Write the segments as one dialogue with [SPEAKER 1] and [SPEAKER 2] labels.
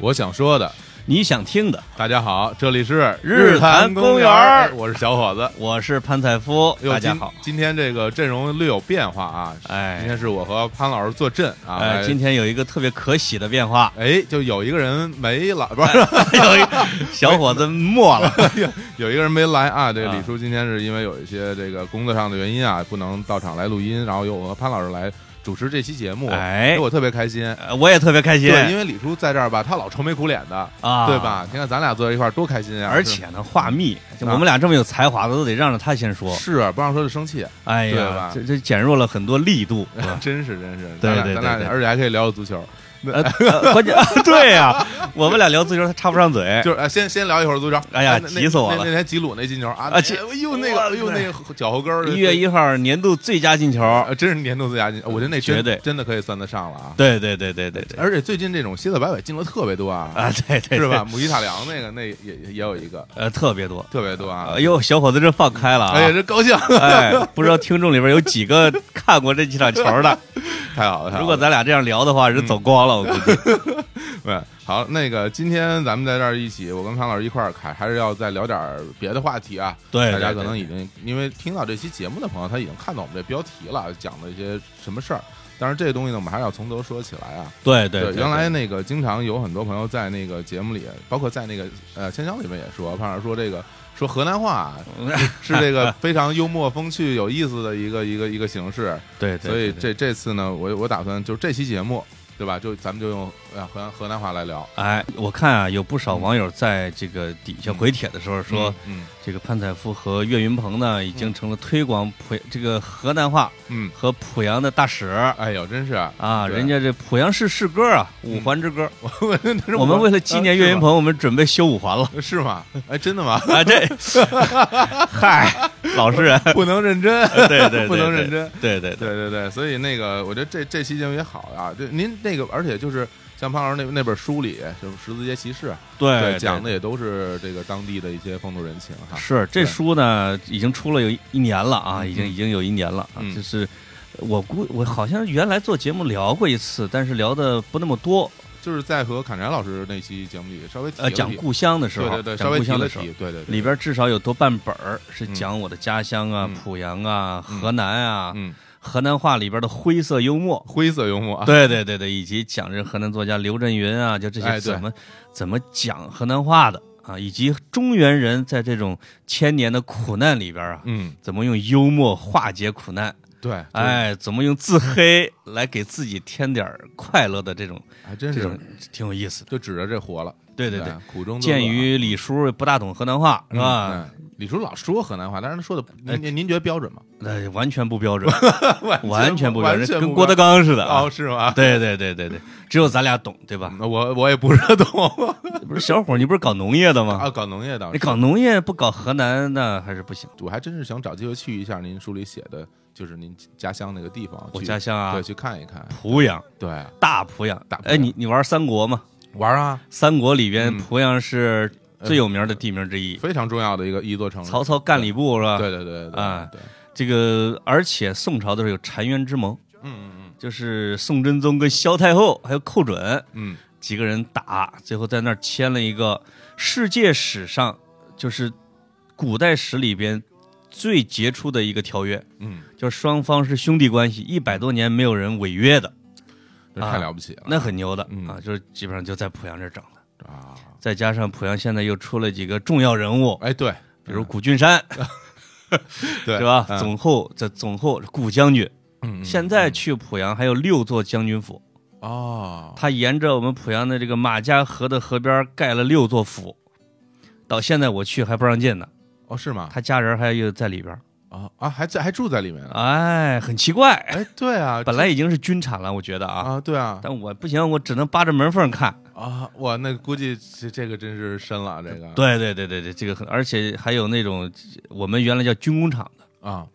[SPEAKER 1] 我想说的。
[SPEAKER 2] 你想听的，
[SPEAKER 1] 大家好，这里是
[SPEAKER 2] 日坛
[SPEAKER 1] 公
[SPEAKER 2] 公园儿
[SPEAKER 1] 哎我是小伙子。
[SPEAKER 2] 我是潘采夫，
[SPEAKER 1] 哟
[SPEAKER 2] 大家
[SPEAKER 1] 今
[SPEAKER 2] 好。
[SPEAKER 1] 今天这个阵容略有变化啊。今
[SPEAKER 2] 哎
[SPEAKER 1] 天是我和潘老师坐镇啊。，
[SPEAKER 2] 哎，今天有一个特别可喜的变化
[SPEAKER 1] 哎，就有一个人没 来，不是、
[SPEAKER 2] 有一个小伙子没了。
[SPEAKER 1] 有一个人没来啊。这个
[SPEAKER 2] 啊
[SPEAKER 1] 李叔今天是因为有一些这个工作上的原因啊，不能到场来录音，然后由我和潘老师来主持这期节目。
[SPEAKER 2] 哎
[SPEAKER 1] 所以我特别开心。
[SPEAKER 2] 呃我也特别开心
[SPEAKER 1] 对，因为李叔在这儿吧，他老愁眉苦脸的，
[SPEAKER 2] 啊，
[SPEAKER 1] 对？吧？你看咱俩坐在一块儿多开心啊！
[SPEAKER 2] 而
[SPEAKER 1] 是
[SPEAKER 2] 且呢，话密，就
[SPEAKER 1] 啊
[SPEAKER 2] 我们俩这么有才华的，都得让着他先说。
[SPEAKER 1] 是啊不让说就生气，
[SPEAKER 2] 哎
[SPEAKER 1] 对吧
[SPEAKER 2] 呀，这这减弱了很多力 度。呃
[SPEAKER 1] 真是真是，咱
[SPEAKER 2] 对
[SPEAKER 1] 俩
[SPEAKER 2] 对
[SPEAKER 1] 咱
[SPEAKER 2] 对
[SPEAKER 1] 俩
[SPEAKER 2] 对
[SPEAKER 1] 而且还可以聊聊足球，
[SPEAKER 2] 呃，呃 关键对呀，我们俩聊足球，他插不上嘴。
[SPEAKER 1] 就是哎，先先聊一会儿足球。
[SPEAKER 2] 哎呀
[SPEAKER 1] 那
[SPEAKER 2] 急死我
[SPEAKER 1] 那
[SPEAKER 2] 了
[SPEAKER 1] 那天吉鲁那进球啊，
[SPEAKER 2] 啊
[SPEAKER 1] 那
[SPEAKER 2] 急
[SPEAKER 1] 哎呦那个，
[SPEAKER 2] 哇
[SPEAKER 1] 哎呦那个脚后跟儿，
[SPEAKER 2] 一月一号年度最佳进球，
[SPEAKER 1] 啊，真是年度最佳进，我觉得那真
[SPEAKER 2] 绝对
[SPEAKER 1] 真的可以算得上了啊。
[SPEAKER 2] 对对对对对对，
[SPEAKER 1] 而且最近这种歇斯摆尾进了特别多 啊，
[SPEAKER 2] 啊对对
[SPEAKER 1] 是吧？
[SPEAKER 2] 对
[SPEAKER 1] 姆吉塔良那个那也也也有一个
[SPEAKER 2] 呃，特别多。
[SPEAKER 1] 特别多啊
[SPEAKER 2] 哎，呦，小伙子这放开了啊！
[SPEAKER 1] 哎呀，这高兴，
[SPEAKER 2] 哎，不知道听众里边有几个看过这几场球的？
[SPEAKER 1] 太 好了！太好了
[SPEAKER 2] 如果咱俩这样聊的话，人走光了，我估计。
[SPEAKER 1] 对，嗯好，那个今天咱们在这儿一起，我跟潘老师一块儿看，还是要再聊点儿别的话题啊。
[SPEAKER 2] 对
[SPEAKER 1] 大家可
[SPEAKER 2] 对对
[SPEAKER 1] 能已经因为听到这期节目的朋友，他已经看到我们这标题了，讲的一些什么事儿。但是这东西呢，我们还是要从头说起来啊。
[SPEAKER 2] 对对，对
[SPEAKER 1] 原来那个经常有很多朋友在那个节目里，包括在那个呃千香里面也说，潘老师说这个说河南话 是这个非常幽默风趣、有意思的一个一个一个形式。
[SPEAKER 2] 对对，
[SPEAKER 1] 所以
[SPEAKER 2] 对
[SPEAKER 1] 这这次呢，我我打算就这期节目，对吧？就咱们就用呃河南河南话来聊。
[SPEAKER 2] 哎，我看啊，有不少网友在这个底下回帖的时候说，
[SPEAKER 1] 嗯，
[SPEAKER 2] 这个潘采夫和岳云鹏呢，已经成了推广濮这个河南话
[SPEAKER 1] 嗯，
[SPEAKER 2] 和濮阳的大使
[SPEAKER 1] 哎呦，真是
[SPEAKER 2] 啊。
[SPEAKER 1] 对嗯
[SPEAKER 2] 人家这濮阳市市歌啊，五环之歌。
[SPEAKER 1] 我真是
[SPEAKER 2] 我们为了纪念岳云
[SPEAKER 1] 啊
[SPEAKER 2] 鹏，我们准备修 五环了
[SPEAKER 1] 是吗，是吗？哎，真的吗？
[SPEAKER 2] 啊。这，嗨，老实人，
[SPEAKER 1] 不能认真，
[SPEAKER 2] 对对对，
[SPEAKER 1] 不能
[SPEAKER 2] 对
[SPEAKER 1] 认真。
[SPEAKER 2] 对对对
[SPEAKER 1] 对对对，所以那个，我觉得这这期节目也好啊。就您那个，而且就是像潘老师那那本书里，就是《十字街骑士》，啊
[SPEAKER 2] 哎对，
[SPEAKER 1] 讲的也都是这个当地的一些风土人情哈。
[SPEAKER 2] 是这
[SPEAKER 1] 对
[SPEAKER 2] 书呢，已经出了有一一年了啊，已经
[SPEAKER 1] 嗯
[SPEAKER 2] 已经有一年了啊
[SPEAKER 1] 嗯，
[SPEAKER 2] 就是。我估我好像原来做节目聊过一次，但是聊的不那么多。
[SPEAKER 1] 就是在和侃然老师那期节目里稍微提了
[SPEAKER 2] 呃，讲
[SPEAKER 1] 提
[SPEAKER 2] 故乡的时候，
[SPEAKER 1] 对对对，稍
[SPEAKER 2] 讲
[SPEAKER 1] 微
[SPEAKER 2] 故
[SPEAKER 1] 提
[SPEAKER 2] 乡
[SPEAKER 1] 了
[SPEAKER 2] 的时
[SPEAKER 1] 提
[SPEAKER 2] 候，，
[SPEAKER 1] 对对对，
[SPEAKER 2] 里边至少有多半本儿是
[SPEAKER 1] 嗯
[SPEAKER 2] 讲我的家乡啊
[SPEAKER 1] 嗯，
[SPEAKER 2] 濮阳啊，
[SPEAKER 1] 嗯
[SPEAKER 2] 河南啊，
[SPEAKER 1] 嗯，
[SPEAKER 2] 河南话里边的灰色幽默。
[SPEAKER 1] 灰色幽默啊，
[SPEAKER 2] 对对对对，以及讲这河南作家刘震云啊，就这
[SPEAKER 1] 哎
[SPEAKER 2] 些
[SPEAKER 1] 对
[SPEAKER 2] 怎么、怎么讲河南话的啊，以及中原人在这种千年的苦难里边啊，
[SPEAKER 1] 嗯，
[SPEAKER 2] 怎么用幽默化解苦难，
[SPEAKER 1] 对，就是，
[SPEAKER 2] 哎，怎么用自黑来给自己添点儿快乐的这种
[SPEAKER 1] 还真
[SPEAKER 2] 这种
[SPEAKER 1] 是
[SPEAKER 2] 挺有意思的。
[SPEAKER 1] 就指着这活了。
[SPEAKER 2] 对对对，，
[SPEAKER 1] 苦中作乐啊
[SPEAKER 2] 鉴于李叔不大懂河南话是吧？
[SPEAKER 1] 嗯，嗯李叔老说河南话，但是他说的，
[SPEAKER 2] 哎
[SPEAKER 1] 您您您觉得标准吗？
[SPEAKER 2] 那完全不标准，
[SPEAKER 1] 完
[SPEAKER 2] 完全不标
[SPEAKER 1] 完
[SPEAKER 2] 准，
[SPEAKER 1] 全
[SPEAKER 2] 跟郭德
[SPEAKER 1] 纲
[SPEAKER 2] 纲似的啊
[SPEAKER 1] 哦，！是吗？
[SPEAKER 2] 对对对对对，只有咱俩懂，对吧？
[SPEAKER 1] 那嗯我我也不热懂
[SPEAKER 2] 不是小伙儿，你不是搞农业的吗？
[SPEAKER 1] 啊，搞农业的
[SPEAKER 2] 你，搞农业不搞河南那还是不行。
[SPEAKER 1] 我还真是想找机会去一下您书里写的，就是您家乡那个地方，
[SPEAKER 2] 我
[SPEAKER 1] 去
[SPEAKER 2] 家乡啊
[SPEAKER 1] 对，，去看一看，
[SPEAKER 2] 濮阳，
[SPEAKER 1] 对，
[SPEAKER 2] 大濮阳
[SPEAKER 1] 大濮阳。
[SPEAKER 2] 哎，你你玩三国吗？
[SPEAKER 1] 玩啊，
[SPEAKER 2] 三国里边
[SPEAKER 1] 嗯
[SPEAKER 2] 濮阳是最有名的地名之一。
[SPEAKER 1] 非常重要的一个一座城市，
[SPEAKER 2] 曹操干礼部是吧？
[SPEAKER 1] 嗯对对对对
[SPEAKER 2] 啊
[SPEAKER 1] 对，
[SPEAKER 2] 这个而且宋朝的时候有澶渊之盟，
[SPEAKER 1] 嗯嗯
[SPEAKER 2] 就是宋真宗跟萧太后还有寇准
[SPEAKER 1] 嗯
[SPEAKER 2] 几个人打，最后在那儿签了一个世界史上就是古代史里边最杰出的一个条约，
[SPEAKER 1] 嗯
[SPEAKER 2] 就是双方是兄弟关系，一百多年没有人违约的，
[SPEAKER 1] 嗯，这
[SPEAKER 2] 啊
[SPEAKER 1] 太了不起了，
[SPEAKER 2] 那很牛的
[SPEAKER 1] 嗯
[SPEAKER 2] 啊！就是基本上就在濮阳这儿整的，
[SPEAKER 1] 啊，
[SPEAKER 2] 再加上濮阳现在又出了几个重要人物，
[SPEAKER 1] 哎对，
[SPEAKER 2] 比如古俊山
[SPEAKER 1] 对
[SPEAKER 2] 是吧？
[SPEAKER 1] 嗯
[SPEAKER 2] 总后这总后古将军。
[SPEAKER 1] 嗯嗯
[SPEAKER 2] 现在
[SPEAKER 1] 嗯
[SPEAKER 2] 去濮阳还有六座将军府，
[SPEAKER 1] 哦，
[SPEAKER 2] 他沿着我们濮阳的这个马家河的河边儿盖了六座府，到现在我去还不让进呢，
[SPEAKER 1] 哦是吗？
[SPEAKER 2] 他家人还又在里边儿，
[SPEAKER 1] 啊啊，还在还住在里面呢，
[SPEAKER 2] 哎，很奇怪，
[SPEAKER 1] 哎对啊，
[SPEAKER 2] 本来已经是军产了，我觉得啊，
[SPEAKER 1] 啊对啊，
[SPEAKER 2] 但我不行，我只能扒着门缝看。
[SPEAKER 1] 啊，哇，那估计这这个真是深了，这个
[SPEAKER 2] 对对对对对，这个很，而且还有那种我们原来叫军工厂的，
[SPEAKER 1] 啊，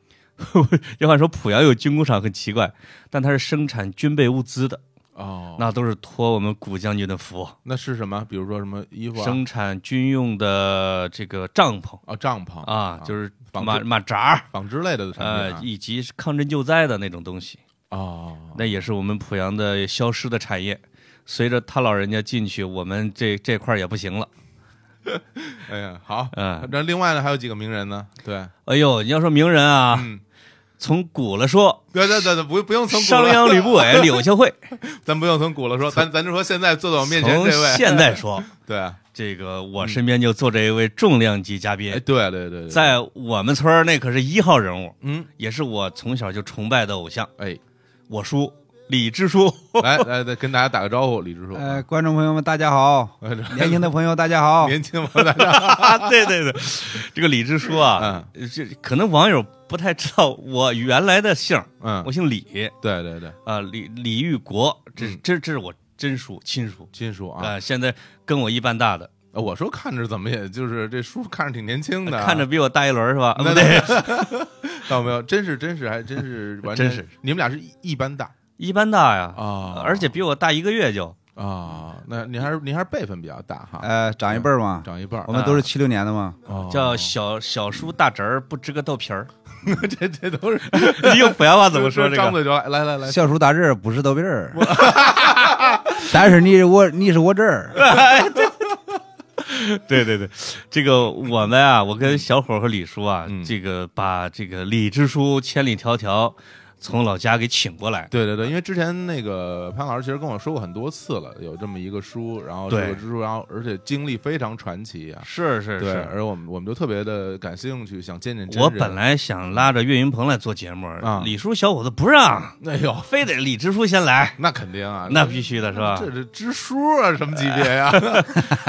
[SPEAKER 2] 要话说濮阳有军工厂很奇怪，但它是生产军备物资的，
[SPEAKER 1] 哦，
[SPEAKER 2] 那都是托我们古将军的福，
[SPEAKER 1] 那是什么？比如说什么衣服啊，
[SPEAKER 2] 生产军用的这个帐篷。
[SPEAKER 1] 啊帐篷
[SPEAKER 2] 啊，就是
[SPEAKER 1] 纺
[SPEAKER 2] 马
[SPEAKER 1] 织
[SPEAKER 2] 马扎儿，
[SPEAKER 1] 纺织类的产品
[SPEAKER 2] 呃，
[SPEAKER 1] 啊
[SPEAKER 2] 以及是抗震救灾的那种东西。
[SPEAKER 1] 哦，
[SPEAKER 2] 那也是我们濮阳的消失的产业。随着他老人家进去，我们这这块儿也不行了。
[SPEAKER 1] 哎呀，好，
[SPEAKER 2] 嗯，
[SPEAKER 1] 那另外呢还有几个名人呢？ 对，
[SPEAKER 2] 哎呦，你要说名人啊，
[SPEAKER 1] 嗯，
[SPEAKER 2] 从古了说，
[SPEAKER 1] 对对对对，不不用 从古
[SPEAKER 2] 商
[SPEAKER 1] 了，
[SPEAKER 2] 鞅、吕不韦、柳下惠，
[SPEAKER 1] 咱不用从古了说，咱咱就 说现在坐在我面前
[SPEAKER 2] 从
[SPEAKER 1] 这位，
[SPEAKER 2] 现 在说，
[SPEAKER 1] 对，哎
[SPEAKER 2] 这个我身边就坐着一位重量级嘉宾，
[SPEAKER 1] 对对对嗯对，
[SPEAKER 2] 在我们村儿那可是一号人物，
[SPEAKER 1] 嗯，
[SPEAKER 2] 也是我从小就崇拜的偶像，
[SPEAKER 1] 哎，
[SPEAKER 2] 我叔李 支书。
[SPEAKER 1] 来来来，跟大家打个招呼，李支书，
[SPEAKER 3] 呃，观众朋友们，大家好！
[SPEAKER 1] 哎这
[SPEAKER 3] 年轻的朋友，大家好！
[SPEAKER 1] 年 轻嘛，大家，
[SPEAKER 2] 啊，对对对，这个李支书啊，
[SPEAKER 1] 嗯
[SPEAKER 2] 这可能网友不太知道我原来的姓儿，
[SPEAKER 1] 嗯
[SPEAKER 2] 我，姓李
[SPEAKER 1] 对对对，
[SPEAKER 2] 啊，李李玉国，这是
[SPEAKER 1] 嗯
[SPEAKER 2] 这这是我真叔亲叔
[SPEAKER 1] 金叔啊，
[SPEAKER 2] 啊，现在跟我一般大的，
[SPEAKER 1] 我说看着怎么也就是这叔看着挺年轻的啊，
[SPEAKER 2] 哎看着比我大一轮儿是吧？啊
[SPEAKER 1] 那
[SPEAKER 2] 不对，
[SPEAKER 1] 到没有，真是真是还真 是完全
[SPEAKER 2] 真是，
[SPEAKER 1] 你们俩是一一般大
[SPEAKER 2] 一般大呀，
[SPEAKER 1] 啊
[SPEAKER 2] 而且比我大一个月就
[SPEAKER 1] 啊，那您还是您还是辈分比较大
[SPEAKER 2] 哎
[SPEAKER 1] 哈，
[SPEAKER 3] 呃，长一辈儿嘛，
[SPEAKER 1] 长一半儿
[SPEAKER 3] 我，们都是七六年的嘛。
[SPEAKER 1] 哦
[SPEAKER 2] 叫小小叔大侄儿，不知个豆皮儿。
[SPEAKER 1] 这这都是
[SPEAKER 2] 你用濮阳 话怎么说
[SPEAKER 1] 这
[SPEAKER 2] 这
[SPEAKER 1] 张
[SPEAKER 2] 个？
[SPEAKER 1] 嘴就来来来 来，
[SPEAKER 3] 笑叔打这儿不是豆皮儿， 但是你是我你是我这儿，
[SPEAKER 2] 对对对，这个我们啊，我跟小伙和李叔啊，
[SPEAKER 1] 嗯
[SPEAKER 2] 这个把这个李支书千里迢迢从老家给请过来。
[SPEAKER 1] 对对对，因为之前那个潘老师其实跟我说过很多次了，有这么一个书，然后这
[SPEAKER 2] 对
[SPEAKER 1] 个书，然后而且经历非常传奇啊，
[SPEAKER 2] 是是
[SPEAKER 1] 对，
[SPEAKER 2] 是，
[SPEAKER 1] 而我们我们就特别的感兴趣，想见见真人。
[SPEAKER 2] 我本来想拉着岳云鹏来做节目，
[SPEAKER 1] 啊
[SPEAKER 2] 李叔小伙子不让，
[SPEAKER 1] 哎呦，
[SPEAKER 2] 非得李支书先来，
[SPEAKER 1] 那肯定啊，
[SPEAKER 2] 那必须的是吧
[SPEAKER 1] 这？是支书啊，什么级别呀？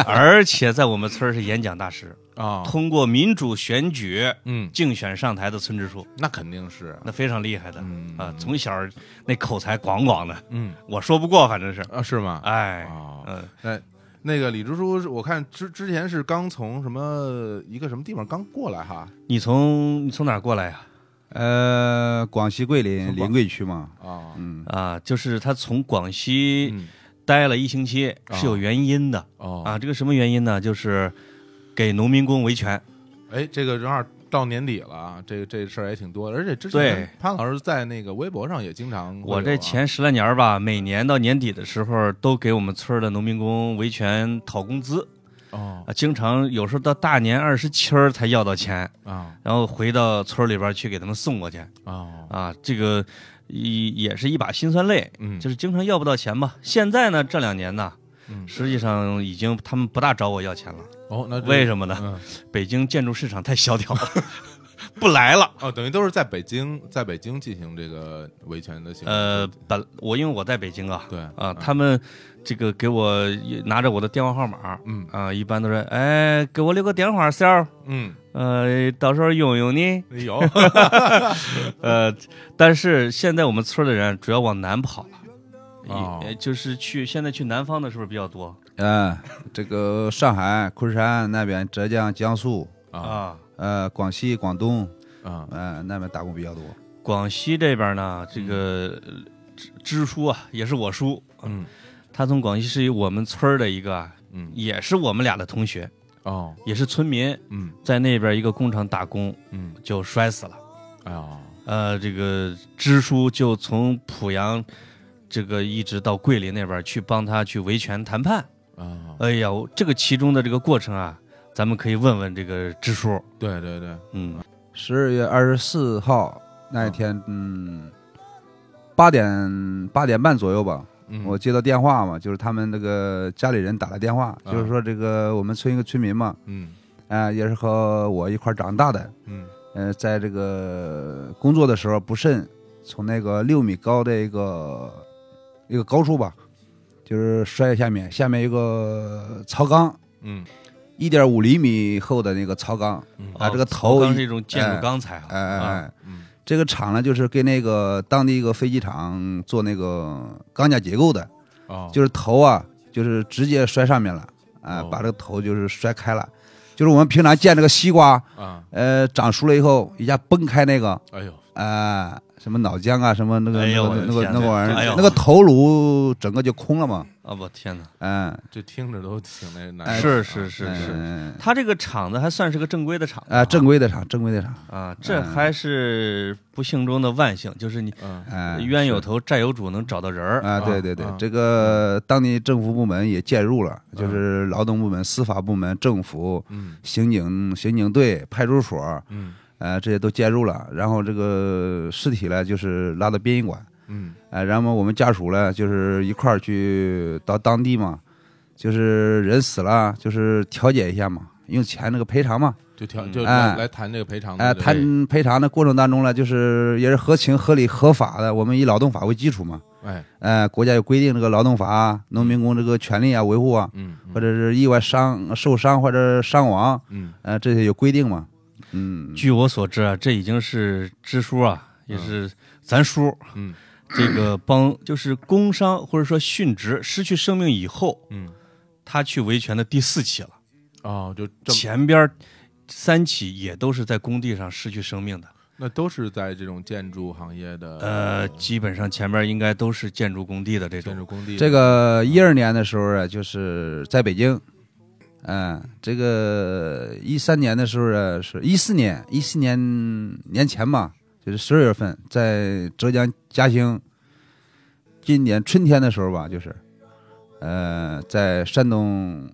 [SPEAKER 2] 而且在我们村儿是演讲大师，
[SPEAKER 1] 啊，
[SPEAKER 2] 通过民主选举
[SPEAKER 1] 嗯，
[SPEAKER 2] 竞选上台的村支书，
[SPEAKER 1] 那肯定是，
[SPEAKER 2] 那非常厉害的
[SPEAKER 1] 啊嗯
[SPEAKER 2] 啊，从小那口才广广的，
[SPEAKER 1] 嗯
[SPEAKER 2] 我说不过，反正是，
[SPEAKER 1] 啊，是吗？
[SPEAKER 2] 哎，
[SPEAKER 1] 啊，
[SPEAKER 2] 嗯，
[SPEAKER 1] 那那个李支书是，我看之之前是刚从什么一个什么地方刚过来哈，
[SPEAKER 2] 你从你从哪儿过来呀？
[SPEAKER 3] 呃，广西桂
[SPEAKER 1] 从
[SPEAKER 3] 林
[SPEAKER 1] 广
[SPEAKER 3] 临桂区嘛。
[SPEAKER 1] 啊，
[SPEAKER 3] 嗯，
[SPEAKER 2] 啊，就是他从广西
[SPEAKER 1] 嗯，
[SPEAKER 2] 待了一星期
[SPEAKER 1] 啊
[SPEAKER 2] 是有原因的
[SPEAKER 1] 哦
[SPEAKER 2] 啊。这个什么原因呢？就是给农民工维权。
[SPEAKER 1] 哎，这个正好到年底了啊，这个这事儿也挺多的，而且之
[SPEAKER 2] 对
[SPEAKER 1] 前潘老师在那个微博上也经常会有啊、
[SPEAKER 2] 我这前十来年儿吧，每年到年底的时候都给我们村儿的农民工维权讨工资
[SPEAKER 1] 哦
[SPEAKER 2] 啊，经常有时候到大年二十七儿才要到钱，
[SPEAKER 1] 啊
[SPEAKER 2] 然后回到村儿里边儿去给他们送过去
[SPEAKER 1] 哦，
[SPEAKER 2] 啊。这个也也是一把辛酸泪，
[SPEAKER 1] 嗯，
[SPEAKER 2] 就是是经常要不到钱吧。现在呢，这两年呢，
[SPEAKER 1] 嗯
[SPEAKER 2] 实际上已经他们不大找我要钱了。
[SPEAKER 1] 哦，那
[SPEAKER 2] 为
[SPEAKER 1] 么
[SPEAKER 2] 什么呢？
[SPEAKER 1] 嗯，
[SPEAKER 2] 北京建筑市场太萧条了， 不来了。
[SPEAKER 1] 哦，等于都是在北京，在北京进行这个维权的行为。
[SPEAKER 2] 呃，本我因为我在北京啊，
[SPEAKER 1] 对
[SPEAKER 2] 啊，
[SPEAKER 1] 嗯
[SPEAKER 2] 他们这个给我拿着我的电话号码
[SPEAKER 1] 嗯
[SPEAKER 2] 啊，一般都是哎，给我留个电话线儿，
[SPEAKER 1] 嗯，啊
[SPEAKER 2] 呃，到时候用用你。
[SPEAKER 1] 有
[SPEAKER 2] 呃，但是现在我们村儿的人主要往南跑了。
[SPEAKER 1] 哦
[SPEAKER 2] 也就是去现在去南方的是不是比较多
[SPEAKER 3] 呃，这个上海、昆山那边、浙江、江苏，
[SPEAKER 1] 啊
[SPEAKER 2] 啊？
[SPEAKER 3] 呃，广西、广东，
[SPEAKER 1] 啊
[SPEAKER 3] 呃，那边打工比较多。
[SPEAKER 2] 广西这边
[SPEAKER 1] 嗯
[SPEAKER 2] 呢，这个呃支支书啊，也是我叔，
[SPEAKER 1] 嗯
[SPEAKER 2] 他从广西是我们村儿的一个啊
[SPEAKER 1] 嗯
[SPEAKER 2] 也是我们俩的同学，
[SPEAKER 1] 哦
[SPEAKER 2] 也是村民，
[SPEAKER 1] 嗯
[SPEAKER 2] 在那边一个工厂打工
[SPEAKER 1] 嗯
[SPEAKER 2] 就摔死了。
[SPEAKER 1] 哎呀
[SPEAKER 2] 呃，这个支书就从濮阳，这个一直到桂林那边去帮他去维权谈判。
[SPEAKER 1] 啊，
[SPEAKER 2] 哎呀，我这个其中的这个过程啊，咱们可以问问这个支书。
[SPEAKER 1] 对对对，
[SPEAKER 2] 嗯，
[SPEAKER 3] 十二月二十四号那一天，嗯，八点八点半左右吧，
[SPEAKER 1] 嗯
[SPEAKER 3] 我接到电话嘛，就是他们那个家里人打来电话，
[SPEAKER 1] 啊
[SPEAKER 3] 就是说这个我们村一个村民嘛，
[SPEAKER 1] 嗯
[SPEAKER 3] 啊、也是和我一块儿长大的，
[SPEAKER 1] 嗯
[SPEAKER 3] 呃，在这个工作的时候不慎从那个六米高的一个一个高处吧，就是摔在下面，下面有个槽缸，
[SPEAKER 1] 嗯
[SPEAKER 3] 一点五厘米厚的那个槽缸，
[SPEAKER 1] 嗯
[SPEAKER 3] 啊
[SPEAKER 2] 哦
[SPEAKER 3] 这个头
[SPEAKER 2] 刚
[SPEAKER 3] 一
[SPEAKER 2] 是一种建筑钢材啊，
[SPEAKER 3] 哎哎
[SPEAKER 2] 啊
[SPEAKER 3] 哎。
[SPEAKER 1] 嗯
[SPEAKER 3] 这个厂呢，就是跟那个当地一个飞机场做那个钢架结构的，
[SPEAKER 1] 哦，
[SPEAKER 3] 就是头啊，就是直接摔上面了，啊、
[SPEAKER 1] 哦
[SPEAKER 3] 把这个头就是摔开了，就是我们平常见这个西瓜，
[SPEAKER 1] 啊，
[SPEAKER 3] 呃，长熟了以后一下崩开那个，
[SPEAKER 1] 哎呦
[SPEAKER 3] 啊、什么脑浆啊，什么那个
[SPEAKER 2] 哎
[SPEAKER 3] 那
[SPEAKER 2] 呦
[SPEAKER 3] 个那
[SPEAKER 2] 我的
[SPEAKER 3] 个
[SPEAKER 2] 天
[SPEAKER 3] 那个玩意
[SPEAKER 2] 哎
[SPEAKER 3] 儿
[SPEAKER 2] 呦，
[SPEAKER 3] 那个头颅整个就空了嘛，
[SPEAKER 2] 啊不，天哪！
[SPEAKER 3] 嗯，
[SPEAKER 1] 这听着都挺那难
[SPEAKER 3] 哎
[SPEAKER 1] 受的啊。
[SPEAKER 2] 是是是是，
[SPEAKER 3] 嗯
[SPEAKER 2] 他这个厂子还算是个正规的厂子
[SPEAKER 3] 啊，正规的嗯厂，正规的厂，
[SPEAKER 2] 啊，这还是不幸中的万幸，就是你
[SPEAKER 1] 嗯，
[SPEAKER 3] 嗯，
[SPEAKER 2] 冤有头债有主，能找到人儿。
[SPEAKER 3] 啊，
[SPEAKER 1] 啊
[SPEAKER 3] 对对对
[SPEAKER 1] 啊，
[SPEAKER 3] 这个当地政府部门也介入了，就是劳动部门、司法部门、政府、
[SPEAKER 1] 嗯
[SPEAKER 3] 刑警、刑警队、派出所，
[SPEAKER 1] 嗯
[SPEAKER 3] 呃，这些都介入了。然后这个尸体呢，就是拉到殡仪馆，
[SPEAKER 1] 嗯
[SPEAKER 3] 呃，然后我们家属呢，就是一块儿去到当地嘛，就是人死了，就是调解一下嘛，用钱那个赔偿嘛。
[SPEAKER 1] 就调
[SPEAKER 2] 嗯
[SPEAKER 1] 就来
[SPEAKER 3] 哎
[SPEAKER 1] 来谈这个赔偿的
[SPEAKER 3] 哎，
[SPEAKER 1] 这个
[SPEAKER 3] 谈赔偿的过程当中呢，就是也是合情、合理、合法的，我们以劳动法为基础嘛。
[SPEAKER 1] 哎
[SPEAKER 3] 呃，国家有规定这个劳动法啊、农民工这个权利啊维护啊，
[SPEAKER 1] 嗯嗯
[SPEAKER 3] 或者是意外伤受伤或者伤亡，
[SPEAKER 1] 嗯
[SPEAKER 3] 呃，这些有规定嘛。嗯，
[SPEAKER 2] 据我所知啊，这已经是支书啊，也是咱叔，
[SPEAKER 1] 嗯
[SPEAKER 2] 这 个帮就是工伤或者说殉职失去生命以后，
[SPEAKER 1] 嗯
[SPEAKER 2] 他去维权的第四起了，
[SPEAKER 1] 哦，就这么
[SPEAKER 2] 前边儿三起也都是在工地上失去生命的。
[SPEAKER 1] 那都是在这种建筑行业的
[SPEAKER 2] 呃，基本上前边应该都是建筑工地的这
[SPEAKER 1] 建
[SPEAKER 2] 种
[SPEAKER 1] 筑工地
[SPEAKER 3] 这个一二年的时候啊，就是在北京，嗯、这个一三年的时候啊，是一四年，一四年年前吧，就是十二月份，在浙江嘉兴，今年春天的时候吧，就是，呃，在山东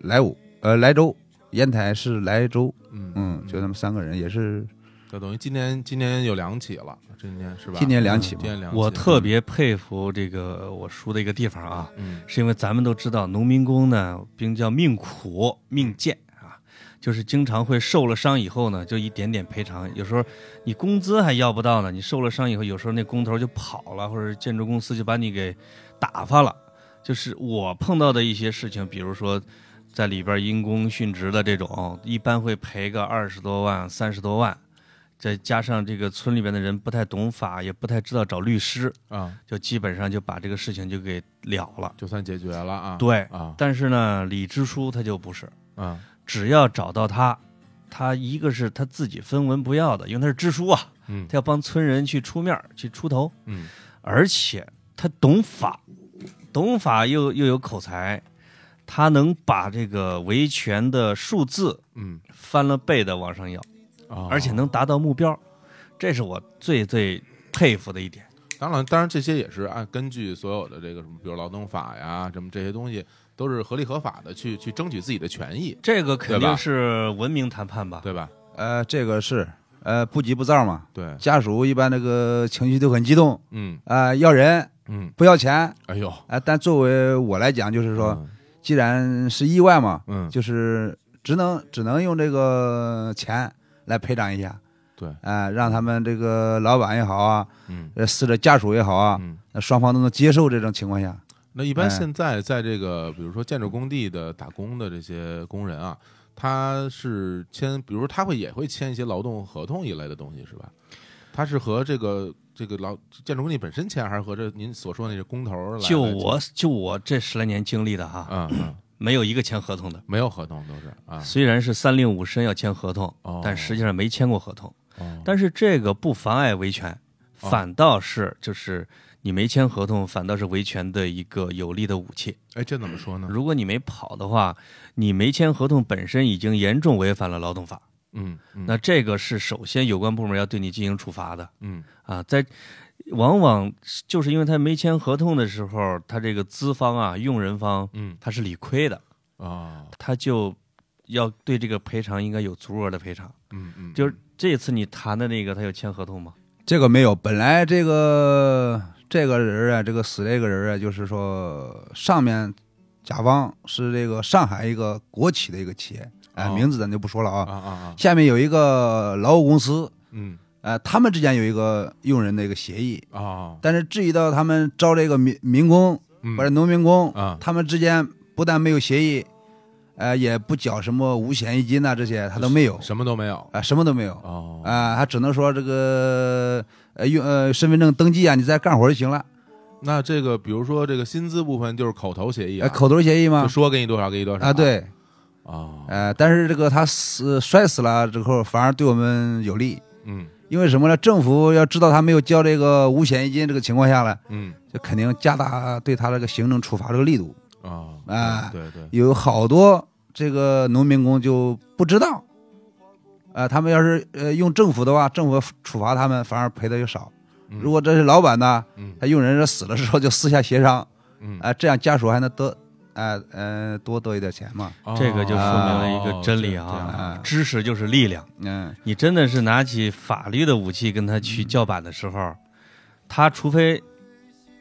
[SPEAKER 3] 莱芜，呃，莱州，烟台市莱州，
[SPEAKER 1] 嗯
[SPEAKER 3] 嗯，就他们三个人也是
[SPEAKER 1] 就等于今年今年有两起了，今年是吧？
[SPEAKER 3] 今年两起
[SPEAKER 1] 嗯
[SPEAKER 3] 嘛
[SPEAKER 1] 今，年两起，
[SPEAKER 2] 我特别佩服这个我叔的一个地方啊，
[SPEAKER 1] 嗯
[SPEAKER 2] 是因为咱们都知道农民工呢，并叫命苦命贱啊，就是经常会受了伤以后呢，就一点点赔偿，有时候你工资还要不到呢，你受了伤以后，有时候那工头就跑了，或者建筑公司就把你给打发了。就是我碰到的一些事情，比如说在里边因公殉职的这种，一般会赔个二十多万、三十多万。再加上这个村里边的人不太懂法，也不太知道找律师，
[SPEAKER 1] 啊，
[SPEAKER 2] 就基本上就把这个事情就给了了。
[SPEAKER 1] 就算解决了啊，
[SPEAKER 2] 对，
[SPEAKER 1] 啊
[SPEAKER 2] 但是呢，李支书他就不是，
[SPEAKER 1] 啊
[SPEAKER 2] 只要找到他，他一个是他自己分文不要的，因为他是支书啊，
[SPEAKER 1] 嗯
[SPEAKER 2] 他要帮村人去出面儿去出头，
[SPEAKER 1] 嗯
[SPEAKER 2] 而且他懂法，懂法又又有口才，他能把这个维权的数字
[SPEAKER 1] 嗯，
[SPEAKER 2] 翻了倍的往上要，
[SPEAKER 1] 哦
[SPEAKER 2] 而且能达到目标，这是我最最佩服的一点。
[SPEAKER 1] 当然，当然这些也是按根据所有的这个什么，比如劳动法呀，什么这些东西，都是合理合法的去去争取自己的权益，
[SPEAKER 2] 这个肯
[SPEAKER 1] 对吧
[SPEAKER 2] 定是文明谈判吧？
[SPEAKER 1] 对吧？
[SPEAKER 3] 呃，这个是呃不急不躁嘛，
[SPEAKER 1] 对，
[SPEAKER 3] 家属一般那个情绪都很激动。
[SPEAKER 1] 嗯
[SPEAKER 3] 啊、要人
[SPEAKER 1] 嗯，
[SPEAKER 3] 不要钱啊、
[SPEAKER 1] 哎呦，
[SPEAKER 3] 但作为我来讲，就是说，既然是意外嘛，
[SPEAKER 1] 嗯，嗯，
[SPEAKER 3] 就是只能只能用这个钱来赔偿一下，
[SPEAKER 1] 对，
[SPEAKER 3] 啊、让他们这个老板也好啊，
[SPEAKER 1] 嗯
[SPEAKER 3] 呃，死者家属也好啊，
[SPEAKER 1] 嗯。
[SPEAKER 3] 那双方都能接受这种情况下，
[SPEAKER 1] 那一般
[SPEAKER 3] 哎
[SPEAKER 1] 现在在这个，比如说建筑工地的打工的这些工人啊，他是签，比如他会也会签一些劳动合同一类的东西，是吧？他是和这个这个劳建筑工地本身签，还是和这您所说的那些工头儿来？
[SPEAKER 2] 就
[SPEAKER 1] 来
[SPEAKER 2] 我就我这十来年经历的哈，
[SPEAKER 1] 啊、嗯嗯，
[SPEAKER 2] 没有一个签合同的。
[SPEAKER 1] 没有合同都是啊，
[SPEAKER 2] 虽然是三令五申要签合同
[SPEAKER 1] 哦，
[SPEAKER 2] 但实际上没签过合同。
[SPEAKER 1] 哦
[SPEAKER 2] 但是这个不妨碍维权，
[SPEAKER 1] 哦
[SPEAKER 2] 反倒是就是你没签合同，反倒是维权的一个有力的武器。
[SPEAKER 1] 哎，这怎么说呢？
[SPEAKER 2] 如果你没跑的话，你没签合同本身已经严重违反了劳动法，
[SPEAKER 1] 嗯，嗯
[SPEAKER 2] 那这个是首先有关部门要对你进行处罚的。
[SPEAKER 1] 嗯
[SPEAKER 2] 啊，在往往就是因为他没签合同的时候，他这个资方啊、用人方
[SPEAKER 1] 嗯
[SPEAKER 2] 他是理亏的，
[SPEAKER 1] 啊，
[SPEAKER 2] 他就要对这个赔偿应该有足额的赔偿。
[SPEAKER 1] 嗯嗯，
[SPEAKER 2] 就是这次你谈的那个，他有签合同吗？
[SPEAKER 3] 这个没有。本来这个这个人啊，这个死这个人啊，就是说上面甲方是这个上海一个国企的一个企业，哎、
[SPEAKER 1] 哦
[SPEAKER 3] 名字咱就不说了
[SPEAKER 1] 啊
[SPEAKER 3] 啊。
[SPEAKER 1] 啊啊，
[SPEAKER 3] 下面有一个劳务公司，
[SPEAKER 1] 嗯
[SPEAKER 3] 呃，他们之间有一个用人的一个协议，
[SPEAKER 1] 啊，
[SPEAKER 3] 但是至于到他们招这个民民工
[SPEAKER 1] 嗯
[SPEAKER 3] 或者农民工，
[SPEAKER 1] 啊
[SPEAKER 3] 他们之间不但没有协议，呃，也不缴什么五险一金呐、这些他都没有，啊、
[SPEAKER 1] 什么都没有
[SPEAKER 3] 什么都没有，啊、
[SPEAKER 1] 哦
[SPEAKER 3] 他只能说这个呃用呃身份证登记啊，你再干活就行了，
[SPEAKER 1] 那这个比如说这个薪资部分就是口头协议啊
[SPEAKER 2] 哎
[SPEAKER 3] 呃，，口头协议
[SPEAKER 1] 就
[SPEAKER 3] 嘛，
[SPEAKER 1] 说给你多少给你多少
[SPEAKER 3] 啊，对，
[SPEAKER 1] 啊，
[SPEAKER 3] 呃呃，但是这个他死摔死了之后，反而对我们有利，
[SPEAKER 1] 嗯
[SPEAKER 3] 因为什么呢？政府要知道他没有交这个五险一金这个情况下呢，
[SPEAKER 1] 嗯
[SPEAKER 3] 就肯定加大对他这个行政处罚这个力度。
[SPEAKER 1] 啊
[SPEAKER 3] 啊
[SPEAKER 1] 对对，
[SPEAKER 3] 有好多这个农民工就不知道，呃，他们要是呃用政府的话，政府处罚他们反而赔的就少。
[SPEAKER 1] 嗯
[SPEAKER 3] 如果这是老板呢，
[SPEAKER 1] 嗯
[SPEAKER 3] 他用人这死了之后就私下协商，啊、
[SPEAKER 1] 嗯，
[SPEAKER 3] 这样家属还能得，呃呃多得一点钱嘛。
[SPEAKER 2] 这个就说明了一
[SPEAKER 1] 哦
[SPEAKER 2] 个真理
[SPEAKER 1] 这样
[SPEAKER 2] 啊
[SPEAKER 3] 啊，
[SPEAKER 2] 知识就是力量。
[SPEAKER 3] 嗯，
[SPEAKER 2] 你真的是拿起法律的武器跟他去叫板的时候，他除非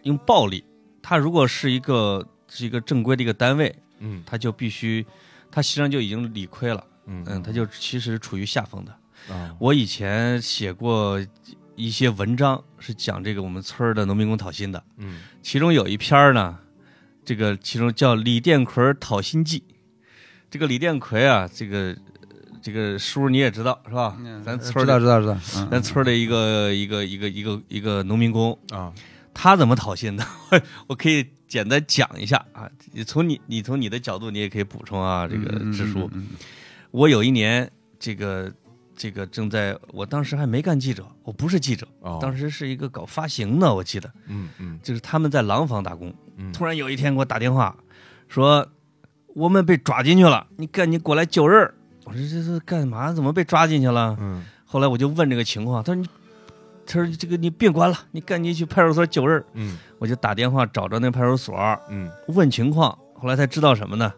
[SPEAKER 2] 用暴力，他如果是一个是一个正规的一个单位，
[SPEAKER 1] 嗯
[SPEAKER 2] 他就必须，他实际上就已经理亏了，
[SPEAKER 1] 嗯
[SPEAKER 2] 嗯，他就其实处于下风的。
[SPEAKER 1] 啊
[SPEAKER 2] 我以前写过一些文章，是讲这个我们村儿的农民工讨薪的，
[SPEAKER 1] 嗯
[SPEAKER 2] 其中有一篇儿呢，这个其中叫《李殿奎讨薪记》。这个李殿奎啊，这个这个叔你也知道是吧？咱村
[SPEAKER 3] 知
[SPEAKER 2] 儿的
[SPEAKER 3] 道知道知道，嗯
[SPEAKER 2] 咱村儿的一个一个一个一个一个农民工，
[SPEAKER 1] 啊
[SPEAKER 2] 他怎么讨薪的？ 我可以简单讲一下啊。你从你你从你的角度，你也可以补充啊。这个支书，
[SPEAKER 3] 嗯嗯嗯
[SPEAKER 2] 我有一年这个这个正在，我当时还没干记者，我不是记者，
[SPEAKER 1] 哦，
[SPEAKER 2] 当时是一个搞发行的，我记得
[SPEAKER 1] 嗯嗯
[SPEAKER 2] 就是他们在廊坊打工。
[SPEAKER 1] 嗯，
[SPEAKER 2] 突然有一天给我打电话，说我们被抓进去了，你赶紧过来救人儿。我说这是干嘛？怎么被抓进去了？
[SPEAKER 1] 嗯
[SPEAKER 2] 后来我就问这个情况，他说你，他说这个你别管了，你赶紧去派出所救人儿。
[SPEAKER 1] 嗯
[SPEAKER 2] 我就打电话找着那派出所
[SPEAKER 1] 嗯
[SPEAKER 2] 问情况，后来才知道什么呢？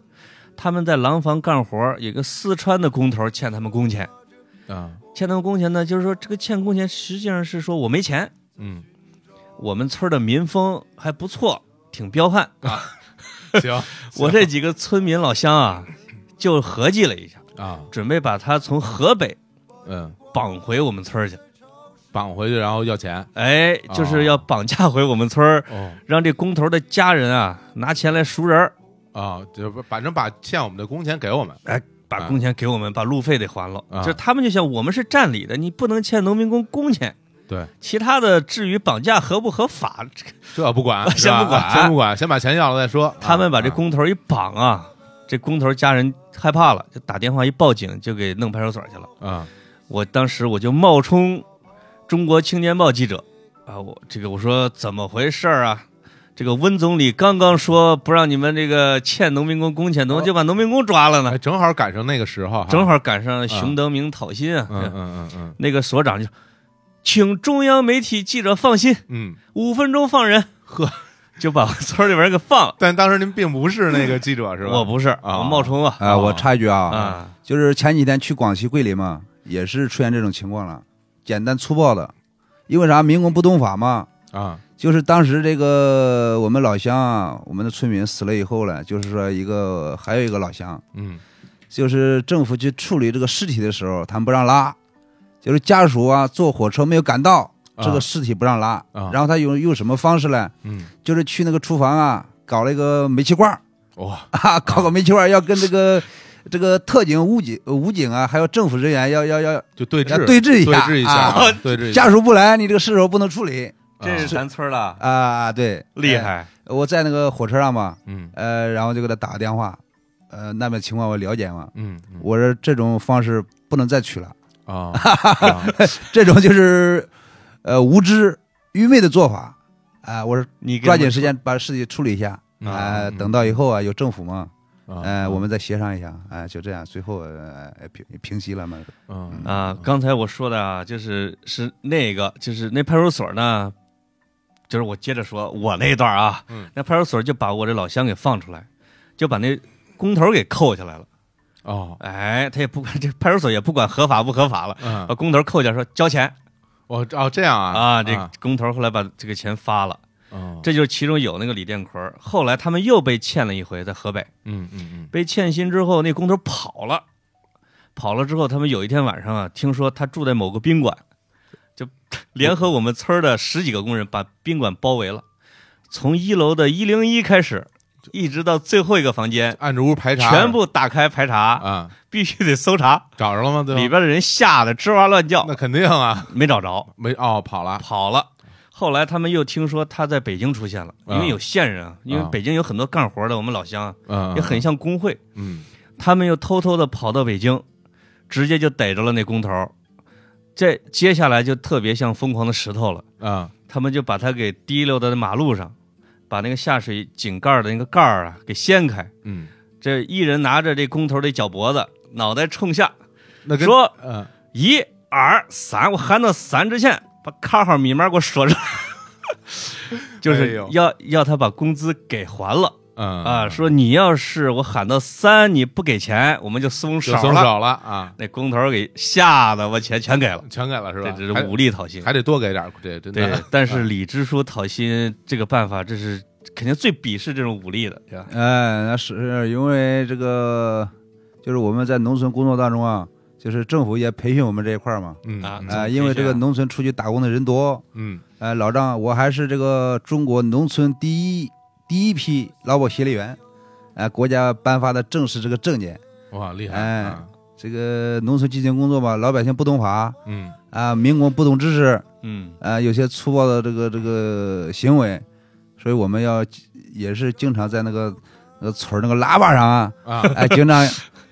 [SPEAKER 2] 他们在廊坊干活儿，有个四川的工头欠他们工钱，
[SPEAKER 1] 啊
[SPEAKER 2] 欠他们工钱呢，就是说这个欠工钱实际上是说我没钱，
[SPEAKER 1] 嗯，
[SPEAKER 2] 我们村儿的民风还不错，挺彪悍，
[SPEAKER 1] 行
[SPEAKER 2] 我这几个村民老乡啊，就合计了一下，
[SPEAKER 1] 啊
[SPEAKER 2] 准备把他从河北
[SPEAKER 1] 嗯，
[SPEAKER 2] 绑回我们村儿去。
[SPEAKER 1] 绑回去然后要钱
[SPEAKER 2] 哎，就是要绑架回我们村儿，
[SPEAKER 1] 哦
[SPEAKER 2] 让这工头的家人啊拿钱来赎人儿，
[SPEAKER 1] 啊，就不反正把欠我们的工钱给我们
[SPEAKER 2] 哎把工钱给我们，把路费得还了。
[SPEAKER 1] 啊
[SPEAKER 2] 就他们就想，我们是占理的，你不能欠农民工工钱。
[SPEAKER 1] 对，
[SPEAKER 2] 其他的至于绑架合不合法，这个
[SPEAKER 1] 这不管
[SPEAKER 2] 先不
[SPEAKER 1] 是吧
[SPEAKER 2] 管
[SPEAKER 1] 先不管，先把钱要了再说。
[SPEAKER 2] 他们把这
[SPEAKER 1] 啊
[SPEAKER 2] 工头一绑啊，这工头家人害怕了，就打电话一报警，就给弄派出所去了。
[SPEAKER 1] 啊
[SPEAKER 2] 我当时我就冒充中国青年报记者啊，我这个我说怎么回事儿啊？这个温总理刚刚说不让你们这个欠农民工工钱，
[SPEAKER 3] 哦
[SPEAKER 2] 怎么就把农民工抓了呢
[SPEAKER 1] 哎，？正好赶上那个时
[SPEAKER 3] 啊
[SPEAKER 1] 候哈，
[SPEAKER 2] 正好赶上熊德明讨薪啊，
[SPEAKER 1] 嗯，嗯嗯嗯
[SPEAKER 2] 那个所长就，请中央媒体记者放心，
[SPEAKER 1] 嗯，
[SPEAKER 2] 五分钟放人，呵，就把我村里边给放了。
[SPEAKER 1] 但当时您并不是那个记 者是吧？
[SPEAKER 2] 我不是，我冒充啊
[SPEAKER 3] 啊，我插一句啊，
[SPEAKER 2] 啊，
[SPEAKER 3] 就是前几天去广西桂林嘛，也是出现这种情况了，简单粗暴的，因为啥？民工不懂法嘛。
[SPEAKER 1] 啊
[SPEAKER 3] 就是当时这个我们老乡啊，我们的村民死了以后呢，就是说一个还有一个老乡，
[SPEAKER 1] 嗯
[SPEAKER 3] 就是政府去处理这个尸体的时候，他们不让拉，就是家属啊坐火车没有赶到，
[SPEAKER 1] 啊
[SPEAKER 3] 这个尸体不让拉，
[SPEAKER 1] 啊
[SPEAKER 3] 然后他用用什么方式呢？
[SPEAKER 1] 嗯
[SPEAKER 3] 就是去那个厨房啊搞了一个煤气罐 儿
[SPEAKER 1] 哇
[SPEAKER 3] 啊，搞个煤气罐儿要跟这个。这个特警、武警、武警啊，还有政府人员要要要，
[SPEAKER 1] 就对
[SPEAKER 3] 要
[SPEAKER 1] 峙
[SPEAKER 3] 对峙一
[SPEAKER 1] 对
[SPEAKER 3] 下
[SPEAKER 1] 峙一下
[SPEAKER 3] 啊
[SPEAKER 1] 啊对峙一下
[SPEAKER 3] 家属不来，你这个尸首不能处理
[SPEAKER 2] 这是咱村儿的，
[SPEAKER 3] 啊！对，
[SPEAKER 2] 厉
[SPEAKER 3] 哎
[SPEAKER 2] 害，
[SPEAKER 3] 我在那个火车上嘛，
[SPEAKER 1] 嗯
[SPEAKER 3] 呃，然后就给他打个电话，呃，那边情况我了解嘛，
[SPEAKER 1] 嗯嗯
[SPEAKER 3] 我说这种方式不能再取了，
[SPEAKER 1] 啊啊
[SPEAKER 3] 这种就是呃无知愚昧的做法啊、我说
[SPEAKER 2] 你给
[SPEAKER 3] 抓
[SPEAKER 2] 我
[SPEAKER 3] 紧时间把事情处理一下。
[SPEAKER 1] 嗯
[SPEAKER 3] 呃，
[SPEAKER 1] 嗯
[SPEAKER 3] 等到以后啊，有政府嘛，
[SPEAKER 1] 啊
[SPEAKER 3] 呃，我们再协商一下，哎、就这样，最后呃平平息了嘛，
[SPEAKER 1] 嗯
[SPEAKER 2] 啊，刚才我说的啊，就是是那个，就是那派出所呢，就是我接着说我那一段啊，
[SPEAKER 1] 嗯
[SPEAKER 2] 那派出所就把我这老乡给放出来，就把那工头给扣下来了。
[SPEAKER 1] 哦
[SPEAKER 2] 哎，他也不管这 派出所也不管合法不合法了，
[SPEAKER 1] 嗯
[SPEAKER 2] 把工头扣下来说交钱
[SPEAKER 1] 哦哦这样啊
[SPEAKER 2] 啊。这工头后来把这个钱发了，
[SPEAKER 1] 嗯
[SPEAKER 2] 这就是其中有那个李殿奎。后来他们又被欠了一回，在河北
[SPEAKER 1] 嗯嗯
[SPEAKER 2] 被欠薪之后，那工头跑了，跑了之后，他们有一天晚上啊，听说他住在某个宾馆， 就联合我们村儿的十几个工人把宾馆包围了，从一楼的一零一开始，一直到最后一个房间
[SPEAKER 1] 嗯，，按着屋排查
[SPEAKER 2] 全部打开排查，
[SPEAKER 1] 啊
[SPEAKER 2] 必须得搜查。
[SPEAKER 1] 找着了吗？对吧
[SPEAKER 2] 里边的人吓得吱哇乱叫
[SPEAKER 1] 那，肯定啊
[SPEAKER 2] 没找着，
[SPEAKER 1] 没哦跑了
[SPEAKER 2] 跑了。后来他们又听说他在北京出现了，因为有线人啊，因为
[SPEAKER 1] 啊
[SPEAKER 2] 北京有很多干活的，我们老乡啊
[SPEAKER 1] 嗯
[SPEAKER 2] 也很像工会，
[SPEAKER 1] 嗯
[SPEAKER 2] 他们又偷偷的跑到北京，直接就逮着了那工头儿。这接下来就特别像疯狂的石头了，
[SPEAKER 1] 啊，
[SPEAKER 2] 他们就把它给提溜到那马路上，把那个下水井盖儿的那个盖儿啊给掀开，
[SPEAKER 1] 嗯，
[SPEAKER 2] 这一人拿着这工头的脚脖子，脑袋冲下，
[SPEAKER 1] 那跟
[SPEAKER 2] 说
[SPEAKER 1] 嗯，
[SPEAKER 2] 一二三，我喊到三之前，把卡号密码给我说出来。 就
[SPEAKER 1] 哎
[SPEAKER 2] 是
[SPEAKER 1] 呦
[SPEAKER 2] 要、要他把工资给还了
[SPEAKER 1] 嗯
[SPEAKER 2] 啊！说你要是我喊到三你不给钱，我们就松手
[SPEAKER 1] 就松
[SPEAKER 2] 了。
[SPEAKER 1] 手了啊，
[SPEAKER 2] 那工头给吓得我钱全给了，
[SPEAKER 1] 全给了是吧？
[SPEAKER 2] 这只是
[SPEAKER 1] 还
[SPEAKER 2] 武力讨薪。
[SPEAKER 1] 还啊得多给点儿，这真
[SPEAKER 2] 对
[SPEAKER 1] 的，
[SPEAKER 2] 但是李支书讨薪这个办法，这是肯定最鄙视这种武力的，啊对吧？
[SPEAKER 3] 哎，那是因为这个，就是我们在农村工作当中啊，就是政府也培训我们这一块儿嘛，
[SPEAKER 1] 嗯
[SPEAKER 2] 啊
[SPEAKER 1] 嗯
[SPEAKER 2] 怎么
[SPEAKER 3] 啊、
[SPEAKER 2] 培
[SPEAKER 3] 因为
[SPEAKER 2] 训
[SPEAKER 3] 这个
[SPEAKER 2] 啊
[SPEAKER 3] 农村出去打工的人多，
[SPEAKER 1] 嗯
[SPEAKER 3] 呃，老丈，我还是这个中国农村第一第一批劳保协力员，呃，国家颁发的正式这个证件。
[SPEAKER 1] 哇，厉害
[SPEAKER 3] 哎
[SPEAKER 1] 啊，
[SPEAKER 3] 这个农村基层工作吧，老百姓不懂法啊、
[SPEAKER 1] 嗯
[SPEAKER 3] 民工不懂知识，
[SPEAKER 2] 嗯
[SPEAKER 3] 呃，有些粗暴的这个这个行为，所以我们要也是经常在那个那个村儿那个喇叭上啊，
[SPEAKER 1] 啊，
[SPEAKER 3] 哎、经常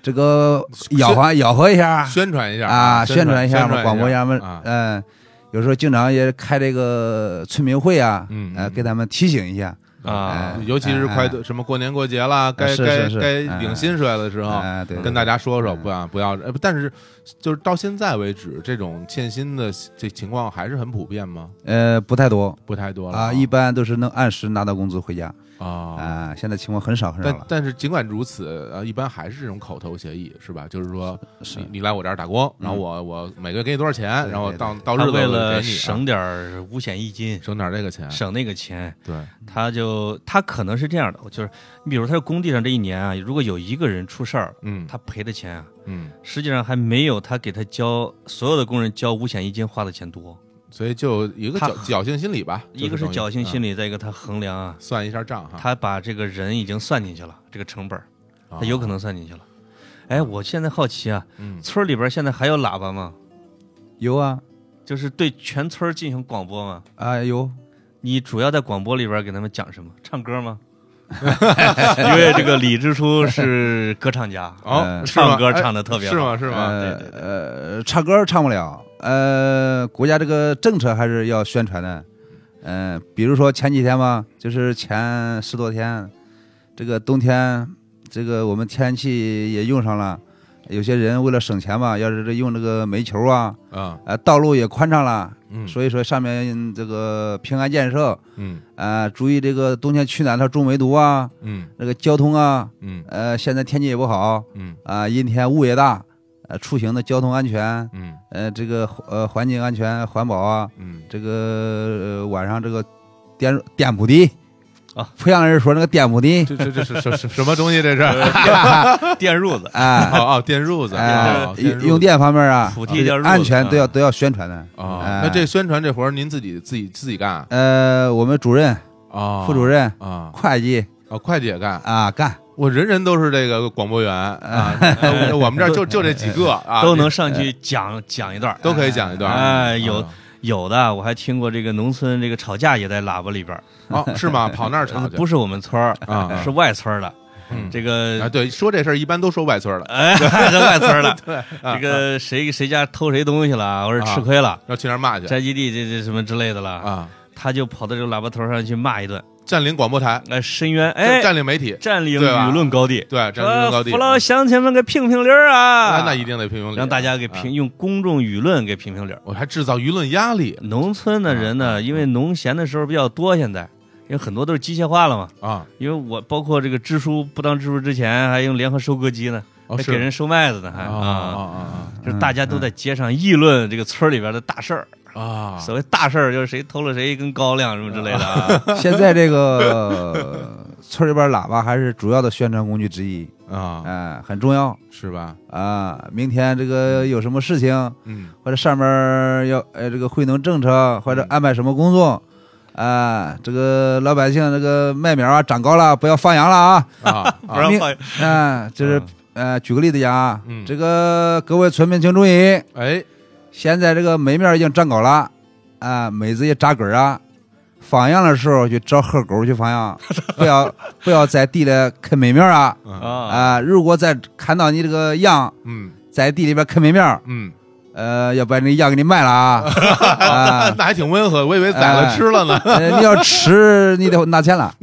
[SPEAKER 3] 这个呃吆喝吆喝 一下
[SPEAKER 1] 宣传一下
[SPEAKER 3] 啊，宣传
[SPEAKER 1] 传
[SPEAKER 3] 一下嘛，广播一下嘛，
[SPEAKER 1] 啊，
[SPEAKER 3] 嗯、有时候经常也开这个村民会啊，
[SPEAKER 1] 嗯
[SPEAKER 3] 呃，
[SPEAKER 1] 嗯
[SPEAKER 3] 给他们提醒一下。
[SPEAKER 2] 啊
[SPEAKER 3] 哎，
[SPEAKER 1] 尤其是快
[SPEAKER 3] 哎啊
[SPEAKER 1] 什么过年过节啦，该
[SPEAKER 3] 是
[SPEAKER 1] 该
[SPEAKER 3] 是是
[SPEAKER 1] 该
[SPEAKER 3] 哎
[SPEAKER 1] 领薪水的时候，
[SPEAKER 3] 哎，对，
[SPEAKER 1] 跟大
[SPEAKER 3] 家
[SPEAKER 1] 家说说，
[SPEAKER 3] 嗯
[SPEAKER 1] 不要不要，呃不但是就是到现在为止，这种欠薪的这情况还是很普遍吗？
[SPEAKER 3] 呃不太多
[SPEAKER 1] 不太多了
[SPEAKER 3] 啊，一般都是能按时拿到工资回家
[SPEAKER 1] 啊。
[SPEAKER 3] 啊，现在情况很少很少
[SPEAKER 1] 但
[SPEAKER 3] 了。
[SPEAKER 1] 但是尽管如此，呃，一般还是这种口头协议，是吧？就是说，
[SPEAKER 3] 是嗯
[SPEAKER 1] 你你来我这儿打工，然后我我每个月给你多少钱，
[SPEAKER 3] 对
[SPEAKER 1] 然后
[SPEAKER 3] 对
[SPEAKER 1] 到
[SPEAKER 3] 对
[SPEAKER 1] 到日
[SPEAKER 2] 他
[SPEAKER 1] 子
[SPEAKER 2] 为
[SPEAKER 1] 我就
[SPEAKER 2] 了
[SPEAKER 1] 给你啊哎
[SPEAKER 2] 省点儿五险一金，
[SPEAKER 1] 省点这个钱，
[SPEAKER 2] 省那个钱，
[SPEAKER 1] 对，
[SPEAKER 2] 他就他可能是这样的，就是你比如他工地上这一年啊，如果有一个人出事儿，
[SPEAKER 1] 嗯，
[SPEAKER 2] 他赔的钱啊，
[SPEAKER 1] 嗯，
[SPEAKER 2] 实际上还没有他给他交所有的工人交五险一金花的钱多。
[SPEAKER 1] 所以就一个
[SPEAKER 2] 他
[SPEAKER 1] 侥侥幸心理吧，
[SPEAKER 2] 一个是侥幸心
[SPEAKER 1] 理，
[SPEAKER 2] 理，再一个他衡量
[SPEAKER 1] 嗯，
[SPEAKER 2] 啊
[SPEAKER 1] 算一下账哈，
[SPEAKER 2] 他把这个人已经算进去了，这个成本儿
[SPEAKER 1] 啊
[SPEAKER 2] 他有可能算进去了。哎，我现在好奇啊，
[SPEAKER 1] 嗯
[SPEAKER 2] 村儿里边现在还有喇叭吗？
[SPEAKER 3] 有啊
[SPEAKER 2] 就是对全村儿进行广播吗？
[SPEAKER 3] 啊有，
[SPEAKER 2] 你主要在广播里边给他们讲什么？唱歌 吗？因为这个李支书是歌唱家，
[SPEAKER 1] 哦，
[SPEAKER 3] 呃
[SPEAKER 1] 是吗
[SPEAKER 2] 唱歌
[SPEAKER 1] 哎
[SPEAKER 2] 唱得特别
[SPEAKER 1] 是
[SPEAKER 2] 好
[SPEAKER 1] 吗？是吗？
[SPEAKER 3] 呃
[SPEAKER 2] 对对
[SPEAKER 3] 呃，唱歌唱不了，呃，国家这个政策还是要宣传的，嗯，比如说前几天吧，就是前十多天，这个冬天，这个我们天气也用上了，有些人为了省钱吧，要是这用这个煤球啊，
[SPEAKER 1] 啊，
[SPEAKER 3] 呃，道路也宽敞了，
[SPEAKER 1] 嗯，
[SPEAKER 3] 所以说上面这个平安建设，
[SPEAKER 1] 嗯
[SPEAKER 3] 呃，注意这个冬天取暖，它中梅毒啊，
[SPEAKER 1] 嗯
[SPEAKER 3] 那个交通啊，
[SPEAKER 1] 嗯
[SPEAKER 3] 呃，现在天气也不好
[SPEAKER 1] 嗯
[SPEAKER 3] 啊、阴天雾也大，呃，出行的交通安全，
[SPEAKER 1] 嗯
[SPEAKER 3] 呃，这个呃环境安全环保啊，
[SPEAKER 1] 嗯，
[SPEAKER 3] 这个、呃、晚上这个颠颠扑的
[SPEAKER 2] 啊，
[SPEAKER 3] 濮阳人说那个颠扑的，
[SPEAKER 1] 这这这是什什什么东西？这是
[SPEAKER 2] 电褥子
[SPEAKER 3] 哎
[SPEAKER 1] 哦哦，电褥子
[SPEAKER 3] 哎
[SPEAKER 2] 呃
[SPEAKER 1] 哦，
[SPEAKER 3] 用
[SPEAKER 1] 褥
[SPEAKER 3] 用
[SPEAKER 1] 子
[SPEAKER 3] 电方面啊，
[SPEAKER 2] 土地叫褥子
[SPEAKER 3] 安全都要
[SPEAKER 2] 啊
[SPEAKER 3] 都要宣传的。
[SPEAKER 1] 哦，
[SPEAKER 3] 哎
[SPEAKER 2] 呃
[SPEAKER 1] 那这宣传这活儿您自己自己自己干啊
[SPEAKER 3] 呃，我们主任、
[SPEAKER 1] 哦？
[SPEAKER 3] 副主任、
[SPEAKER 1] 啊
[SPEAKER 3] 会计
[SPEAKER 1] 啊，会计也干，
[SPEAKER 3] 啊 干，
[SPEAKER 1] 我人人都是这个广播员啊，我我们这儿就就这几个啊，
[SPEAKER 2] 呃都能上去讲讲一段儿。
[SPEAKER 1] 都可以讲一段。
[SPEAKER 2] 哎有
[SPEAKER 1] 啊
[SPEAKER 2] 有的我还听过这个农村这个吵架也在喇叭里边儿，
[SPEAKER 1] 哦是吗？跑那儿吵去
[SPEAKER 2] 不是我们村儿，
[SPEAKER 1] 啊？
[SPEAKER 2] 是外村儿的。
[SPEAKER 1] 嗯
[SPEAKER 2] 这个
[SPEAKER 1] 啊，对，说这事儿一般都说外村儿了，
[SPEAKER 2] 哎，在外村了，
[SPEAKER 1] 啊
[SPEAKER 2] 这个谁谁家偷谁东西了，或者吃亏了，
[SPEAKER 1] 要去那儿骂去
[SPEAKER 2] 宅基地这这什么之类的了，
[SPEAKER 1] 啊，
[SPEAKER 2] 他就跑到这个喇叭头上去骂一顿，
[SPEAKER 1] 占领广播台，
[SPEAKER 2] 哎，深渊，哎
[SPEAKER 1] 占，占领媒体，
[SPEAKER 2] 占领
[SPEAKER 1] 对吧
[SPEAKER 2] 舆论高地，
[SPEAKER 1] 对，占领
[SPEAKER 2] 说
[SPEAKER 1] 高地啊
[SPEAKER 2] 父。老乡亲们给评评理儿啊，
[SPEAKER 1] 那那一定得评评理，
[SPEAKER 2] 让大家给
[SPEAKER 1] 啊
[SPEAKER 2] 评，用公众舆论给评评理儿。
[SPEAKER 1] 我还制造舆论压力
[SPEAKER 2] 农村的人
[SPEAKER 1] 啊
[SPEAKER 2] 呢，因为农闲的时候比较多，现在因为很多都是机械化了嘛，
[SPEAKER 1] 啊！
[SPEAKER 2] 因为我包括这个支书不当支书之前，还用联合收割机呢，
[SPEAKER 1] 哦，
[SPEAKER 2] 还
[SPEAKER 1] 是
[SPEAKER 2] 给人收麦子呢，还
[SPEAKER 1] 啊啊
[SPEAKER 2] 就是大家都在街上议论这个村里边的大事儿。
[SPEAKER 1] 啊啊！
[SPEAKER 2] 所谓大事儿，就是谁偷了谁一根高粱什么之类的 啊。
[SPEAKER 3] 现在这个村里边喇叭还是主要的宣传工具之一，
[SPEAKER 1] 啊，
[SPEAKER 3] 哎、很重要
[SPEAKER 1] 是吧？
[SPEAKER 3] 啊、明天这个有什么事情，
[SPEAKER 1] 嗯
[SPEAKER 3] 或者上面儿要呃这个惠农政策，或者安排什么工作，啊、这个老百姓这个麦苗啊长高了，不要放羊了啊，
[SPEAKER 1] 啊
[SPEAKER 2] 不让
[SPEAKER 1] 啊，
[SPEAKER 3] 命
[SPEAKER 2] 放，
[SPEAKER 3] 嗯、就是呃举个例子讲啊，
[SPEAKER 1] 嗯
[SPEAKER 3] 这个各位村民请注意，
[SPEAKER 1] 哎，
[SPEAKER 3] 现在这个梅面已经长高了，啊、梅子也扎根儿啊。放羊的时候就找河沟去放羊，不要不要在地里啃梅苗啊！
[SPEAKER 1] 嗯
[SPEAKER 2] 啊
[SPEAKER 3] 啊、如果再看到你这个羊
[SPEAKER 1] 嗯
[SPEAKER 3] 在地里边啃梅苗，
[SPEAKER 1] 嗯
[SPEAKER 3] 呃，要不然这药给你卖了啊！啊，
[SPEAKER 1] 那还挺温和，我以为宰了
[SPEAKER 2] 啊
[SPEAKER 3] 哎
[SPEAKER 1] 吃了呢。
[SPEAKER 3] 呃你要吃，你得拿钱了。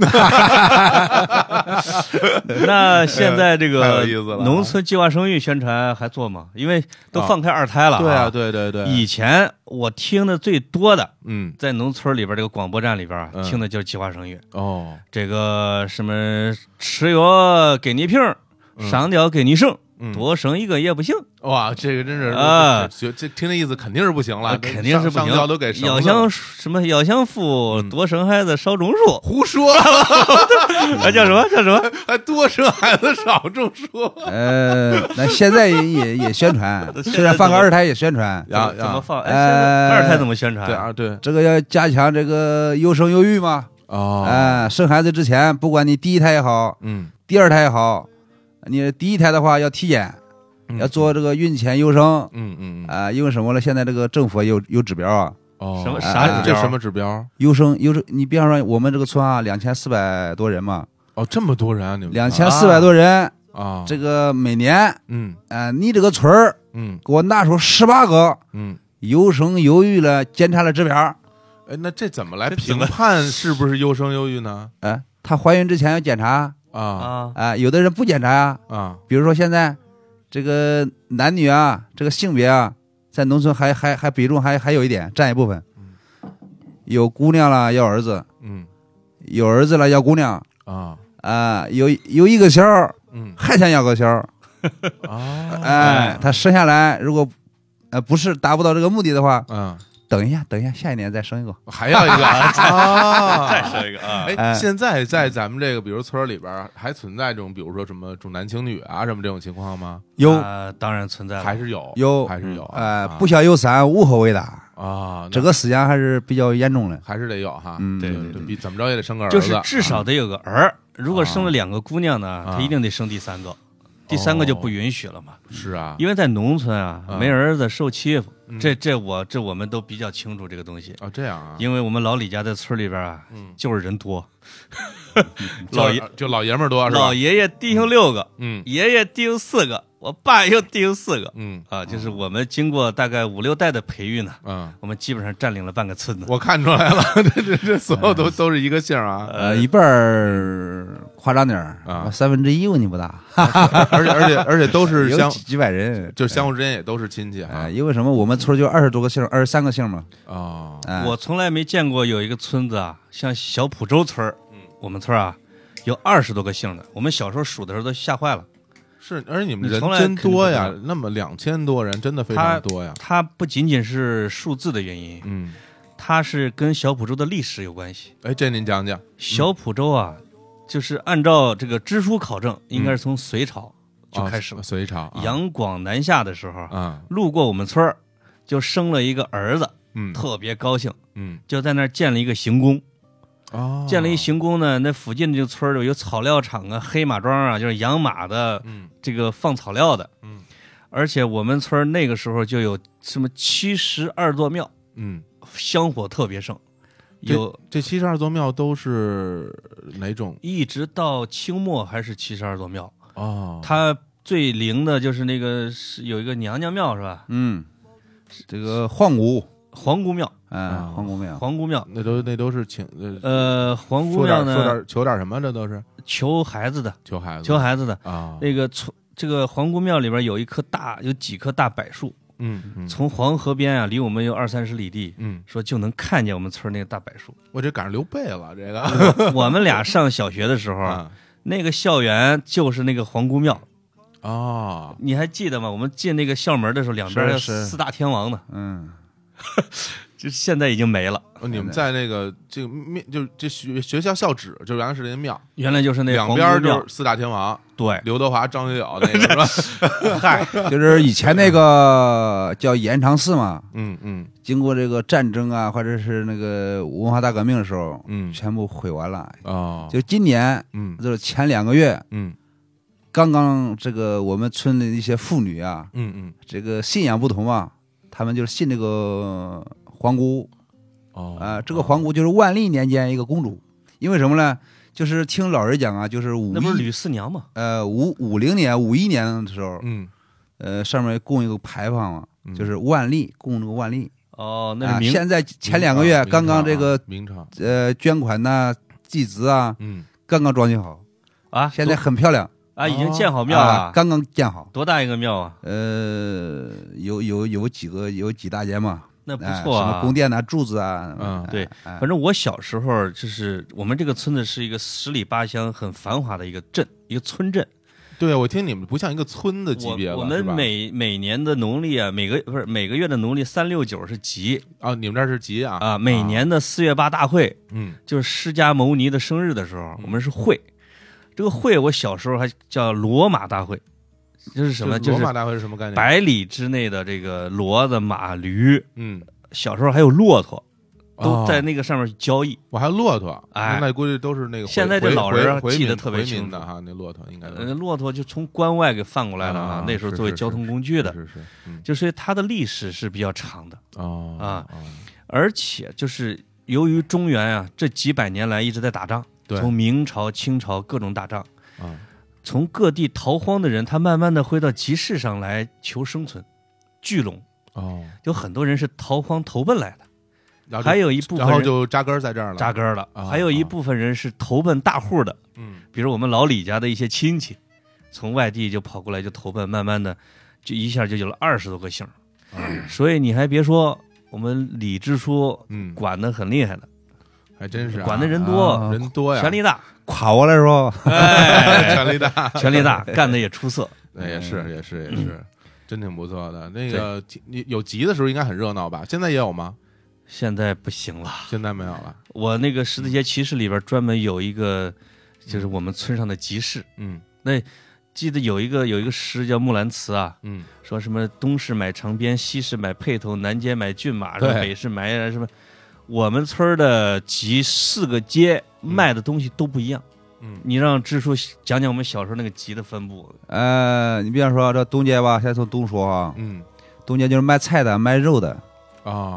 [SPEAKER 2] 那现在这
[SPEAKER 1] 太有
[SPEAKER 2] 个
[SPEAKER 1] 意思了啊
[SPEAKER 2] 农村计划生育宣传还做吗？因为都放开二胎了、
[SPEAKER 1] 对啊，，对对对，
[SPEAKER 2] 以前我听的最多的，
[SPEAKER 1] 嗯
[SPEAKER 2] 在农村里边这个广播站里边啊
[SPEAKER 1] 嗯
[SPEAKER 2] 听的就是计划生育，
[SPEAKER 1] 哦，
[SPEAKER 2] 这个什么吃药给你瓶儿，
[SPEAKER 1] 嗯
[SPEAKER 2] 上吊给你绳，
[SPEAKER 1] 嗯
[SPEAKER 2] 多生一个也不行，
[SPEAKER 1] 哇，这个真是
[SPEAKER 2] 啊
[SPEAKER 1] 这这听这意思肯定是不行了，
[SPEAKER 2] 肯定是不
[SPEAKER 1] 上上吊
[SPEAKER 2] 行。
[SPEAKER 1] 都给绳子
[SPEAKER 2] 要
[SPEAKER 1] 了
[SPEAKER 2] 想什么要想富，
[SPEAKER 1] 嗯
[SPEAKER 2] 多生孩子少种树，
[SPEAKER 1] 胡 说，
[SPEAKER 2] 啊叫什
[SPEAKER 1] 嗯
[SPEAKER 2] 么叫什么？
[SPEAKER 1] 还多生孩子少种 树，
[SPEAKER 3] 呃，那现在也也也宣传，虽然放个二胎也宣传，
[SPEAKER 1] 呀
[SPEAKER 2] 怎么放？哎，
[SPEAKER 3] 呀
[SPEAKER 2] 现在
[SPEAKER 3] 呃
[SPEAKER 2] 二胎怎么宣传？
[SPEAKER 1] 对啊对
[SPEAKER 3] 这个要加强这个优生优育嘛。
[SPEAKER 1] 哦
[SPEAKER 3] 哎、生孩子之前，不管你第一胎也好，
[SPEAKER 1] 嗯
[SPEAKER 3] 第二胎也好，你第一胎的话要体检，
[SPEAKER 1] 嗯
[SPEAKER 3] 要做这个孕前优生
[SPEAKER 1] 嗯嗯嗯
[SPEAKER 3] 啊、因为什么呢？现在这个政府也有有指标啊，
[SPEAKER 1] 哦
[SPEAKER 2] 什么
[SPEAKER 3] 啥指标
[SPEAKER 1] 这什么指标？
[SPEAKER 3] 优生优生，你比方说我们这个村啊，两千四百多人嘛，
[SPEAKER 1] 哦，这么多人啊，你们
[SPEAKER 3] 两千四百多人，
[SPEAKER 1] 啊，
[SPEAKER 3] 这个每年，
[SPEAKER 1] 嗯
[SPEAKER 3] 呃，你这个村儿
[SPEAKER 1] 嗯
[SPEAKER 3] 给我拿出十八个
[SPEAKER 1] 嗯，
[SPEAKER 3] 优生优育了检查了指标，
[SPEAKER 1] 哎，那这怎么来
[SPEAKER 2] 这怎
[SPEAKER 1] 评
[SPEAKER 2] 么
[SPEAKER 1] 判是不是优生优育呢？
[SPEAKER 3] 哎、她怀孕之前要检查啊、
[SPEAKER 1] 啊
[SPEAKER 2] 啊，
[SPEAKER 3] 有的人不检查呀、
[SPEAKER 1] 啊
[SPEAKER 3] 比如说现在这个男女啊，这个性别啊，在农村还还还比重还还有一点占一部分
[SPEAKER 1] 嗯，
[SPEAKER 3] 有姑娘了要儿子，
[SPEAKER 1] 嗯
[SPEAKER 3] 有儿子了要姑娘
[SPEAKER 1] 啊
[SPEAKER 3] 啊、有有一个小儿
[SPEAKER 1] 嗯
[SPEAKER 3] 还想要个小儿，
[SPEAKER 1] 啊
[SPEAKER 3] 哎，他生下来如果呃不是达不到这个目的的话，
[SPEAKER 1] 嗯，
[SPEAKER 3] 等一下等一下，下一年再生一个，
[SPEAKER 1] 还要一个
[SPEAKER 2] 啊
[SPEAKER 1] 啊，
[SPEAKER 2] 再生一个啊！
[SPEAKER 1] 哎，
[SPEAKER 3] 哎
[SPEAKER 1] 现在在咱们这个，比如村儿里边儿还存在这种，比如说什么重男轻女啊，什么这种情况吗？
[SPEAKER 3] 有
[SPEAKER 2] 啊当然存在了，
[SPEAKER 1] 还是有，
[SPEAKER 3] 有
[SPEAKER 1] 还是有啊，
[SPEAKER 3] 呃
[SPEAKER 1] 啊
[SPEAKER 3] 不小有三，无后为大，
[SPEAKER 1] 啊，那
[SPEAKER 3] 这个思想还是比较严重的。
[SPEAKER 1] 还是得有哈，
[SPEAKER 3] 嗯，
[SPEAKER 2] 对
[SPEAKER 1] 对，比怎么着也得生个儿子，嗯
[SPEAKER 2] 就是至少得有个儿。如果生了两个姑娘呢，
[SPEAKER 1] 啊
[SPEAKER 2] 她一定得生第三个，第三个就不允许了嘛。
[SPEAKER 1] 是啊，
[SPEAKER 2] 因为在农村啊
[SPEAKER 1] 啊，
[SPEAKER 2] 没儿子受欺负，
[SPEAKER 1] 嗯
[SPEAKER 2] 这这我这我们都比较清楚这个东西。
[SPEAKER 1] 啊这样啊，
[SPEAKER 2] 因为我们老李家在村里边啊，
[SPEAKER 1] 嗯，
[SPEAKER 2] 就是人多，
[SPEAKER 1] 就
[SPEAKER 2] 老爷
[SPEAKER 1] 就 老爷们儿多是吧
[SPEAKER 2] 老？爷爷弟兄六个，
[SPEAKER 1] 嗯
[SPEAKER 2] 爷爷弟兄四个，我爸又弟兄四个
[SPEAKER 1] 嗯
[SPEAKER 2] 啊，就是我们经过大概五六代的培育呢，
[SPEAKER 1] 嗯，
[SPEAKER 2] 我们基本上占领了半个村子。
[SPEAKER 1] 我看出来了， 这这这所有都都是一个姓儿啊，
[SPEAKER 3] 呃，一半儿夸张点儿
[SPEAKER 1] 啊
[SPEAKER 3] 三分之一问题不大。
[SPEAKER 1] 而且而且而且都是
[SPEAKER 3] 有
[SPEAKER 1] 相，
[SPEAKER 3] 几几百人，
[SPEAKER 1] 就是相互之间也都是亲戚
[SPEAKER 3] 哎，
[SPEAKER 1] 啊，
[SPEAKER 3] 因为什么？我们村儿就二十多个姓，二十三个姓嘛。
[SPEAKER 1] 哦，
[SPEAKER 3] 哎，
[SPEAKER 2] 我从来没见过有一个村子啊，像小浦洲村儿
[SPEAKER 1] 嗯，
[SPEAKER 2] 我们村儿啊，有二十多个姓的。我们小时候数的时候都吓坏了。
[SPEAKER 1] 是，而且你们
[SPEAKER 2] 你
[SPEAKER 1] 人
[SPEAKER 2] 从来
[SPEAKER 1] 真多呀
[SPEAKER 2] 肯定，
[SPEAKER 1] 那么两千多人真的非
[SPEAKER 2] 他
[SPEAKER 1] 常多呀，
[SPEAKER 2] 它不仅仅是数字的原因，
[SPEAKER 1] 嗯，
[SPEAKER 2] 它是跟小浦洲的历史有关系。
[SPEAKER 1] 哎，这您讲讲，
[SPEAKER 2] 小浦洲啊，就是按照这个支书考证，应该是从隋朝就开始了
[SPEAKER 1] 啊。隋朝啊
[SPEAKER 2] 杨广南下的时候啊，
[SPEAKER 1] 啊，
[SPEAKER 2] 路过我们村儿，就生了一个儿子，
[SPEAKER 1] 嗯
[SPEAKER 2] 特别高兴，
[SPEAKER 1] 嗯
[SPEAKER 2] 就在那儿建了一个行宫。
[SPEAKER 1] 哦，
[SPEAKER 2] 建了一行宫呢，那附近这个村儿有草料场啊、黑马庄啊，就是养马的，
[SPEAKER 1] 嗯
[SPEAKER 2] 这个放草料的。
[SPEAKER 1] 嗯
[SPEAKER 2] 而且我们村儿那个时候就有什么七十二座庙，
[SPEAKER 1] 嗯，
[SPEAKER 2] 香火特别盛，
[SPEAKER 1] 对
[SPEAKER 2] 有
[SPEAKER 1] 这七十二座庙都是哪种
[SPEAKER 2] 一直到清末还是七十二座庙。
[SPEAKER 1] 哦，
[SPEAKER 2] 它最灵的就是那个是有一个娘娘庙是吧？
[SPEAKER 3] 嗯，这个晃谷，
[SPEAKER 2] 皇姑庙，
[SPEAKER 3] 啊，晃谷庙，
[SPEAKER 2] 皇姑庙。
[SPEAKER 1] 那都那都是请呃
[SPEAKER 2] 呃，皇姑
[SPEAKER 1] 说点
[SPEAKER 2] 庙
[SPEAKER 1] 说
[SPEAKER 2] 呢，
[SPEAKER 1] 点求点什么？这都是
[SPEAKER 2] 求孩子的，
[SPEAKER 1] 求孩子，
[SPEAKER 2] 求孩子的。
[SPEAKER 1] 啊，
[SPEAKER 2] 那个村这个皇姑庙里边有一棵大，有几棵大柏树，
[SPEAKER 1] 嗯嗯
[SPEAKER 2] 从黄河边啊，离我们有二三十里地，
[SPEAKER 1] 嗯，
[SPEAKER 2] 说就能看见我们村那个大柏 树。
[SPEAKER 1] 我这赶上刘备了，这个
[SPEAKER 2] 我们俩上小学的时候啊，
[SPEAKER 1] 啊
[SPEAKER 2] 那个校园就是那个皇姑庙，
[SPEAKER 1] 哦，
[SPEAKER 2] 你还记得吗？我们进那个校门的时候，两边
[SPEAKER 3] 是
[SPEAKER 2] 有
[SPEAKER 3] 是
[SPEAKER 2] 四大天王呢，
[SPEAKER 3] 嗯，
[SPEAKER 2] 就是现在已经没了，
[SPEAKER 1] 哦你们在那个这个面，就是这学学校校址，就原来是那庙，
[SPEAKER 2] 原来就是那
[SPEAKER 1] 两
[SPEAKER 2] 皇姑
[SPEAKER 1] 边儿
[SPEAKER 2] 庙哎
[SPEAKER 1] 就，是四大天王，
[SPEAKER 2] 对，
[SPEAKER 1] 刘德华、张学 友那个是吧？
[SPEAKER 2] 嗨，
[SPEAKER 3] 就是以前那个叫延长寺嘛，
[SPEAKER 1] 嗯嗯
[SPEAKER 3] 经过这个战争啊，或者是那个文化大革命的时候，
[SPEAKER 1] 嗯
[SPEAKER 3] 全部毁完了。
[SPEAKER 1] 哦，
[SPEAKER 3] 就今年，
[SPEAKER 1] 嗯
[SPEAKER 3] 就是前两个月，
[SPEAKER 1] 嗯
[SPEAKER 3] 刚刚这个我们村的一些妇女啊，
[SPEAKER 1] 嗯嗯
[SPEAKER 3] 这个信仰不同啊，他们就是信这个皇姑，
[SPEAKER 1] 哦
[SPEAKER 2] 呃
[SPEAKER 3] 啊，这个皇姑就是万历年间一个公主，因为什么呢？就是听老人讲啊，就是五
[SPEAKER 2] 那不是
[SPEAKER 3] 一
[SPEAKER 2] 吕四娘吗？
[SPEAKER 3] 呃五五零年、五一年的时候，
[SPEAKER 1] 嗯
[SPEAKER 3] 呃，上面供一个牌坊嘛，
[SPEAKER 1] 嗯
[SPEAKER 3] 就是万历供这个万历
[SPEAKER 2] 哦，那
[SPEAKER 3] 啊。
[SPEAKER 2] 是明
[SPEAKER 3] 现在前两个月
[SPEAKER 1] 明朝啊
[SPEAKER 3] 刚刚这个
[SPEAKER 1] 明朝，
[SPEAKER 3] 呃捐款呐、祭祀啊，
[SPEAKER 1] 嗯，
[SPEAKER 3] 刚刚装修好，
[SPEAKER 2] 啊，
[SPEAKER 3] 现在很漂亮，
[SPEAKER 2] 啊已经建好庙
[SPEAKER 3] 啊
[SPEAKER 2] 了，，
[SPEAKER 3] 刚刚建好。
[SPEAKER 2] 多大一个庙啊？
[SPEAKER 3] 呃，有有有几个有几大间嘛，
[SPEAKER 2] 那不
[SPEAKER 3] 哎
[SPEAKER 2] 错
[SPEAKER 3] 什
[SPEAKER 2] 啊
[SPEAKER 3] 么。宫殿呐、柱子啊，
[SPEAKER 1] 嗯
[SPEAKER 3] 哎
[SPEAKER 2] 对，
[SPEAKER 3] 哎
[SPEAKER 2] 反正我小时候就是我们这个村子是一个十里八乡很繁华的一个镇，一个村镇。
[SPEAKER 1] 对，我听你们不像一个村的级别了，
[SPEAKER 2] 我我们
[SPEAKER 1] 是吧
[SPEAKER 2] 每每年的农历啊，每个不是每个月的农历三六九是集
[SPEAKER 1] 啊，你们这儿是集啊
[SPEAKER 2] 啊，每年的四月八大会
[SPEAKER 1] 嗯
[SPEAKER 2] 就是释迦牟尼的生日的时候，我们是会。这个会我小时候还叫罗马大会，这是什么？就
[SPEAKER 1] 罗
[SPEAKER 2] 是
[SPEAKER 1] 马大会是什么概念？
[SPEAKER 2] 百里之内的这个骡子、马、驴，
[SPEAKER 1] 嗯，
[SPEAKER 2] 小时候还有骆驼，都
[SPEAKER 1] 哦
[SPEAKER 2] 在那个上面交易。
[SPEAKER 1] 我还有骆驼，
[SPEAKER 2] 哎
[SPEAKER 1] 那估计都是那个回
[SPEAKER 2] 现在这
[SPEAKER 1] 回
[SPEAKER 2] 老人
[SPEAKER 1] 回回
[SPEAKER 2] 记得
[SPEAKER 1] 民
[SPEAKER 2] 特别
[SPEAKER 1] 回
[SPEAKER 2] 清
[SPEAKER 1] 民
[SPEAKER 2] 楚
[SPEAKER 1] 的哈，那骆驼应该都
[SPEAKER 2] 呃，骆驼就从关外给放过来了
[SPEAKER 1] 嗯啊
[SPEAKER 2] 那时候
[SPEAKER 1] 是
[SPEAKER 2] 作为
[SPEAKER 1] 是
[SPEAKER 2] 交
[SPEAKER 1] 是
[SPEAKER 2] 通工具的，
[SPEAKER 1] 是是是嗯
[SPEAKER 2] 就所以它的历史是比较长的。
[SPEAKER 1] 哦
[SPEAKER 2] 啊
[SPEAKER 1] 哦
[SPEAKER 2] 而且就是由于中原啊这几百年来一直在打仗，
[SPEAKER 1] 对
[SPEAKER 2] 从明朝、清朝各种打仗，
[SPEAKER 1] 啊
[SPEAKER 2] 从各地逃荒的人，他慢慢的会到集市上来求生存，聚拢，
[SPEAKER 1] 哦，
[SPEAKER 2] 有很多人是逃荒投奔来的，
[SPEAKER 1] 然后
[SPEAKER 2] 还
[SPEAKER 1] 就
[SPEAKER 2] 有一部分
[SPEAKER 1] 然后
[SPEAKER 2] 人
[SPEAKER 1] 就扎根儿在这儿了，
[SPEAKER 2] 扎根儿了，
[SPEAKER 1] 啊
[SPEAKER 2] 还有一部分人是投奔大户的，
[SPEAKER 1] 嗯
[SPEAKER 2] 比如我们老李家的一些亲戚，从外地就跑过来就投奔，慢慢的就一下就有了二十多个姓儿，
[SPEAKER 1] 啊
[SPEAKER 2] 所以你还别说，我们李支书
[SPEAKER 1] 嗯，
[SPEAKER 2] 管的很厉害的，
[SPEAKER 1] 还真是啊
[SPEAKER 2] 管的人多。
[SPEAKER 3] 啊
[SPEAKER 1] 人多呀，
[SPEAKER 2] 权力大，
[SPEAKER 3] 垮过来是吧？
[SPEAKER 2] 哎，
[SPEAKER 1] 权力大，
[SPEAKER 2] 权力大，干的也出色。
[SPEAKER 1] 那也是
[SPEAKER 2] 嗯
[SPEAKER 1] 也是也是，真挺不错的。那个你有集的时候应该很热闹吧？现在也有吗？
[SPEAKER 2] 现在不行了，
[SPEAKER 1] 现在没有了。
[SPEAKER 2] 我那个十字街骑士里边专门有一个，就是我们村上的集市。
[SPEAKER 1] 嗯
[SPEAKER 2] 记得有一个有一个诗叫《木兰辞》啊，
[SPEAKER 1] 嗯，
[SPEAKER 2] 说什么东市买长鞭，西市买辔头，南街买骏马，什么
[SPEAKER 1] 对
[SPEAKER 2] 北市买什么。我们村儿的集四个街卖的东西都不一样。
[SPEAKER 1] 嗯
[SPEAKER 2] 你让支书讲讲我们小时候那个集的分布。
[SPEAKER 3] 呃，你比方说这东街吧，先从东说啊，
[SPEAKER 1] 嗯
[SPEAKER 3] 东街就是卖菜的、卖肉的，
[SPEAKER 2] 哦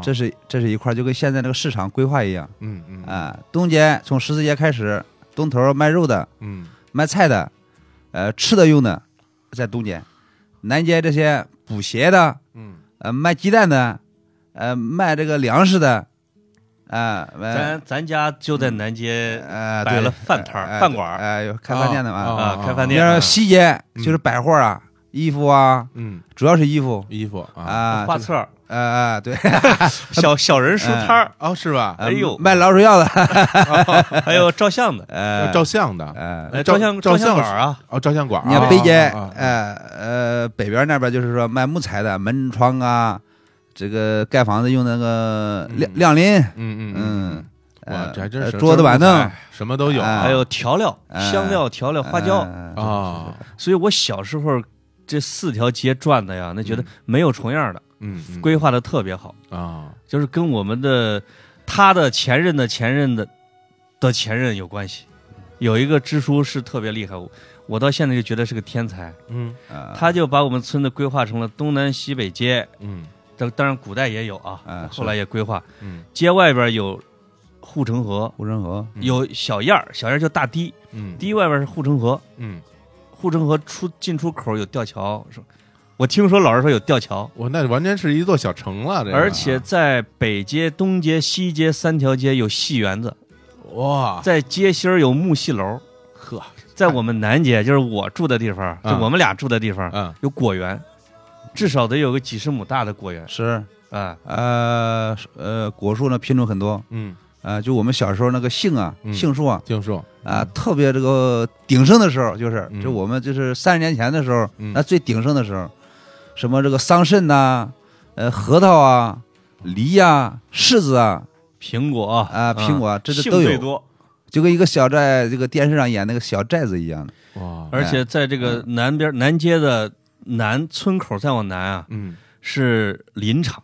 [SPEAKER 1] 啊，
[SPEAKER 3] 这是这是一块儿，就跟现在这个市场规划一样
[SPEAKER 1] 嗯嗯
[SPEAKER 2] 哎
[SPEAKER 3] 啊、东街从十字街开始，东头卖肉的、
[SPEAKER 1] 嗯
[SPEAKER 3] 卖菜的，呃，吃的用的在东街，南街这些补鞋的，
[SPEAKER 1] 嗯，
[SPEAKER 3] 呃，卖鸡蛋的，呃，卖这个粮食的，啊、呃
[SPEAKER 1] 哎
[SPEAKER 2] 咱，咱家就在南街
[SPEAKER 1] 嗯
[SPEAKER 3] 呃，
[SPEAKER 2] 摆
[SPEAKER 3] 对
[SPEAKER 2] 了饭摊儿、
[SPEAKER 3] 哎
[SPEAKER 2] 饭馆儿
[SPEAKER 3] 哎、有开饭店的
[SPEAKER 1] 啊
[SPEAKER 3] 嘛。
[SPEAKER 2] 啊，开饭
[SPEAKER 3] 你
[SPEAKER 2] 店
[SPEAKER 3] 要
[SPEAKER 2] 啊。
[SPEAKER 3] 是西街
[SPEAKER 1] 嗯
[SPEAKER 3] 就是百货啊，衣服啊，
[SPEAKER 1] 嗯
[SPEAKER 3] 主要是衣服
[SPEAKER 1] 衣服啊
[SPEAKER 3] 啊，
[SPEAKER 2] 画册儿、
[SPEAKER 3] 呃，啊对，
[SPEAKER 2] 小小人书摊儿，
[SPEAKER 1] 哦是吧？
[SPEAKER 2] 哎呦
[SPEAKER 3] 卖老鼠药的，
[SPEAKER 2] 还有照相的，
[SPEAKER 3] 呃，
[SPEAKER 1] 哦照相的
[SPEAKER 3] 呃，
[SPEAKER 2] 哎，
[SPEAKER 1] 照
[SPEAKER 2] 照相
[SPEAKER 1] 照相
[SPEAKER 2] 相馆儿啊，
[SPEAKER 1] 哦，照相馆儿。
[SPEAKER 3] 你看北街，
[SPEAKER 1] 啊啊啊
[SPEAKER 3] 呃呃，北边那边就是说卖木材的门窗啊，这个盖房子用那个
[SPEAKER 1] 嗯
[SPEAKER 3] 亮亮林，
[SPEAKER 1] 嗯嗯
[SPEAKER 3] 嗯，
[SPEAKER 1] 哇，
[SPEAKER 3] 呃
[SPEAKER 1] 这还真
[SPEAKER 3] 呃
[SPEAKER 1] 是
[SPEAKER 3] 桌子板凳，
[SPEAKER 1] 什么都有啊，嗯
[SPEAKER 3] 哎
[SPEAKER 2] 还有调料、
[SPEAKER 3] 哎
[SPEAKER 2] 香料、调料、花椒。
[SPEAKER 3] 呃
[SPEAKER 1] 啊，
[SPEAKER 2] 所以我小时候这四条街转的呀，那觉得
[SPEAKER 1] 嗯
[SPEAKER 2] 没有重样的，
[SPEAKER 1] 嗯，嗯
[SPEAKER 2] 规划的特别好，
[SPEAKER 1] 啊，
[SPEAKER 2] 就是跟我们的他的前任的前任的的前任有关系。有一个支书是特别厉害，我我到现在就觉得是个天才，
[SPEAKER 1] 嗯
[SPEAKER 3] 呃
[SPEAKER 2] 他就把我们村子规划成了东南西北街，
[SPEAKER 1] 嗯
[SPEAKER 2] 当当然古代也有啊
[SPEAKER 3] 哎，
[SPEAKER 2] 后来也规划
[SPEAKER 1] 嗯
[SPEAKER 2] 街外边有护城河，
[SPEAKER 3] 护城河，
[SPEAKER 1] 嗯
[SPEAKER 2] 有小燕儿，小燕儿叫大堤，
[SPEAKER 1] 嗯
[SPEAKER 2] 堤外边是护城河，
[SPEAKER 1] 嗯，
[SPEAKER 2] 护城河出进出口有吊桥，说，我听说老师说有吊桥，
[SPEAKER 1] 我那完全是一座小城了，这个
[SPEAKER 2] 而且在北街、东街、西街三条街有戏园子，
[SPEAKER 1] 哇，
[SPEAKER 2] 在街心儿有木戏楼，
[SPEAKER 1] 呵，
[SPEAKER 2] 在
[SPEAKER 3] 哎
[SPEAKER 2] 我们南街，就是我住的地方，就
[SPEAKER 3] 嗯
[SPEAKER 1] 啊
[SPEAKER 2] 我们俩住的地方
[SPEAKER 1] 嗯
[SPEAKER 2] 有果园，至少得有个几十亩大的果园
[SPEAKER 3] 是
[SPEAKER 2] 啊，
[SPEAKER 3] 呃是呃果树呢品种很多，
[SPEAKER 1] 嗯，
[SPEAKER 3] 呃就我们小时候那个杏啊
[SPEAKER 1] 嗯
[SPEAKER 3] 杏树啊
[SPEAKER 1] 听说
[SPEAKER 3] 啊，特别这个鼎盛的时候，就是
[SPEAKER 1] 嗯
[SPEAKER 3] 就我们就是三十年前的时候，
[SPEAKER 1] 嗯
[SPEAKER 3] 那最鼎盛的时候，什么这个桑葚呐，呃，核桃啊，梨呀、柿子啊，
[SPEAKER 2] 苹果嗯
[SPEAKER 3] 啊，苹果啊，这这
[SPEAKER 2] 杏
[SPEAKER 3] 都
[SPEAKER 2] 最
[SPEAKER 3] 有，
[SPEAKER 2] 多。
[SPEAKER 3] 就跟一个小寨，这个电视上演那个小寨子一样的。
[SPEAKER 1] 哇，
[SPEAKER 3] 哎
[SPEAKER 2] 而且在这个
[SPEAKER 3] 嗯
[SPEAKER 2] 南边南街的南村口再往南啊，
[SPEAKER 1] 嗯
[SPEAKER 2] 是林场，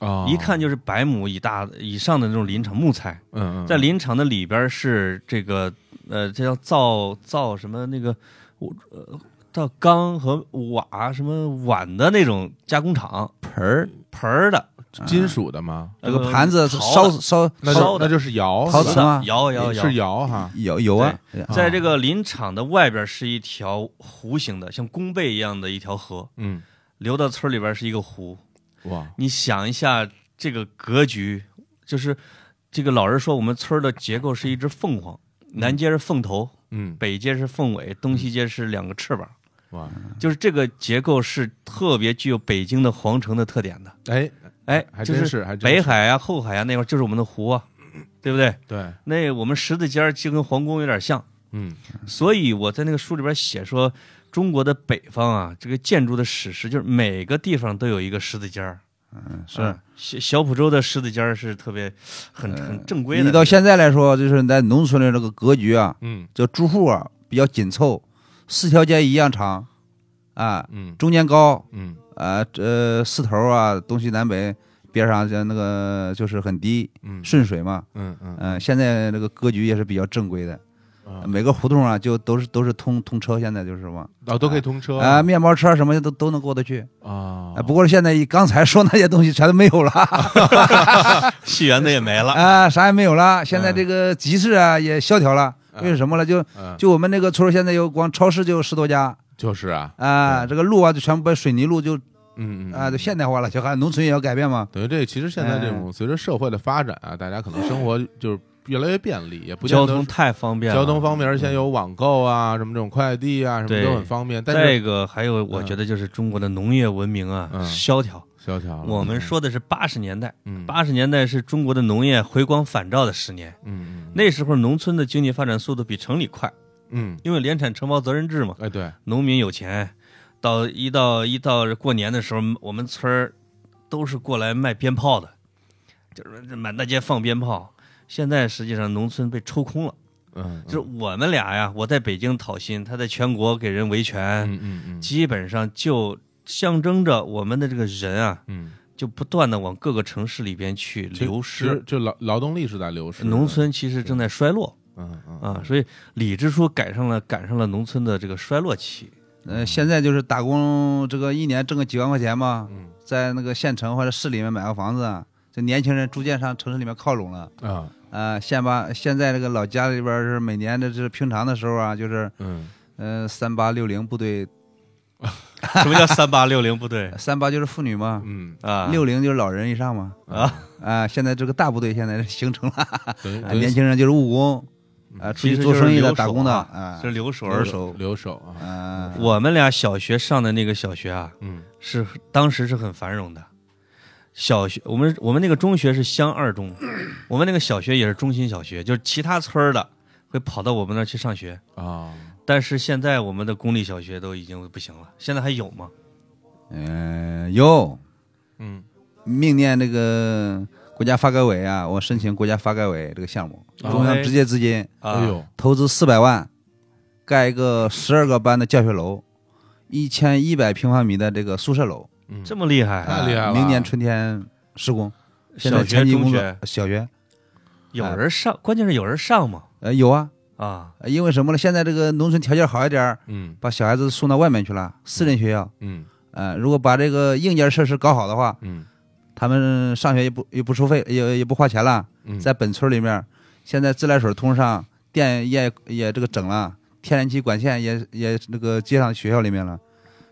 [SPEAKER 3] 哦
[SPEAKER 1] 啊，
[SPEAKER 2] 一看就是百亩以大以上的那种林场木材。
[SPEAKER 1] 嗯嗯，
[SPEAKER 2] 在林场的里边是这个呃，这叫造造什么那个我呃，造钢和瓦什么碗的那种加工厂
[SPEAKER 3] 盆儿，
[SPEAKER 2] 盆儿的
[SPEAKER 1] 金属的吗？
[SPEAKER 3] 这个盘子烧烧
[SPEAKER 1] 呃那
[SPEAKER 2] 烧
[SPEAKER 1] 就
[SPEAKER 2] 呃嗯的
[SPEAKER 1] 那就是窑
[SPEAKER 3] 陶
[SPEAKER 1] 是
[SPEAKER 3] 瓷
[SPEAKER 1] 吧
[SPEAKER 3] 吗
[SPEAKER 2] 摇摇
[SPEAKER 1] 是
[SPEAKER 2] 摇。
[SPEAKER 1] 窑哈，
[SPEAKER 3] 有有啊，啊
[SPEAKER 2] 在这个林场的外边是一条弧形的，像弓背一样的一条河，
[SPEAKER 1] 嗯
[SPEAKER 2] 流到村里边是一个湖。
[SPEAKER 1] 哇，
[SPEAKER 2] 你想一下这个格局，就是这个老人说我们村儿的结构是一只凤凰，南街是凤头，
[SPEAKER 1] 嗯，
[SPEAKER 2] 北街是凤尾，东西街是两个翅膀，
[SPEAKER 1] 哇，
[SPEAKER 3] 嗯
[SPEAKER 2] 就是这个结构是特别具有北京的皇城的特点的。
[SPEAKER 1] 哎，
[SPEAKER 2] 哎，
[SPEAKER 1] 还
[SPEAKER 2] 就
[SPEAKER 1] 真
[SPEAKER 2] 是
[SPEAKER 1] 还真
[SPEAKER 2] 北
[SPEAKER 1] 是
[SPEAKER 2] 海啊、后海啊那块儿就是我们的湖啊，对不对？
[SPEAKER 1] 对，
[SPEAKER 2] 那我们十字街儿就跟皇宫有点像，
[SPEAKER 1] 嗯
[SPEAKER 2] 所以我在那个书里边写说，中国的北方啊，这个建筑的史实就是每个地方都有一个十字街儿。
[SPEAKER 3] 嗯，
[SPEAKER 2] 嗯小小浦州的狮子尖儿是特别很
[SPEAKER 1] 呃
[SPEAKER 2] 很正规的。
[SPEAKER 3] 你到现在来说，就是在农村的这个格局啊，
[SPEAKER 1] 嗯
[SPEAKER 3] 就住户啊比较紧凑，四条街一样长，啊，
[SPEAKER 1] 嗯
[SPEAKER 3] 中间高，
[SPEAKER 1] 嗯
[SPEAKER 3] 啊，这四头啊，东西南北边上这那个就是很低，
[SPEAKER 1] 嗯，
[SPEAKER 3] 顺水嘛，
[SPEAKER 1] 嗯
[SPEAKER 2] 呃
[SPEAKER 1] 嗯
[SPEAKER 3] 嗯、现在这个格局也是比较正规的，
[SPEAKER 1] 啊
[SPEAKER 3] 每个胡同啊就都是都是通通车，现在就是嘛，
[SPEAKER 1] 哦，都可以通车
[SPEAKER 2] 呃
[SPEAKER 3] 啊、面包车什么的都都能过得去，
[SPEAKER 1] 啊
[SPEAKER 3] 啊、，不过现在一刚才说那些东西全都没 有了，
[SPEAKER 2] 戏园子也没
[SPEAKER 1] 哎
[SPEAKER 2] 了，
[SPEAKER 3] 啊，啥也没有了，现在
[SPEAKER 1] 嗯
[SPEAKER 3] 这个集市啊也萧条了，
[SPEAKER 1] 嗯
[SPEAKER 3] 为什么了？就
[SPEAKER 1] 嗯
[SPEAKER 3] 就我们那个村儿现在有光超市就有十多家
[SPEAKER 1] 就是啊，
[SPEAKER 3] 啊，
[SPEAKER 1] 嗯
[SPEAKER 3] 这个路啊就全部把水泥路就
[SPEAKER 1] 嗯嗯
[SPEAKER 3] 啊
[SPEAKER 1] 嗯
[SPEAKER 3] 就现代化了，就还农村也要改变嘛。
[SPEAKER 1] 等于这其实现在
[SPEAKER 2] 哎
[SPEAKER 1] 这种随着社会的发展啊，大家可能生活就是越来越便利，也不见
[SPEAKER 2] 交
[SPEAKER 1] 得
[SPEAKER 2] 通太方便了。
[SPEAKER 1] 交通方面，而且有网购啊，什么这种快递啊，什么
[SPEAKER 2] 对
[SPEAKER 1] 都很方便。但是
[SPEAKER 2] 这个还有，我觉得就是中国的农业文明啊、
[SPEAKER 1] 嗯
[SPEAKER 2] 萧条。
[SPEAKER 1] 萧条了，
[SPEAKER 2] 我们说的是八十年代，
[SPEAKER 1] 嗯，
[SPEAKER 2] 八十年代是中国的农业回光返照的十年。
[SPEAKER 1] 嗯嗯嗯
[SPEAKER 2] 那时候农村的经济发展速度比城里快，
[SPEAKER 1] 嗯，
[SPEAKER 2] 因为联产承包责任制嘛，
[SPEAKER 1] 哎对，
[SPEAKER 2] 农民有钱。到一到一到过年的时候，我们村儿都是过来卖鞭炮的，就是满大街放鞭炮。现在实际上农村被抽空了。
[SPEAKER 1] 嗯，
[SPEAKER 2] 就是我们俩呀，我在北京讨薪，他在全国给人维权，
[SPEAKER 1] 嗯嗯嗯
[SPEAKER 2] 基本上就象征着我们的这个人啊，
[SPEAKER 1] 嗯，
[SPEAKER 2] 就不断的往各个城市里边去
[SPEAKER 1] 其实
[SPEAKER 2] 流
[SPEAKER 1] 其实
[SPEAKER 2] 失。
[SPEAKER 1] 就劳劳动力是在流失的，
[SPEAKER 2] 农村其实正在衰落
[SPEAKER 1] 嗯嗯
[SPEAKER 2] 啊，所以李支书赶上了赶上了农村的这个衰落期。
[SPEAKER 3] 呃，现在就是打工，这个一年挣个几万块钱嘛，
[SPEAKER 1] 嗯
[SPEAKER 3] 在那个县城或者市里面买个房子，这年轻人逐渐上城市里面靠拢了。
[SPEAKER 1] 啊
[SPEAKER 3] 啊，现把现在这个老家里边儿是每年的是平常的时候啊，就是
[SPEAKER 1] 嗯
[SPEAKER 3] 呃三八六零部队，
[SPEAKER 2] 什么叫三八六零部队
[SPEAKER 3] 三八就是妇女嘛，
[SPEAKER 1] 嗯
[SPEAKER 2] 啊？
[SPEAKER 3] 六零就是老人以上嘛。
[SPEAKER 2] 啊，
[SPEAKER 3] 啊，现在这个大部队现在是形成了，
[SPEAKER 1] 等于
[SPEAKER 3] 啊
[SPEAKER 1] 等于
[SPEAKER 3] 年轻人就是务工，啊，
[SPEAKER 2] 嗯
[SPEAKER 3] 出
[SPEAKER 2] 其
[SPEAKER 3] 去
[SPEAKER 2] 实
[SPEAKER 3] 做
[SPEAKER 2] 就是
[SPEAKER 3] 生意
[SPEAKER 2] 留
[SPEAKER 3] 的、
[SPEAKER 2] 守
[SPEAKER 3] 打工的
[SPEAKER 2] 啊
[SPEAKER 3] 啊
[SPEAKER 2] 这，留守
[SPEAKER 3] 留
[SPEAKER 2] 儿。
[SPEAKER 3] 守
[SPEAKER 1] 留守啊，
[SPEAKER 3] 啊，
[SPEAKER 2] 我们俩小学上的那个小学啊，
[SPEAKER 1] 嗯
[SPEAKER 2] 是当时是很繁荣的。小学，我们我们那个中学是乡二 中，我们那个小学也是中心小学，就是其他村儿的会跑到我们那儿去上学。
[SPEAKER 1] 啊，
[SPEAKER 2] 但是现在我们的公立小学都已经不行了，现在还有吗？
[SPEAKER 3] 嗯，有
[SPEAKER 1] 嗯
[SPEAKER 3] 明年那个国家发改委啊，我申请国家发改委这个项目，
[SPEAKER 1] 哦
[SPEAKER 3] 中央直接资金
[SPEAKER 2] 啊，
[SPEAKER 1] 哎呦，
[SPEAKER 3] 投资四百万，盖一个十二个班的教学楼，一千一百平方米的这个宿舍楼，呃
[SPEAKER 1] 嗯
[SPEAKER 2] 这么厉害，
[SPEAKER 1] 太厉害了
[SPEAKER 3] 明年春天施工，现在
[SPEAKER 2] 小学、
[SPEAKER 3] 前期
[SPEAKER 2] 中
[SPEAKER 3] 工
[SPEAKER 2] 学
[SPEAKER 3] 作小学，
[SPEAKER 2] 有人上，关键是有人上嘛
[SPEAKER 3] 呃，有啊，
[SPEAKER 2] 啊，
[SPEAKER 3] 呃因为什么呢？现在这个农村条件好一点儿，
[SPEAKER 1] 嗯
[SPEAKER 3] 把小孩子送到外面去了，私人学校。
[SPEAKER 1] 嗯
[SPEAKER 3] 呃，如果把这个硬件设施搞好的话，
[SPEAKER 1] 嗯
[SPEAKER 3] 他们上学也不也不收费，也也不花钱了。
[SPEAKER 1] 嗯，
[SPEAKER 3] 在本村里面，现在自来水通上，电也也这个整了，天然气管线也也那个接上学校里面了。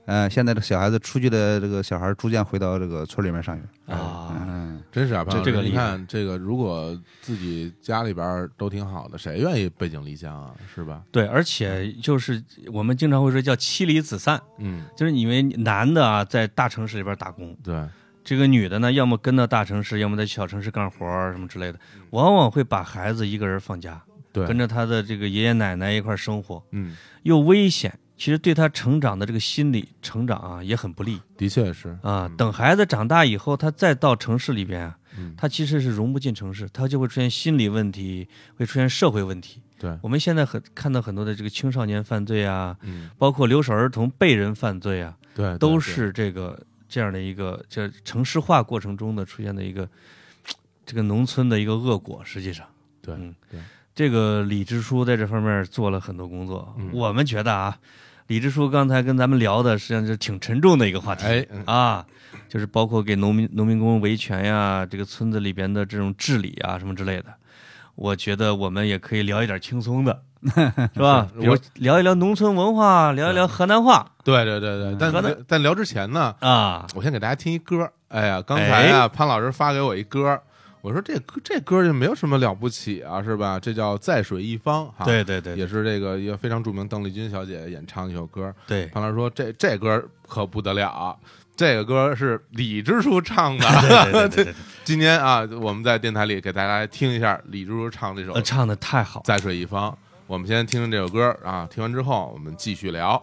[SPEAKER 3] 呃，现在这小孩子出去的这个小孩逐渐回到这个村里面上学。
[SPEAKER 2] 啊，
[SPEAKER 3] 嗯，
[SPEAKER 1] 真是啊，
[SPEAKER 2] 这
[SPEAKER 1] 潘老
[SPEAKER 2] 这
[SPEAKER 1] 师
[SPEAKER 2] 个
[SPEAKER 1] 你
[SPEAKER 2] 厉害
[SPEAKER 1] 看这个，如果自己家里边儿都挺好的，谁愿意背井离乡啊？是吧？
[SPEAKER 2] 对，而且就是我们经常会说叫妻离子散，
[SPEAKER 1] 嗯，
[SPEAKER 2] 就是因为男的啊在大城市里边打工，
[SPEAKER 1] 对，
[SPEAKER 2] 这个女的呢，要么跟到大城市，要么在小城市干活儿什么之类的，往往会把孩子一个人放家，
[SPEAKER 1] 嗯对
[SPEAKER 2] 跟着她的这个爷爷奶奶一块儿生活，
[SPEAKER 1] 嗯，
[SPEAKER 2] 又危险，其实对她成长的这个心理成长啊也很不利
[SPEAKER 1] 的确是，
[SPEAKER 2] 啊
[SPEAKER 1] 嗯。
[SPEAKER 2] 等孩子长大以后，他再到城市里边啊，
[SPEAKER 1] 嗯，
[SPEAKER 2] 他其实是融不进城市，他就会出现心理问题，会出现社会问题。
[SPEAKER 1] 对，
[SPEAKER 2] 我们现在很看到很多的这个青少年犯罪啊，
[SPEAKER 1] 嗯，
[SPEAKER 2] 包括留守儿童被人犯罪啊，
[SPEAKER 1] 对对，
[SPEAKER 2] 都
[SPEAKER 1] 对
[SPEAKER 2] 是这个这样的一个这城市化过程中的出现的一个这个农村的一个恶果，实际上。
[SPEAKER 1] 对
[SPEAKER 2] 嗯
[SPEAKER 1] 对，
[SPEAKER 2] 这个李支书在这方面做了很多工作。
[SPEAKER 1] 嗯
[SPEAKER 2] 我们觉得啊，李支书刚才跟咱们聊的，实际上是挺沉重的一个话题、
[SPEAKER 1] 哎嗯
[SPEAKER 2] 啊，就是包括给农民农民工维权呀，这个村子里边的这种治理啊什么之类的。我觉得我们也可以聊一点轻松 的，是吧？比如聊一聊农村文化，聊一聊河南话
[SPEAKER 1] 对对对对，
[SPEAKER 2] 河南
[SPEAKER 1] 但但聊之前呢，
[SPEAKER 2] 啊。
[SPEAKER 1] 我先给大家听一歌。哎呀，刚才啊，潘老师发给我一歌，我说这歌这歌就没有什么了不起啊，是吧？这叫《在水一方》哈，
[SPEAKER 2] 对对对
[SPEAKER 1] 啊也是这个一个非常著名邓丽君小姐演唱的一首歌。
[SPEAKER 2] 对，
[SPEAKER 1] 潘老师说这这歌可不得了，这个歌是李支书唱 的。
[SPEAKER 2] 对对对对对，
[SPEAKER 1] 今天啊，我们在电台里给大家听一下李支书唱这首
[SPEAKER 2] 呃，
[SPEAKER 1] 《
[SPEAKER 2] 唱的太好了。
[SPEAKER 1] 在水一方》。我们先听听这首歌啊，听完之后我们继续聊。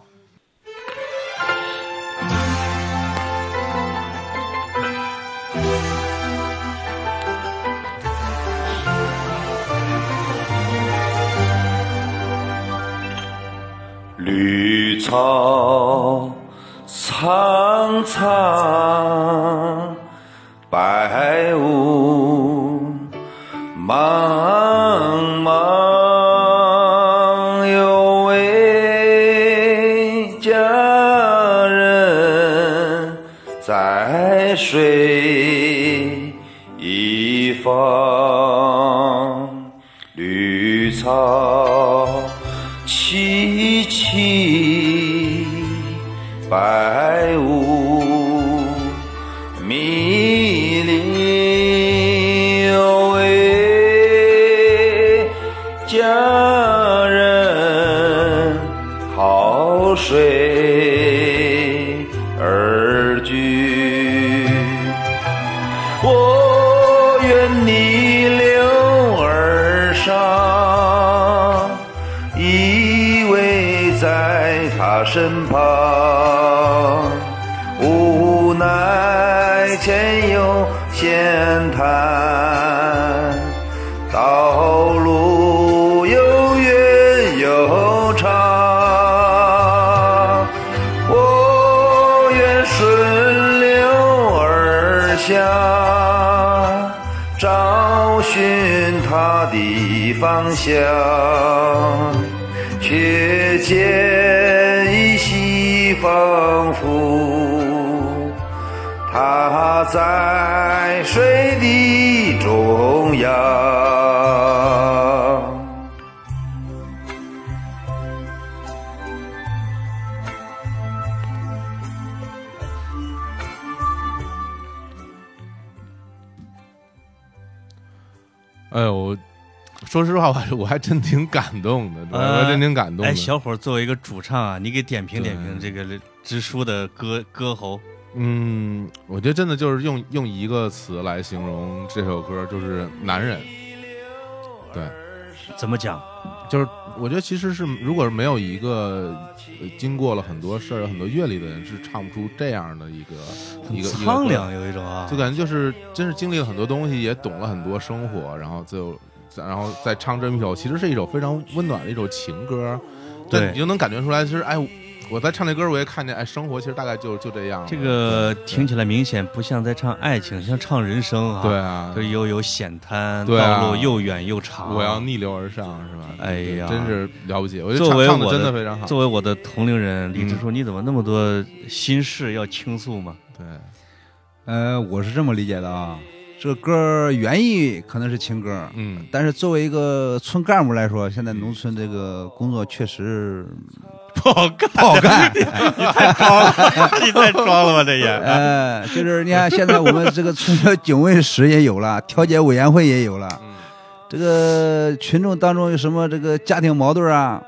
[SPEAKER 4] 绿草苍苍，白雾茫茫，有位佳人在水一方，绿草萋萋，白雾迷离，有位佳人好水而居。我愿你柳儿上，依偎在他身旁，无奈前有险滩，道路有远有长。我愿顺流而下，找寻它的方向，却见一西方湖，它在水的中央。
[SPEAKER 1] 哎呦，我说实话，我我还真挺感动的，我还真挺感动的。
[SPEAKER 2] 哎，小伙儿作为一个主唱啊，你给点评
[SPEAKER 1] 对
[SPEAKER 2] 点评这个支书的歌歌喉，
[SPEAKER 1] 嗯，我觉得真的就是用用一个词来形容这首歌，就是男人。对，
[SPEAKER 2] 怎么讲？
[SPEAKER 1] 就是我觉得其实是，如果没有一个呃经过了很多事儿、很多阅历的人，是唱不出这样的一个一
[SPEAKER 2] 很
[SPEAKER 1] 个一个
[SPEAKER 2] 苍
[SPEAKER 1] 歌
[SPEAKER 2] 凉，有一种啊
[SPEAKER 1] 就，感觉就是真是经历了很多东西，也懂了很多生活，然后就然后再唱这么一首，其实是一首非常温暖的一首情歌，
[SPEAKER 2] 对
[SPEAKER 1] 但你就能感觉出来，其实哎，我在唱这歌，我也看见，哎，生活其实大概就就这样了。
[SPEAKER 2] 这个听起来明显不像在唱爱情，像唱人生啊。
[SPEAKER 1] 对，啊，
[SPEAKER 2] 就又有险滩，
[SPEAKER 1] 对啊
[SPEAKER 2] 道路又远又长。
[SPEAKER 1] 我要逆流而上是吧？
[SPEAKER 2] 哎呀
[SPEAKER 1] 真是了不起！我觉得
[SPEAKER 2] 作
[SPEAKER 1] 唱
[SPEAKER 2] 为
[SPEAKER 1] 唱的
[SPEAKER 2] 我
[SPEAKER 1] 真的非常好。嗯
[SPEAKER 2] 作为我的同龄人，李支书，你怎么那么多心事要倾 诉嘛？
[SPEAKER 1] 对，
[SPEAKER 3] 呃，我是这么理解的啊，这个歌儿原意可能是情歌儿，
[SPEAKER 1] 嗯，
[SPEAKER 3] 但是作为一个村干部来说，现在农村这个工作确实
[SPEAKER 2] 不好干，
[SPEAKER 3] 不好干。
[SPEAKER 2] 你太装了吧，这 也。
[SPEAKER 3] 呃，就是你看，现在我们这个村的警卫室也有了，调解委员会也有了。这个群众当中有什么这个家庭矛盾啊？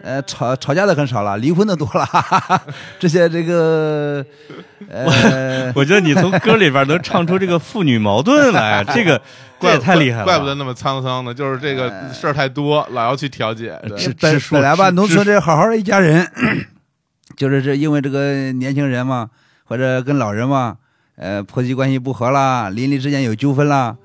[SPEAKER 3] 呃，吵吵架的很少了，离婚的多了。 哈哈哈这些这个 呃，
[SPEAKER 2] 我觉得你从歌里边能唱出这个父女矛盾来，这 个这
[SPEAKER 1] 怪
[SPEAKER 2] 也太厉害了吧，
[SPEAKER 1] 怪不得那么沧桑呢，就是这
[SPEAKER 3] 哎
[SPEAKER 1] 个事儿太多，老要去调解。对
[SPEAKER 2] 是
[SPEAKER 3] 本
[SPEAKER 2] 支书
[SPEAKER 3] 本来吧，
[SPEAKER 2] 支
[SPEAKER 3] 农村这好好的一家人， 就是这因为这个年轻人嘛，或者跟老人嘛，呃，婆媳关系不和啦，邻里之间有纠纷啦，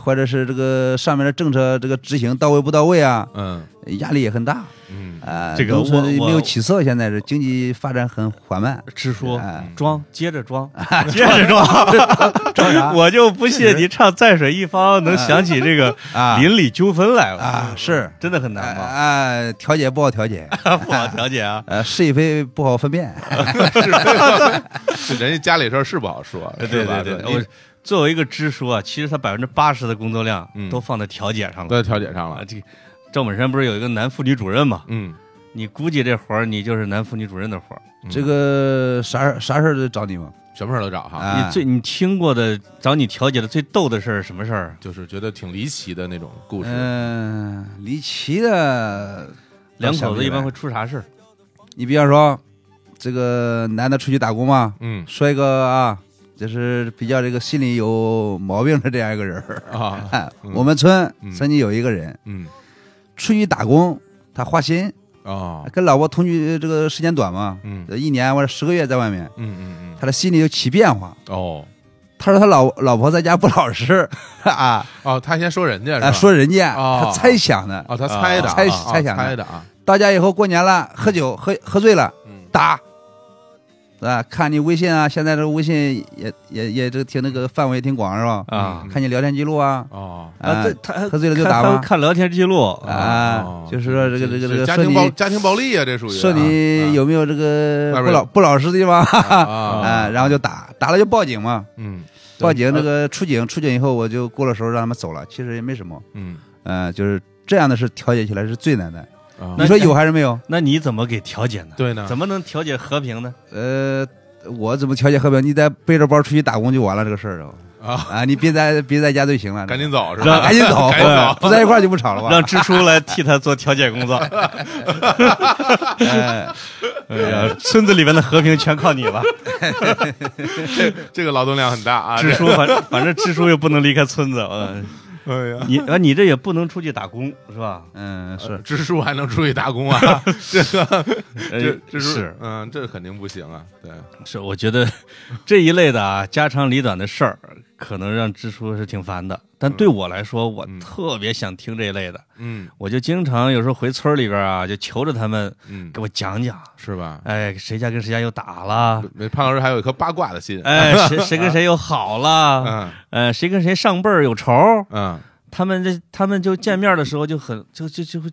[SPEAKER 3] 或者是这个上面的政策这个执行到位不到位啊，
[SPEAKER 1] 嗯
[SPEAKER 3] 压力也很大。
[SPEAKER 1] 嗯，
[SPEAKER 3] 啊，
[SPEAKER 2] 这个
[SPEAKER 3] 农村
[SPEAKER 2] 我嗯我
[SPEAKER 3] 没有起色，现在是经济发展很缓慢。
[SPEAKER 2] 支书
[SPEAKER 3] 哎
[SPEAKER 2] 装，接着 装，接着装，哎
[SPEAKER 3] 装啥
[SPEAKER 2] 我就不信你唱《在水一方》能想起这 个
[SPEAKER 3] 啊
[SPEAKER 2] 邻里纠纷来了
[SPEAKER 3] 啊是
[SPEAKER 2] 真的很
[SPEAKER 3] 啊
[SPEAKER 2] 难吗？
[SPEAKER 3] 啊，调解不好调 解，
[SPEAKER 2] 不好调解啊。
[SPEAKER 3] 呃，是与非不好分辨。
[SPEAKER 1] 是人家家里事儿是不好说，
[SPEAKER 2] 对
[SPEAKER 1] 是吧
[SPEAKER 2] 对对，
[SPEAKER 1] 你
[SPEAKER 2] 我作为一个支书啊，其实他百分之八十的工作量
[SPEAKER 1] 嗯
[SPEAKER 2] 都放在调解上
[SPEAKER 1] 都
[SPEAKER 2] 了。
[SPEAKER 1] 在调解上
[SPEAKER 2] 啊，
[SPEAKER 1] 了。
[SPEAKER 2] 这个赵本山不是有一个男妇女主任嘛？
[SPEAKER 1] 嗯，
[SPEAKER 2] 你估计这活儿你就是男妇女主任的活儿。
[SPEAKER 1] 嗯
[SPEAKER 3] 这个啥事儿啥事儿都找你吗？
[SPEAKER 1] 什么事儿都找哈，
[SPEAKER 3] 哎
[SPEAKER 2] 你最你听过的找你调解的最逗的事儿是什么事儿啊？
[SPEAKER 1] 就是觉得挺离奇的那种故事。
[SPEAKER 3] 嗯、离奇的，
[SPEAKER 2] 两口子一般
[SPEAKER 3] 会。
[SPEAKER 2] 会出啥事儿？
[SPEAKER 3] 你比方说，这个男的出去打工嘛，
[SPEAKER 1] 嗯
[SPEAKER 3] 摔个啊，就是比较这个心里有毛病的这样一个人儿。
[SPEAKER 1] 啊，
[SPEAKER 3] 哎
[SPEAKER 1] 嗯
[SPEAKER 3] 我们村
[SPEAKER 1] 嗯
[SPEAKER 3] 曾经有一个人
[SPEAKER 1] 嗯
[SPEAKER 3] 出去打工，他花心，
[SPEAKER 1] 啊，
[SPEAKER 3] 跟老婆同居这个时间短嘛，
[SPEAKER 1] 嗯嗯
[SPEAKER 3] 一年或者十个月在外面，
[SPEAKER 1] 嗯嗯，
[SPEAKER 3] 他的心里就起变化。
[SPEAKER 1] 哦
[SPEAKER 3] 他说他老老婆在家不老实啊，
[SPEAKER 1] 哦，他先说人家是吧
[SPEAKER 3] 啊说人家
[SPEAKER 1] 哦
[SPEAKER 3] 他猜想的，
[SPEAKER 1] 哦，他猜的啊，
[SPEAKER 3] 猜
[SPEAKER 1] 啊
[SPEAKER 3] 猜想的
[SPEAKER 1] 猜的啊，
[SPEAKER 3] 到家以后过年了，喝酒喝喝醉了
[SPEAKER 1] 嗯
[SPEAKER 3] 打，啊，看你微信啊，现在这个微信也也也这个听那个范围也挺广是吧？
[SPEAKER 2] 啊
[SPEAKER 1] 嗯
[SPEAKER 3] 看你聊天记录啊，
[SPEAKER 1] 哦
[SPEAKER 3] 啊
[SPEAKER 2] 对，他
[SPEAKER 3] 喝醉了就
[SPEAKER 2] 看
[SPEAKER 3] 打
[SPEAKER 2] 他
[SPEAKER 3] 吗
[SPEAKER 2] 会？看聊天记录
[SPEAKER 3] 啊，就是说这个这个这个
[SPEAKER 1] 哦家
[SPEAKER 3] 说
[SPEAKER 1] 庭暴
[SPEAKER 3] 你
[SPEAKER 1] 家庭暴力啊，这属于
[SPEAKER 3] 说你有没有这个
[SPEAKER 1] 外边
[SPEAKER 3] 不老不老实的地方
[SPEAKER 1] 啊
[SPEAKER 3] 啊？然后就打，打了就报警嘛，
[SPEAKER 1] 嗯
[SPEAKER 3] 报警那个出警，出警以后我就过了时候让他们走了，其实也没什么，
[SPEAKER 1] 嗯，
[SPEAKER 3] 嗯，就是这样的事调解起来是最难的。
[SPEAKER 1] 啊
[SPEAKER 3] 你说有还是没有？
[SPEAKER 2] 那你怎么给调解呢？
[SPEAKER 1] 对呢，
[SPEAKER 2] 怎么能调解和平呢？
[SPEAKER 3] 呃，我怎么调解和平？你再背着包出去打工就完了这个事儿啊。
[SPEAKER 1] 啊？
[SPEAKER 3] 啊，你别在别在家就行了，
[SPEAKER 1] 赶紧走是吧？
[SPEAKER 3] 啊赶紧走，
[SPEAKER 1] 赶紧走
[SPEAKER 3] 不在一块儿就不吵了吧
[SPEAKER 2] 让？支书来替他做调解工作。
[SPEAKER 3] 哎，
[SPEAKER 2] 哎呀，村子里面的和平全靠你了。
[SPEAKER 1] 这个劳动量很大啊！
[SPEAKER 2] 支
[SPEAKER 1] 这
[SPEAKER 2] 书反反正支书又不能离开村子，嗯，
[SPEAKER 1] 哎呀，
[SPEAKER 2] 你啊你这也不能出去打工是吧？
[SPEAKER 3] 嗯，是
[SPEAKER 1] 支书还能出去打 工啊？这个这
[SPEAKER 2] 呃
[SPEAKER 1] 支书
[SPEAKER 2] 是
[SPEAKER 1] 嗯，这肯定不行啊！对，
[SPEAKER 2] 是，我觉得这一类的啊，家长里短的事儿，可能让支书是挺烦的。但对我来说，我
[SPEAKER 1] 嗯
[SPEAKER 2] 特别想听这一类的，
[SPEAKER 1] 嗯
[SPEAKER 2] 我就经常有时候回村里边啊，就求着他们
[SPEAKER 1] 嗯
[SPEAKER 2] 给，我讲讲，
[SPEAKER 1] 是吧？
[SPEAKER 2] 哎，谁家跟谁家又打了，
[SPEAKER 1] 没潘老师还有一颗八卦的心，
[SPEAKER 2] 哎， 谁谁跟谁又好了，
[SPEAKER 1] 嗯
[SPEAKER 2] 呃，谁跟谁上辈儿有仇，
[SPEAKER 1] 嗯
[SPEAKER 2] 他们这他们就见面的时候就很就就就会，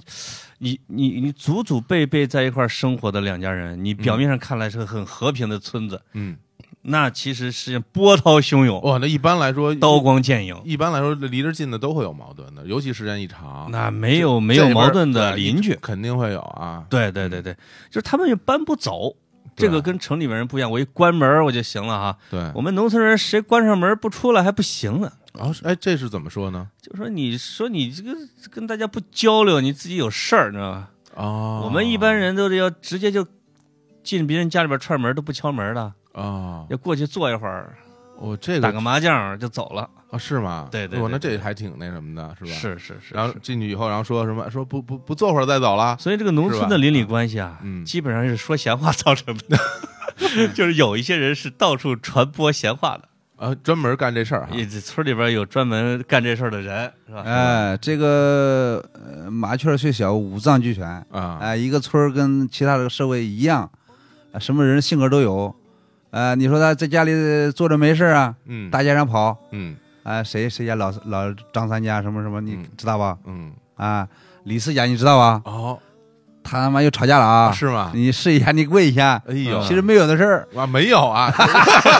[SPEAKER 2] 你你你祖祖辈辈在一块儿生活的两家人，你表面上看来是个很和平的村子，
[SPEAKER 1] 嗯，
[SPEAKER 2] 那其实是波涛汹涌，
[SPEAKER 1] 哇，那一般来说，
[SPEAKER 2] 哦刀光剑影。
[SPEAKER 1] 一般来说离着近的都会有矛盾的，尤其时间一长，
[SPEAKER 2] 那没有没
[SPEAKER 1] 啊这
[SPEAKER 2] 有
[SPEAKER 1] 边
[SPEAKER 2] 矛盾
[SPEAKER 1] 对
[SPEAKER 2] 的
[SPEAKER 1] 啊
[SPEAKER 2] 邻居，
[SPEAKER 1] 肯定会有啊。
[SPEAKER 2] 对对对对，就是他们也搬不走。
[SPEAKER 1] 对啊嗯
[SPEAKER 2] 这个跟城里面人不一样，我一关门我就行了哈。
[SPEAKER 1] 对，
[SPEAKER 2] 我们农村人谁关上门不出来还不行呢，
[SPEAKER 1] 然后是哎，这是怎么说呢？
[SPEAKER 2] 就说你说你这个跟大家不交流，你自己有事儿，你知道吧？
[SPEAKER 1] 哦，
[SPEAKER 2] 我们一般人都是要直接就进别人家里边串门都不敲门的，
[SPEAKER 1] 啊，
[SPEAKER 2] 要过去坐一会儿，
[SPEAKER 1] 我哦这
[SPEAKER 2] 打
[SPEAKER 1] 个
[SPEAKER 2] 个麻将就走了。
[SPEAKER 1] 啊是吗？
[SPEAKER 2] 对对
[SPEAKER 1] 哇
[SPEAKER 2] 对
[SPEAKER 1] 那
[SPEAKER 2] 对
[SPEAKER 1] 这还挺那什么的，是吧？。
[SPEAKER 2] 是是是
[SPEAKER 1] 然后
[SPEAKER 2] 是
[SPEAKER 1] 进去以后，然后说什么？说不不不坐会儿再走了。
[SPEAKER 2] 所以这个农村的邻里关系啊，
[SPEAKER 1] 嗯
[SPEAKER 2] 基本上是说闲话造成的， 就是有一些人是到处传播闲话的。
[SPEAKER 1] 啊，专门干这事儿哈。
[SPEAKER 2] 也村里边有专门干这事儿的人，是吧？
[SPEAKER 3] 哎，这个呃麻雀虽小，五脏俱全。
[SPEAKER 1] 啊，
[SPEAKER 3] 哎，一个村儿跟其他的社会一样，啊什么人性格都有。呃，你说他在家里坐着没事儿啊，
[SPEAKER 1] 嗯，
[SPEAKER 3] 大街上跑，
[SPEAKER 1] 嗯
[SPEAKER 3] 啊，谁谁家老老张三家什么什么，你
[SPEAKER 1] 嗯
[SPEAKER 3] 知道吧？
[SPEAKER 1] 嗯，
[SPEAKER 3] 啊，李四家你知道吧？
[SPEAKER 1] 哦，
[SPEAKER 3] 他他妈又吵架了啊！
[SPEAKER 1] 是吗？
[SPEAKER 3] 你试一下，你跪一下。
[SPEAKER 1] 哎呦，
[SPEAKER 3] 其实没有的事儿，
[SPEAKER 1] 啊没有 啊，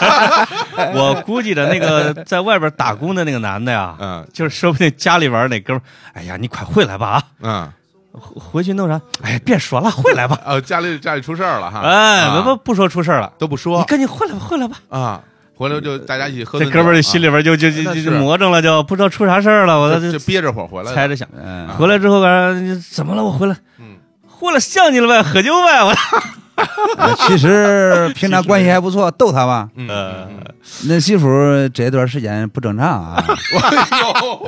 [SPEAKER 2] 我估计的那个 在外边打工的那个男的呀，
[SPEAKER 1] 嗯
[SPEAKER 2] 就是说不定家里边哪哥们儿，哎呀，你快回来吧啊，
[SPEAKER 1] 嗯，
[SPEAKER 2] 回回去弄啥？哎呀，别说了，回来吧。
[SPEAKER 1] 哦，家里家里出事儿了哈。
[SPEAKER 2] 哎，
[SPEAKER 1] 啊
[SPEAKER 2] 不不不说出事儿了，
[SPEAKER 1] 都不
[SPEAKER 2] 你
[SPEAKER 1] 说
[SPEAKER 2] 赶紧回来吧，回来吧。
[SPEAKER 1] 啊，回来就大家一起喝
[SPEAKER 2] 这
[SPEAKER 1] 顿酒啊。
[SPEAKER 2] 哥们儿心里边就就就
[SPEAKER 1] 那
[SPEAKER 2] 就是魔怔了，就不知道出啥事儿了。我
[SPEAKER 1] 就
[SPEAKER 2] 这
[SPEAKER 1] 就憋着火回来
[SPEAKER 2] 猜
[SPEAKER 1] 了。哎
[SPEAKER 2] 着想，
[SPEAKER 3] 嗯、
[SPEAKER 2] 回来之后感觉怎么了？我回来，
[SPEAKER 1] 嗯，
[SPEAKER 2] 回来像你了呗，喝酒呗。我
[SPEAKER 3] 呃其实平常关系还 不错，逗他吧。
[SPEAKER 1] 嗯
[SPEAKER 2] 呃
[SPEAKER 1] 嗯嗯
[SPEAKER 3] 那媳妇儿这段时间不正常啊，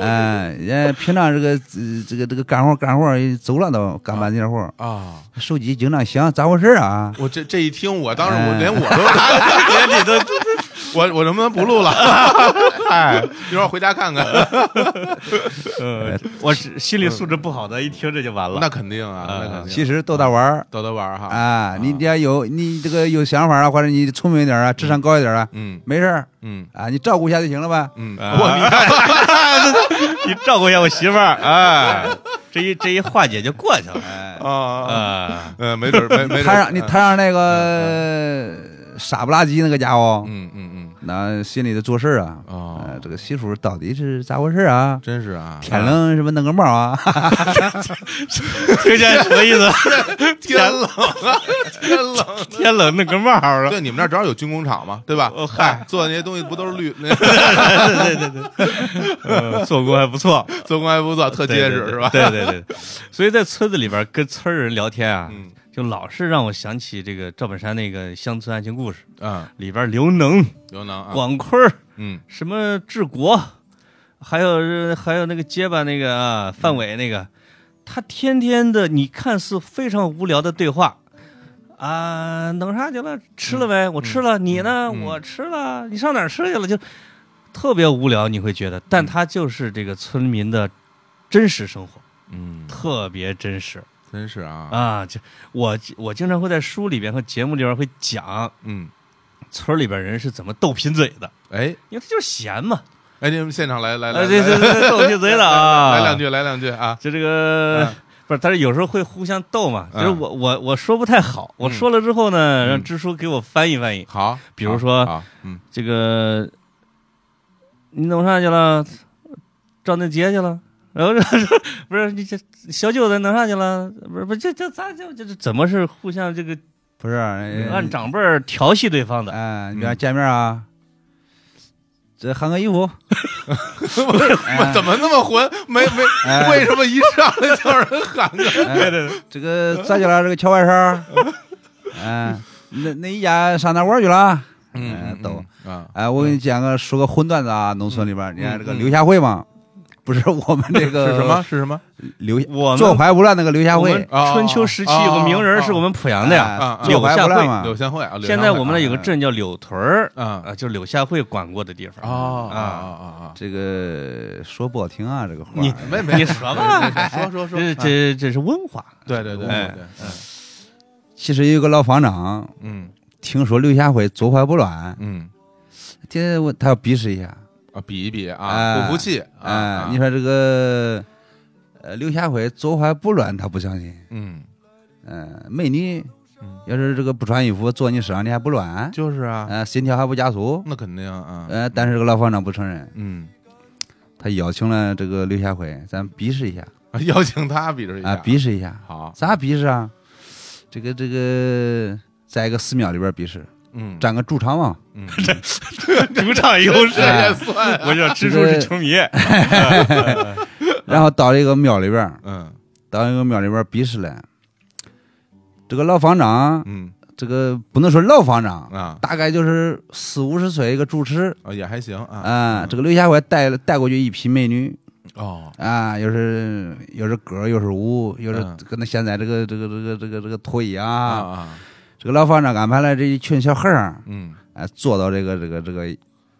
[SPEAKER 2] 呃
[SPEAKER 1] 哎
[SPEAKER 3] 哎，人家平常这个、呃这个这个干活干活走了都干半天活，
[SPEAKER 1] 呦啊！
[SPEAKER 3] 手机经常响，咋回事儿啊？
[SPEAKER 1] 我这这一听，我当时
[SPEAKER 2] 哎
[SPEAKER 1] 我连我都 连你都，我我能不能不 录了？哎，一会儿回家看看，
[SPEAKER 2] 呃，我是心理素质不好的，一听这就完了。
[SPEAKER 1] 那肯定啊，
[SPEAKER 2] 嗯
[SPEAKER 1] 那肯定。
[SPEAKER 3] 其实逗他玩儿
[SPEAKER 1] 逗他玩儿哈，
[SPEAKER 3] 啊，你得有你这个有想法啊，或者你聪明一点啊，智商高一点啊，
[SPEAKER 1] 嗯
[SPEAKER 3] 没事儿
[SPEAKER 1] 嗯
[SPEAKER 3] 啊，你照顾一下就行了呗。
[SPEAKER 1] 嗯，
[SPEAKER 2] 我你看你照顾一下我媳妇儿，哎，嗯 这一这一化解就过去了。
[SPEAKER 3] 哎，
[SPEAKER 1] 啊，
[SPEAKER 2] 啊，
[SPEAKER 1] 嗯，没准儿没没准儿，
[SPEAKER 3] 他让你
[SPEAKER 1] 嗯
[SPEAKER 3] 他让那个傻不拉几那个家伙
[SPEAKER 1] 嗯嗯嗯，
[SPEAKER 3] 那心里头做事儿啊，
[SPEAKER 1] 哦
[SPEAKER 3] 呃这个媳妇到底是咋回事儿啊？
[SPEAKER 1] 真是啊，
[SPEAKER 3] 天冷什么弄个帽啊？
[SPEAKER 2] 听见什么意思？
[SPEAKER 1] 天冷啊，天冷。
[SPEAKER 2] 天冷那个帽 儿了。
[SPEAKER 1] 对，你们那儿正好有军工厂嘛，对吧？哦嗨，做的那些东西不都是绿？那
[SPEAKER 2] 对对对对，呃做工还不 错，
[SPEAKER 1] 做工还不错，特结
[SPEAKER 2] 对
[SPEAKER 1] 实，是吧？
[SPEAKER 2] 对对对，对所以在村子里边跟村儿人聊天啊，
[SPEAKER 1] 嗯
[SPEAKER 2] 就老是让我想起这个赵本山那个乡村爱情故事
[SPEAKER 1] 嗯，
[SPEAKER 2] 里边，刘能、
[SPEAKER 1] 刘能啊，
[SPEAKER 2] 广坤儿、
[SPEAKER 1] 嗯
[SPEAKER 2] 什么治国，还有呃还有那个结巴那个啊，范伟那个，他天天的你看似非常无聊的对话。啊，弄啥去了？吃了没？我吃了。你呢？
[SPEAKER 1] 嗯
[SPEAKER 2] 我吃了。你上哪儿吃去了？就特别无聊，你会觉得，
[SPEAKER 1] 嗯
[SPEAKER 2] 但他就是这个村民的真实生活，
[SPEAKER 1] 嗯，
[SPEAKER 2] 特别真实
[SPEAKER 1] 真是啊，
[SPEAKER 2] 啊！就我我经常会在书里边和节目里边会讲
[SPEAKER 1] 嗯，
[SPEAKER 2] 村里边人是怎么斗贫嘴的，
[SPEAKER 1] 哎
[SPEAKER 2] 因为他就是闲嘛，
[SPEAKER 1] 哎，你们现场来来来
[SPEAKER 2] 啊，对对
[SPEAKER 1] 来
[SPEAKER 2] 对，斗贫嘴了啊！
[SPEAKER 1] 来两，句，来两句啊，
[SPEAKER 2] 就这个
[SPEAKER 1] 嗯
[SPEAKER 2] 不是，但是有时候会互相斗嘛。就是
[SPEAKER 1] 嗯
[SPEAKER 2] 我我我说不太好，我说了之后呢，让支书给我翻译翻译。
[SPEAKER 1] 好，
[SPEAKER 2] 比如说
[SPEAKER 1] 好，好嗯
[SPEAKER 2] 这个你弄啥去了？赵那杰去了。然后这不是你这小九子弄啥去了？不是不是这这咱就这这怎么是互相这个
[SPEAKER 3] 不是，呃
[SPEAKER 2] 按长辈儿调戏对方的？
[SPEAKER 3] 哎，你
[SPEAKER 1] 嗯
[SPEAKER 3] 俩见面啊，这换个 衣服，
[SPEAKER 1] 我怎么那么混？没没，
[SPEAKER 3] 哎
[SPEAKER 1] 为什么一上来就让人喊个？
[SPEAKER 3] 对对对，哎这个咋去了？这个乔外 甥，嗯，那那一家上哪玩儿去了？哎都
[SPEAKER 1] 啊，
[SPEAKER 3] 哎，我给你讲个说个荤段子啊，农村里边儿，你看这个刘下惠嘛，不是 我们这
[SPEAKER 1] 嗯
[SPEAKER 3] 个
[SPEAKER 1] 是什么？是什么？
[SPEAKER 3] 刘
[SPEAKER 2] 我
[SPEAKER 3] 坐
[SPEAKER 2] 们
[SPEAKER 3] 怀不乱那个刘下
[SPEAKER 2] 我
[SPEAKER 3] 惠
[SPEAKER 2] 们，春秋时
[SPEAKER 1] 哦
[SPEAKER 2] 期有个名人是我们濮阳的
[SPEAKER 3] 哎
[SPEAKER 2] 呀，
[SPEAKER 1] 啊
[SPEAKER 3] 坐怀不乱嘛，
[SPEAKER 1] 柳贤惠啊，柳
[SPEAKER 2] 现
[SPEAKER 1] 湘
[SPEAKER 2] 在
[SPEAKER 1] 惠
[SPEAKER 2] 我们那
[SPEAKER 1] 啊
[SPEAKER 2] 有个镇叫柳屯儿，
[SPEAKER 1] 嗯
[SPEAKER 2] 啊，就是柳下惠管过的地方。
[SPEAKER 1] 哦啊
[SPEAKER 2] 啊
[SPEAKER 1] 啊啊
[SPEAKER 3] 这个说不好听啊，这个话
[SPEAKER 2] 你
[SPEAKER 1] 啊，没没，
[SPEAKER 2] 你什么？
[SPEAKER 1] 说说说，
[SPEAKER 2] 这这这是温华，
[SPEAKER 1] 对对对对
[SPEAKER 2] 哎
[SPEAKER 1] 对，
[SPEAKER 3] 其实有个老房长，
[SPEAKER 1] 嗯
[SPEAKER 3] 听说刘下惠坐怀不乱，
[SPEAKER 1] 嗯
[SPEAKER 3] 今天我他要鄙视一下，
[SPEAKER 1] 啊，比一比啊，
[SPEAKER 3] 哎
[SPEAKER 1] 不服气啊
[SPEAKER 3] 哎
[SPEAKER 1] 啊，，
[SPEAKER 3] 你说这个呃刘下惠坐怀不乱，他不相信，
[SPEAKER 1] 嗯，
[SPEAKER 3] 嗯，美女
[SPEAKER 1] 嗯
[SPEAKER 3] 要是这个不穿衣服坐你身上，你还不乱，
[SPEAKER 1] 就是啊，
[SPEAKER 3] 呃，心跳还不加速，
[SPEAKER 1] 那肯定啊，
[SPEAKER 3] 呃，但是这个老房长不承认，
[SPEAKER 1] 嗯，
[SPEAKER 3] 他邀请了这个刘下惠，咱比试一下
[SPEAKER 1] 啊邀请他哎比试一
[SPEAKER 3] 啊
[SPEAKER 1] 下，，
[SPEAKER 3] 比试一下，
[SPEAKER 1] 好，
[SPEAKER 3] 咋比试啊？这个这个，在一个寺庙里边比试，
[SPEAKER 1] 嗯，
[SPEAKER 3] 占个主场嘛，
[SPEAKER 1] 嗯，
[SPEAKER 2] 主场优势
[SPEAKER 1] 这也算啊，
[SPEAKER 2] 我叫蜘蛛是球迷，
[SPEAKER 3] 然后到了一个庙里边，
[SPEAKER 1] 嗯
[SPEAKER 3] 到一个庙里边比试了。这个老方丈，
[SPEAKER 1] 嗯
[SPEAKER 3] 这个不能说老方丈，
[SPEAKER 1] 啊
[SPEAKER 3] 大概就是四五十岁一个主持
[SPEAKER 1] 啊也还行啊，
[SPEAKER 3] 啊。
[SPEAKER 1] 嗯
[SPEAKER 3] 这个刘下惠带了带过去一批美女，
[SPEAKER 1] 哦，
[SPEAKER 3] 啊，又是又是歌，又是舞，又是
[SPEAKER 1] 嗯
[SPEAKER 3] 跟那现在这个这个这个这个这个脱衣
[SPEAKER 1] 啊
[SPEAKER 3] 啊，
[SPEAKER 1] 啊，
[SPEAKER 3] 这个老方丈安排了这一群小孩儿，
[SPEAKER 1] 嗯
[SPEAKER 3] 哎，坐到这个这个这个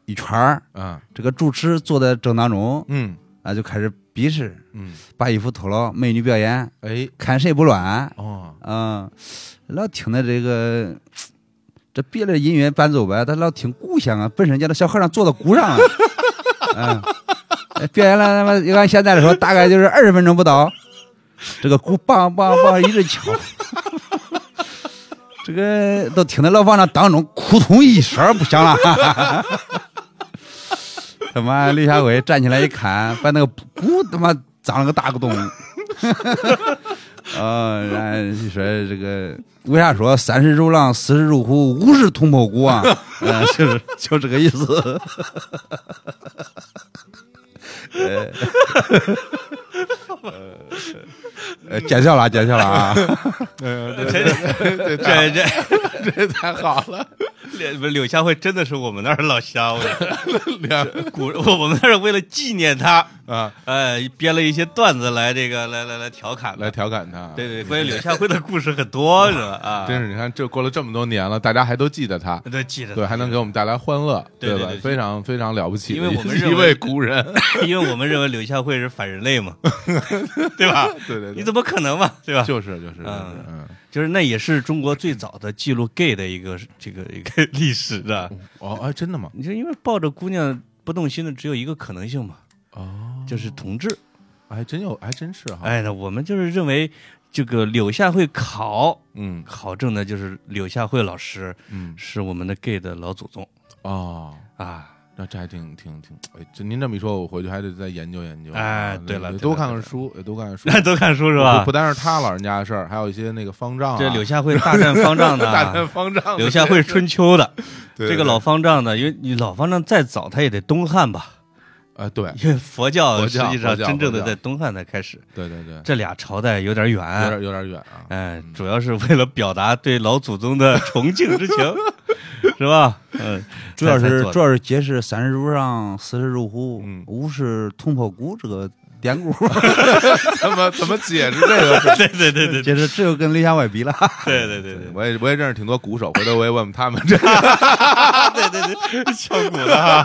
[SPEAKER 3] 一圈儿，
[SPEAKER 1] 啊
[SPEAKER 3] 这个主持坐在正当中，
[SPEAKER 1] 嗯
[SPEAKER 3] 啊，就开始比试，
[SPEAKER 1] 嗯，
[SPEAKER 3] 把衣服脱了，美女表演，
[SPEAKER 1] 哎，
[SPEAKER 3] 看谁不乱，
[SPEAKER 1] 哦，
[SPEAKER 3] 嗯，老听的这个。这别的音乐伴奏呗，他老听鼓响啊，本身家那小和尚坐到鼓上了，啊嗯，哎表演了他妈，按现在来说，大概就是二十分钟不到，这个鼓梆梆梆一直敲，这个都听得老方丈当中扑通一声儿不响了， 他妈刘下伟站起来一看，把那个鼓他妈脏了个大个洞。啊，然后就说这个为啥说三十如狼，四十如虎，五十同胞骨 啊？嗯，就是就这个意思。哎呃，呃哎见笑了，见笑了啊！
[SPEAKER 1] 对对对，
[SPEAKER 2] 这 这
[SPEAKER 1] 这太好了，
[SPEAKER 2] 柳柳下惠真的是我们那儿的老乡，我
[SPEAKER 1] 两
[SPEAKER 2] 古我们那儿为了纪念他，
[SPEAKER 1] 啊
[SPEAKER 2] 呃，编了一些段子来这个来来来调侃的
[SPEAKER 1] 来，调侃他，
[SPEAKER 2] 对对，关于柳下惠的故事很多，是吧？啊，
[SPEAKER 1] 真是你看这过了这么多年了，大家还都记得他。
[SPEAKER 2] 对，记着，
[SPEAKER 1] 对，还能给我们带来欢乐，
[SPEAKER 2] 对对
[SPEAKER 1] 吧
[SPEAKER 2] 对对？
[SPEAKER 1] 非常非常了不起的一，
[SPEAKER 2] 因为我们
[SPEAKER 1] 一
[SPEAKER 2] 认为
[SPEAKER 1] 位古 人，
[SPEAKER 2] 因为我们认为柳下惠是反人 类嘛，对吧？
[SPEAKER 1] 对对
[SPEAKER 2] 你
[SPEAKER 1] 对，
[SPEAKER 2] 怎么可能嘛，对吧？
[SPEAKER 1] 就是就是就是，
[SPEAKER 2] 嗯
[SPEAKER 1] 嗯，
[SPEAKER 2] 就是那也是中国最早的记录 gay 的一个这个一个历史的。
[SPEAKER 1] 哦，哎，真的吗？
[SPEAKER 2] 你就因为抱着姑娘不动心的只有一个可能性嘛，
[SPEAKER 1] 哦，
[SPEAKER 2] 就是同志。
[SPEAKER 1] 还真有，还真是哈，，
[SPEAKER 2] 哎，那我们就是认为这个柳下惠考
[SPEAKER 1] 嗯
[SPEAKER 2] 考证的就是柳下惠老师
[SPEAKER 1] 嗯，
[SPEAKER 2] 是我们的 gay 的老祖宗。
[SPEAKER 1] 哦，
[SPEAKER 2] 啊。
[SPEAKER 1] 那这还挺挺挺，哎，这您这么一说，我回去还得再研究研究。
[SPEAKER 2] 哎
[SPEAKER 1] 啊
[SPEAKER 2] 对了
[SPEAKER 1] 也
[SPEAKER 2] 对
[SPEAKER 1] 多
[SPEAKER 2] 了
[SPEAKER 1] 看
[SPEAKER 2] 对
[SPEAKER 1] 看
[SPEAKER 2] 了
[SPEAKER 1] 书，也多看看书，
[SPEAKER 2] 都看 书是
[SPEAKER 1] 不
[SPEAKER 2] 吧
[SPEAKER 1] 不？单是他老人家的事儿，还有一些那个方丈啊，
[SPEAKER 2] 这柳下惠大战方丈的
[SPEAKER 1] 大战
[SPEAKER 2] 啊，
[SPEAKER 1] 方丈的，
[SPEAKER 2] 柳下惠春秋的，
[SPEAKER 1] 对
[SPEAKER 2] 这个
[SPEAKER 1] 对
[SPEAKER 2] 老方丈呢，因为你老方丈再早他也得东汉吧，
[SPEAKER 1] 哎，对
[SPEAKER 2] 因为佛教
[SPEAKER 1] 佛
[SPEAKER 2] 实
[SPEAKER 1] 教
[SPEAKER 2] 际上
[SPEAKER 1] 佛教
[SPEAKER 2] 真正的
[SPEAKER 1] 佛教
[SPEAKER 2] 在东汉才开始，
[SPEAKER 1] 对 对对，
[SPEAKER 2] 这俩朝代有点
[SPEAKER 1] 有
[SPEAKER 2] 远。
[SPEAKER 1] 点有点远啊。
[SPEAKER 2] 哎，主要是为了表达对老祖宗的崇敬之 情，是吧？嗯，
[SPEAKER 3] 主 要
[SPEAKER 2] 才才
[SPEAKER 3] 是
[SPEAKER 2] 做的
[SPEAKER 3] 主要是揭示三十如上，四十如虎
[SPEAKER 1] 嗯，
[SPEAKER 3] 五是捅破骨这个典 故，
[SPEAKER 1] 怎么怎么解释这个事儿？
[SPEAKER 2] 对对对对对
[SPEAKER 3] 解释这就跟雷家外 比了。
[SPEAKER 2] 对对对 对
[SPEAKER 1] 我也我也认识挺多鼓手，回头我也问问他们这。
[SPEAKER 2] 对对对，敲鼓的啊，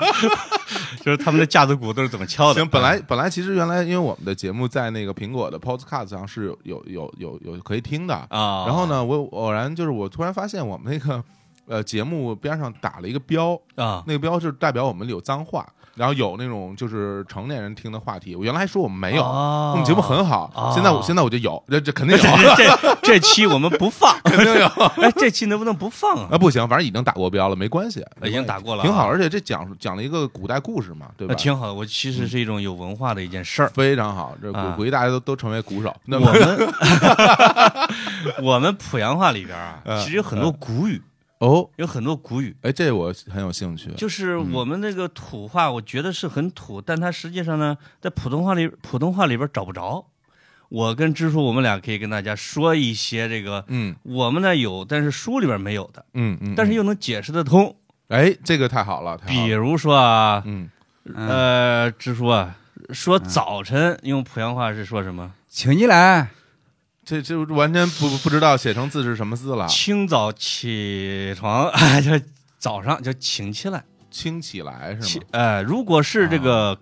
[SPEAKER 2] 就是他们的架子鼓都是怎么敲的？
[SPEAKER 1] 行，本来本来其实原来因为我们的节目在那个苹果的 Podcast 上是有有有有有可以听的
[SPEAKER 2] 啊，
[SPEAKER 1] 然后呢，我偶然就是我突然发现我们那个呃节目边上打了一个标，
[SPEAKER 2] 啊，
[SPEAKER 1] 那个标志代表我们有脏话，然后有那种就是成年人听的话题。我原来还说我们没有，
[SPEAKER 2] 哦
[SPEAKER 1] 我们节目很好。
[SPEAKER 2] 哦
[SPEAKER 1] 现在我现在我就有，这这肯 定有
[SPEAKER 2] 这这期我们不放，
[SPEAKER 1] 肯定有
[SPEAKER 2] 哎，这期能不能不放啊？
[SPEAKER 1] 啊！不行，反正已经打过标了，没关系，
[SPEAKER 2] 已经打过了啊
[SPEAKER 1] 挺好。而且这讲讲了一个古代故事嘛，对吧？
[SPEAKER 2] 那啊挺好的，我其实是一种有文化的一件事儿。
[SPEAKER 1] 非常好，这
[SPEAKER 2] 啊
[SPEAKER 1] 鼓估计大家都都成为鼓手。那
[SPEAKER 2] 我
[SPEAKER 1] 么
[SPEAKER 2] 们我们濮阳话里边啊，
[SPEAKER 1] 嗯
[SPEAKER 2] 其实有很多古语，
[SPEAKER 1] 哦，
[SPEAKER 2] 有很多古语，
[SPEAKER 1] 哎，这我很有兴趣。
[SPEAKER 2] 就是我们那个土话，我觉得是很土，但它实际上呢，在普通话里普通话里边找不着。我跟支书，我们俩可以跟大家说一些这个
[SPEAKER 1] 嗯
[SPEAKER 2] 我们呢有，但是书里边没有的，
[SPEAKER 1] 嗯嗯，
[SPEAKER 2] 但是又能解释得通。
[SPEAKER 1] 哎，这个太好了，太好
[SPEAKER 2] 比
[SPEAKER 1] 了。
[SPEAKER 2] 如说啊，
[SPEAKER 1] 嗯，
[SPEAKER 2] 呃，支书啊，说早晨用濮阳话是说什么？
[SPEAKER 3] 请你来，
[SPEAKER 1] 这这完全不不知道写成字是什么字了，
[SPEAKER 2] 清早起床， 哎，就早上就请起来。
[SPEAKER 1] 清起来是
[SPEAKER 2] 起
[SPEAKER 1] 吗？，
[SPEAKER 2] 哎，如果是这个、
[SPEAKER 1] 啊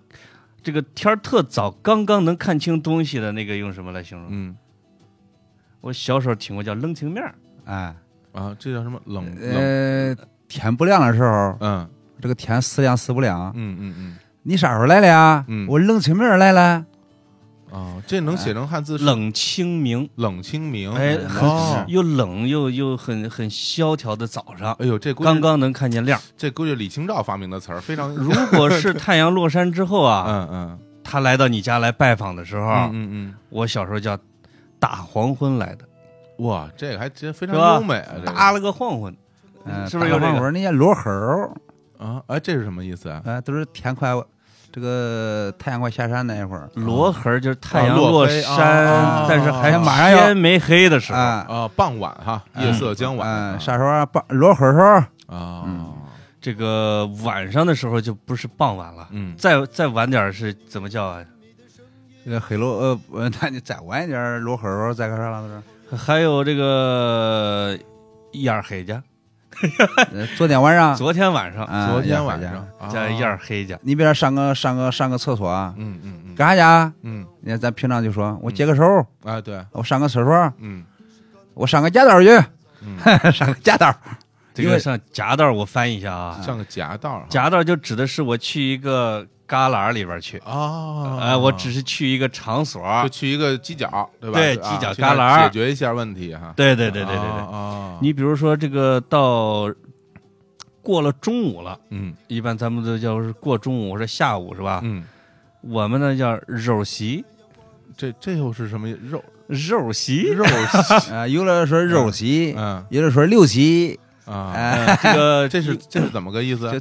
[SPEAKER 2] 这个天儿特早，刚刚能看清东西的那个，用什么来形容？
[SPEAKER 1] 嗯
[SPEAKER 2] 我小时候听过叫冷清面儿，
[SPEAKER 3] 哎，
[SPEAKER 1] 啊，这叫什么冷冷？
[SPEAKER 3] 呃，天不亮的时候，
[SPEAKER 1] 嗯
[SPEAKER 3] 这个天思量思不量，
[SPEAKER 1] 嗯嗯
[SPEAKER 3] 你啥时候来的呀
[SPEAKER 1] 嗯？
[SPEAKER 3] 我冷清明儿来了。
[SPEAKER 1] 嗯，啊，这能写成汉字是
[SPEAKER 2] 冷清明，
[SPEAKER 1] 冷清明，
[SPEAKER 2] 哎，很、
[SPEAKER 1] 哦，
[SPEAKER 2] 又冷又又很很萧条的早上，
[SPEAKER 1] 哎呦，这估计
[SPEAKER 2] 刚刚能 看见亮。
[SPEAKER 1] 这估计李清照发明的词儿，非常
[SPEAKER 2] 如果是太阳落山之后啊，
[SPEAKER 1] 嗯嗯
[SPEAKER 2] 他来到你家来拜访的时候，
[SPEAKER 1] 嗯嗯
[SPEAKER 2] 我小时候叫大黄昏来的，
[SPEAKER 1] 嗯，哇，这个还真非常
[SPEAKER 2] 是吧
[SPEAKER 1] 优美啊，这个
[SPEAKER 2] 搭了个晃昏，
[SPEAKER 3] 嗯，
[SPEAKER 2] 是不是有这
[SPEAKER 3] 大
[SPEAKER 2] 个
[SPEAKER 3] 黄文那些落猴儿，
[SPEAKER 1] 啊，哎，这是什么意思啊？
[SPEAKER 3] 哎，都是天快，这个太阳快下山那一会儿，
[SPEAKER 1] 嗯
[SPEAKER 3] 嗯
[SPEAKER 2] 罗河就是太阳
[SPEAKER 1] 啊落
[SPEAKER 2] 落
[SPEAKER 1] 黑
[SPEAKER 2] 山，
[SPEAKER 1] 哦啊
[SPEAKER 2] 但是还
[SPEAKER 3] 啊马上要
[SPEAKER 2] 天没黑的时候，
[SPEAKER 3] 啊，
[SPEAKER 1] 啊，傍晚哈，夜色将晚
[SPEAKER 3] 嗯，
[SPEAKER 1] 啊
[SPEAKER 3] 啥时候啊？把落猴儿时候，
[SPEAKER 1] 啊，
[SPEAKER 2] 这个晚上的时候就不是傍晚了，
[SPEAKER 1] 嗯
[SPEAKER 2] 再再晚点儿是怎么叫啊？
[SPEAKER 3] 这个黑落呃，不 那你再晚一点儿落猴儿，再干啥来 着？
[SPEAKER 2] 还有这个燕儿黑家，
[SPEAKER 3] 呃昨天晚上，
[SPEAKER 2] 昨天晚上
[SPEAKER 3] 啊
[SPEAKER 1] 昨天晚，
[SPEAKER 3] 要回
[SPEAKER 1] 上
[SPEAKER 3] 家
[SPEAKER 1] 啊
[SPEAKER 2] 叫燕儿黑家，
[SPEAKER 3] 你别说上个上个上个厕所啊，
[SPEAKER 1] 嗯嗯嗯
[SPEAKER 3] 干啥去啊？
[SPEAKER 1] 嗯
[SPEAKER 3] 你看咱平常就说，我解个手儿，
[SPEAKER 1] 啊，对，
[SPEAKER 3] 我上个厕所，
[SPEAKER 1] 嗯
[SPEAKER 3] 我上个夹道儿
[SPEAKER 1] 嗯
[SPEAKER 3] 去， 上个夹道儿。
[SPEAKER 2] 这
[SPEAKER 3] 因
[SPEAKER 2] 个
[SPEAKER 3] 为
[SPEAKER 2] 上夹道儿我翻译一下
[SPEAKER 3] 嗯
[SPEAKER 2] 啊，
[SPEAKER 1] 像个夹道儿哈
[SPEAKER 2] 夹道儿就指的是我去一个旮旯里边儿去，
[SPEAKER 1] 啊，
[SPEAKER 2] 哎，我只是去一个场所，
[SPEAKER 1] 就去一个犄角，对吧？
[SPEAKER 2] 对
[SPEAKER 1] 啊
[SPEAKER 2] 犄角
[SPEAKER 1] 去那儿
[SPEAKER 2] 旮旯
[SPEAKER 1] 解决一下问题哈。
[SPEAKER 2] 对对对对对对。
[SPEAKER 1] 啊，啊
[SPEAKER 2] 你比如说这个到过了中午了，
[SPEAKER 1] 嗯
[SPEAKER 2] 一般咱们都叫是过中午或者下午是吧？
[SPEAKER 1] 嗯，
[SPEAKER 2] 我们呢叫肉席，
[SPEAKER 1] 这这又是什么肉
[SPEAKER 2] 肉席，
[SPEAKER 1] 肉？
[SPEAKER 3] 啊，有的说肉席，
[SPEAKER 1] 嗯
[SPEAKER 3] 有的说六席，
[SPEAKER 1] 啊，
[SPEAKER 3] 哎，
[SPEAKER 2] 这 个
[SPEAKER 1] 这是这是怎么个意思？啊
[SPEAKER 3] 就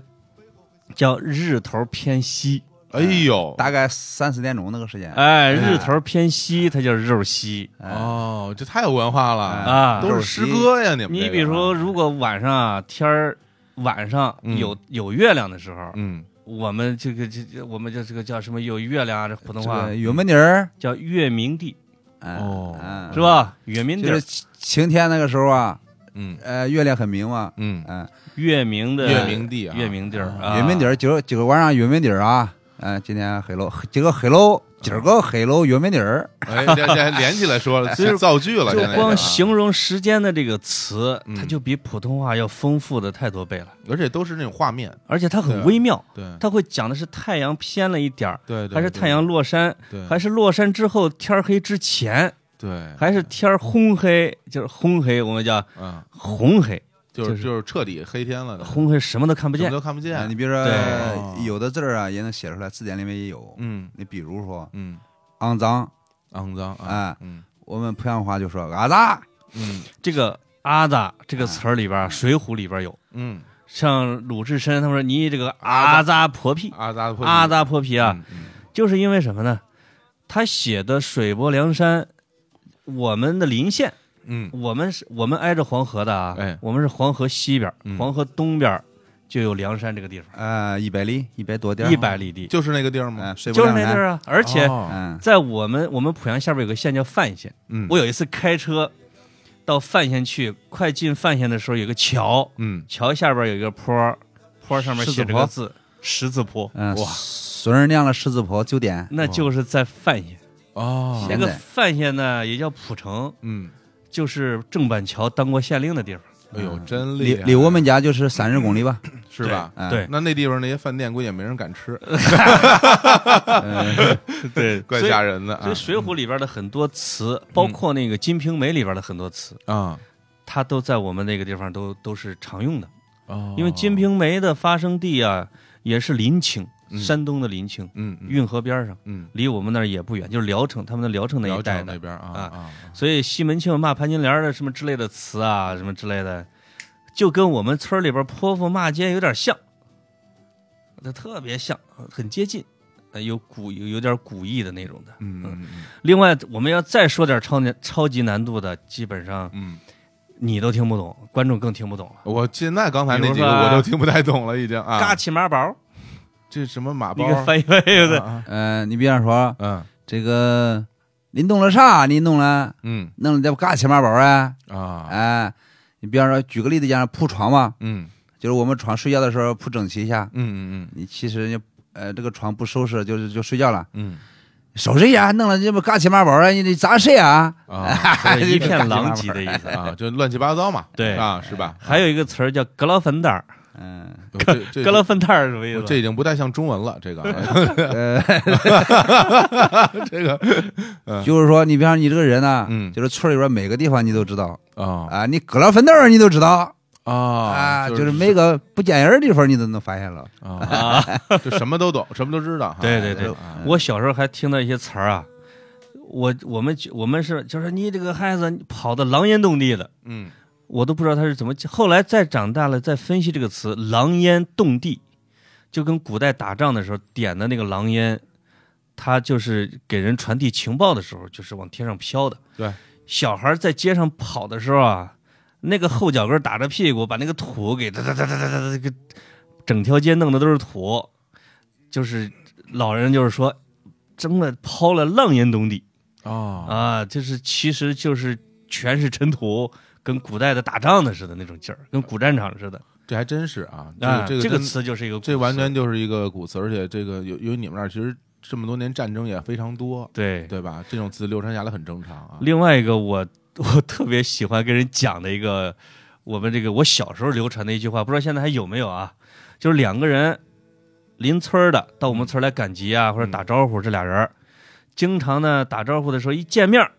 [SPEAKER 2] 叫日头偏西，
[SPEAKER 1] 哎呦，
[SPEAKER 3] 大概三四点钟那个时间。
[SPEAKER 2] 哎，日头偏西，它叫肉席。
[SPEAKER 3] 哎，
[SPEAKER 1] 哦，这太有文化了
[SPEAKER 2] 啊
[SPEAKER 1] 都是诗歌呀，你们这个。
[SPEAKER 2] 你比如说，如果晚上啊天儿晚上
[SPEAKER 1] 嗯
[SPEAKER 2] 有有月亮的时候，
[SPEAKER 1] 嗯，
[SPEAKER 2] 我们这个这这我们叫这个叫什么？有月亮啊，这普通
[SPEAKER 3] 这
[SPEAKER 2] 话
[SPEAKER 3] 个云门底儿，
[SPEAKER 2] 叫月明地，嗯
[SPEAKER 3] 哎
[SPEAKER 1] 哦
[SPEAKER 3] 哎
[SPEAKER 2] 是吧？月明地
[SPEAKER 3] 就
[SPEAKER 2] 儿
[SPEAKER 3] 是，晴晴天那个时候啊，
[SPEAKER 1] 嗯
[SPEAKER 3] 呃，月亮很明嘛，
[SPEAKER 1] 嗯，
[SPEAKER 3] 嗯，
[SPEAKER 2] 月明的
[SPEAKER 1] 月明地啊
[SPEAKER 2] 月明地儿，啊
[SPEAKER 3] 云门底儿，今儿今个晚上云门底儿啊，嗯，今天黑楼，今个黑楼，今儿个黑楼云门底儿，
[SPEAKER 1] 哎，这这还连起来说了，
[SPEAKER 2] 就是
[SPEAKER 1] 造句了，现
[SPEAKER 2] 就
[SPEAKER 1] 在
[SPEAKER 2] 光
[SPEAKER 1] 啊
[SPEAKER 2] 形容时间的这个词，
[SPEAKER 1] 嗯
[SPEAKER 2] 它就比普通话要丰富的太多倍了，
[SPEAKER 1] 而且都是那种画面，
[SPEAKER 2] 而且它
[SPEAKER 1] 对
[SPEAKER 2] 很微妙，
[SPEAKER 1] 对
[SPEAKER 2] 它会讲的是太阳偏了一点儿，
[SPEAKER 1] 对，对
[SPEAKER 2] 还是太阳落山，
[SPEAKER 1] 对
[SPEAKER 2] 还是落山之后天儿黑之前，
[SPEAKER 1] 对，
[SPEAKER 2] 还是天儿烘黑，就是烘黑，我们叫
[SPEAKER 1] 嗯
[SPEAKER 2] 红黑，
[SPEAKER 1] 就
[SPEAKER 2] 就是是
[SPEAKER 1] 就是彻底黑天了的，
[SPEAKER 2] 红黑什么都看不
[SPEAKER 1] 什么
[SPEAKER 2] 见
[SPEAKER 1] 都，看不
[SPEAKER 3] 啊
[SPEAKER 1] 见。
[SPEAKER 3] 你比如说
[SPEAKER 1] 对
[SPEAKER 3] 有的字儿啊，也能写出来，字典里面也有。
[SPEAKER 1] 嗯
[SPEAKER 3] 你比如说
[SPEAKER 1] 嗯，
[SPEAKER 3] 肮脏，
[SPEAKER 1] 肮脏啊
[SPEAKER 3] 哎，
[SPEAKER 1] 嗯
[SPEAKER 3] 我们濮阳话就说嘎哒，
[SPEAKER 1] 嗯
[SPEAKER 2] 这个“阿扎”这
[SPEAKER 1] 啊
[SPEAKER 2] 个词儿里边儿，《水浒》里边儿有，
[SPEAKER 1] 嗯，
[SPEAKER 2] 像鲁智深他们说：“你这个
[SPEAKER 1] 阿
[SPEAKER 2] 阿扎泼皮，
[SPEAKER 1] 阿扎破
[SPEAKER 2] 阿扎泼皮啊！”，
[SPEAKER 1] 嗯
[SPEAKER 2] 就是因为什么呢？他写的水泊梁山，我们的临县，
[SPEAKER 1] 嗯
[SPEAKER 2] 我们是我们挨着黄河的啊，
[SPEAKER 1] 哎
[SPEAKER 2] 我们是黄河西边儿，
[SPEAKER 1] 嗯
[SPEAKER 2] 黄河东边儿就有梁山这个地方，
[SPEAKER 3] 呃，一百里，一百多点儿，
[SPEAKER 2] 一百里地，
[SPEAKER 1] 就是那个地儿吗？
[SPEAKER 3] 嗯，睡不
[SPEAKER 2] 就是
[SPEAKER 3] 了
[SPEAKER 2] 那地
[SPEAKER 3] 南，
[SPEAKER 2] 儿啊。而且
[SPEAKER 1] 哦
[SPEAKER 3] 嗯，
[SPEAKER 2] 在我们我们濮阳下边有个县叫范县，
[SPEAKER 1] 嗯，
[SPEAKER 2] 我有一次开车到范县去，快进范县的时候有个桥，
[SPEAKER 1] 嗯
[SPEAKER 2] 桥下边有一个坡儿，坡儿上面写着个字“十字坡
[SPEAKER 3] 嗯，
[SPEAKER 1] 哇
[SPEAKER 3] 孙儿酿了狮子婆九”，点，
[SPEAKER 2] 那就是在范县。
[SPEAKER 1] 哦
[SPEAKER 2] 那
[SPEAKER 3] 现
[SPEAKER 2] 个
[SPEAKER 3] 在
[SPEAKER 2] 范县呢也叫蒲城，
[SPEAKER 1] 嗯，
[SPEAKER 2] 就是郑板桥当过县令的地方。
[SPEAKER 1] 哎呦，真
[SPEAKER 3] 离
[SPEAKER 1] 厉害，
[SPEAKER 3] 离我们家就是三十公里吧，
[SPEAKER 1] 是吧？
[SPEAKER 3] 嗯
[SPEAKER 2] 嗯对
[SPEAKER 1] 那那地方那些饭店估计也没人敢吃，
[SPEAKER 3] 嗯
[SPEAKER 2] 对，
[SPEAKER 1] 怪吓人的啊
[SPEAKER 2] 所以《水浒》里边的很多词，包括那个《金瓶梅》里边的很多词，
[SPEAKER 1] 啊！
[SPEAKER 2] 它都在我们那个地方都都是常用的。
[SPEAKER 1] 哦
[SPEAKER 2] 因为《金，瓶梅》的发生地啊，也是临清，
[SPEAKER 1] 嗯
[SPEAKER 2] 山东的临清，
[SPEAKER 1] 嗯嗯
[SPEAKER 2] 运河边上，
[SPEAKER 1] 嗯，
[SPEAKER 2] 离我们那儿也不远，就是聊城，他们的聊城那
[SPEAKER 1] 聊
[SPEAKER 2] 一带
[SPEAKER 1] 城
[SPEAKER 2] 的
[SPEAKER 1] 那。边啊
[SPEAKER 2] 啊
[SPEAKER 1] 啊，
[SPEAKER 2] 所以西门庆骂潘金莲的什么之类的词啊，什么之类的，就跟我们村里边泼妇骂街有点像，这特别像，很接近，呃有古有有点古意的那种的。
[SPEAKER 1] 嗯嗯嗯
[SPEAKER 2] 另外，我们要再说点超难超级难度的，基本上
[SPEAKER 1] 嗯，
[SPEAKER 2] 你都听不懂，观众更听不懂了。
[SPEAKER 1] 我现在刚才那几
[SPEAKER 2] 比
[SPEAKER 1] 个
[SPEAKER 2] 如说啊
[SPEAKER 1] 我都听不太懂了，已经啊，
[SPEAKER 2] 嘎起马宝，
[SPEAKER 1] 这什么马
[SPEAKER 2] 你
[SPEAKER 1] 包
[SPEAKER 2] 给翻译翻译
[SPEAKER 1] 啊
[SPEAKER 2] 对，
[SPEAKER 1] 啊
[SPEAKER 3] 呃，你比方说
[SPEAKER 1] 嗯
[SPEAKER 3] 这个，你弄了啥？你弄了
[SPEAKER 1] 嗯
[SPEAKER 3] 弄了这不嘎七八宝啊？
[SPEAKER 1] 啊
[SPEAKER 3] 哎，你比方说举个例子讲，铺床嘛，
[SPEAKER 1] 嗯
[SPEAKER 3] 就是我们床睡觉的时候铺整齐一下
[SPEAKER 1] 嗯，嗯
[SPEAKER 3] 你其实人家呃这个床不收拾就是就睡觉了，
[SPEAKER 1] 嗯
[SPEAKER 3] 收拾呀，弄了这不嘎七八宝啊？你得砸谁啊？
[SPEAKER 1] 嗯啊
[SPEAKER 2] 所以一片狼藉的意 思。
[SPEAKER 1] 啊，就乱七八糟嘛，
[SPEAKER 2] 对
[SPEAKER 1] 啊，是吧？
[SPEAKER 2] 还有一个词儿叫格劳芬蛋儿，
[SPEAKER 3] 嗯，
[SPEAKER 1] 这这
[SPEAKER 2] 格劳芬蛋儿是什么意思？
[SPEAKER 1] 这已经不太像中文了， 这个 啊
[SPEAKER 3] 呃，
[SPEAKER 1] 这个
[SPEAKER 3] 就是说你比方你这个人呢，
[SPEAKER 1] 嗯
[SPEAKER 3] 就是村里边每个地方你都知道
[SPEAKER 1] 啊
[SPEAKER 3] 啊，你搁了奋斗儿你都知道
[SPEAKER 1] 啊
[SPEAKER 3] 啊，就是
[SPEAKER 1] 没
[SPEAKER 3] 每个不见人儿地方你都能发现了。
[SPEAKER 1] 啊，
[SPEAKER 2] 啊，
[SPEAKER 1] 就什么都懂，什么都知道哈，
[SPEAKER 2] 对对对
[SPEAKER 1] 啊
[SPEAKER 2] 我小时候还听到一些词儿啊，我我们我们是就是你这个孩子你跑的狼烟动地的，
[SPEAKER 1] 嗯
[SPEAKER 2] 我都不知道他是怎么。后来再长大了，再分析这个词“狼烟动地”，就跟古代打仗的时候点的那个狼烟，它就是给人传递情报的时候，就是往天上飘的。
[SPEAKER 1] 对，
[SPEAKER 2] 小孩在街上跑的时候啊，那个后脚跟打着屁股，把那个土给哒哒哒哒哒哒哒给整条街弄的都是土，就是老人就是说。蒸了抛了浪烟动地
[SPEAKER 1] 哦
[SPEAKER 2] 啊，就是其实就是全是尘土，跟古代的打仗的似的那种劲儿，跟古战场似的。
[SPEAKER 1] 这还真是啊，这
[SPEAKER 2] 啊，
[SPEAKER 1] 个
[SPEAKER 2] 这
[SPEAKER 1] 个
[SPEAKER 2] 个
[SPEAKER 1] 真
[SPEAKER 2] 词就是一个古
[SPEAKER 1] 这完
[SPEAKER 2] 词
[SPEAKER 1] 全就是一个古词，而且这个由由于你们那儿其实这么多年战争也非常多，
[SPEAKER 2] 对。
[SPEAKER 1] 对吧？这种词流传下来很正常啊。
[SPEAKER 2] 另外一个我我特别喜欢跟人讲的一个，我们这个我小时候流传的一句话，不知道现在还有没有啊？就是两个人邻村儿的到我们村儿来赶集啊，或者打招呼，这俩人儿嗯经常呢打招呼的时候一见面儿，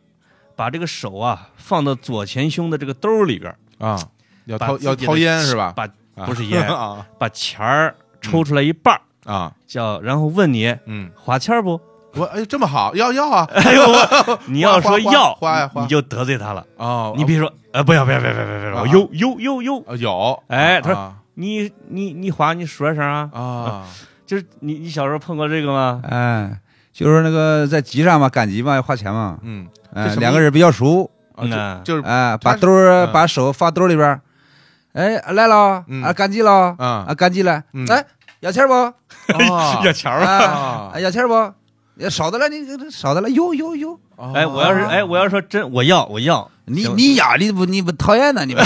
[SPEAKER 2] 把这个手啊放到左前胸的这个兜儿里边儿，
[SPEAKER 1] 啊，要
[SPEAKER 2] 把
[SPEAKER 1] 掏
[SPEAKER 2] 自己
[SPEAKER 1] 要
[SPEAKER 2] 的
[SPEAKER 1] 掏烟是吧？
[SPEAKER 2] 把
[SPEAKER 1] 啊
[SPEAKER 2] 不是烟
[SPEAKER 1] 啊
[SPEAKER 2] 把钱儿抽出来一半儿，
[SPEAKER 1] 啊，
[SPEAKER 2] 叫然后问你
[SPEAKER 1] 嗯，
[SPEAKER 2] 花 钱儿不？
[SPEAKER 1] 我哎这么好，要要啊
[SPEAKER 2] 哎呦，我你要说
[SPEAKER 1] 花
[SPEAKER 2] 要
[SPEAKER 1] 花花呀花
[SPEAKER 2] 你就得罪他了。
[SPEAKER 1] 哦，
[SPEAKER 2] 你比如说，呃，不要不要不要不要不要不
[SPEAKER 1] 啊
[SPEAKER 2] 要，哟哟哟哟，
[SPEAKER 1] 啊有
[SPEAKER 2] 哎他说
[SPEAKER 1] 啊
[SPEAKER 2] 你你你花你说一声啊，
[SPEAKER 1] 啊
[SPEAKER 2] 就是你你小时候碰过这个吗？
[SPEAKER 3] 哎，就是那个在集上嘛，赶集嘛，要花钱嘛，
[SPEAKER 1] 嗯这
[SPEAKER 3] 哎，
[SPEAKER 1] 什么
[SPEAKER 3] 两个人比较熟，
[SPEAKER 1] 啊
[SPEAKER 2] 嗯
[SPEAKER 1] 就就是
[SPEAKER 3] 哎，
[SPEAKER 1] 他
[SPEAKER 3] 把
[SPEAKER 1] 是
[SPEAKER 3] 兜儿
[SPEAKER 1] 嗯
[SPEAKER 3] 把手放兜里边儿，哎，来了
[SPEAKER 1] 嗯
[SPEAKER 3] 啊，赶集了
[SPEAKER 1] 啊
[SPEAKER 3] 啊，赶集了
[SPEAKER 1] 嗯，
[SPEAKER 3] 哎，要钱不？
[SPEAKER 1] 啊
[SPEAKER 2] 要钱儿吧。
[SPEAKER 3] 啊，
[SPEAKER 1] 啊
[SPEAKER 3] 哎要钱不？也少的了，你这这少的了，有有有，
[SPEAKER 1] 啊
[SPEAKER 2] 哎，我要是哎，我要说真我要我要，
[SPEAKER 3] 你
[SPEAKER 2] 行
[SPEAKER 3] 你呀，你不你不讨厌呢？你不，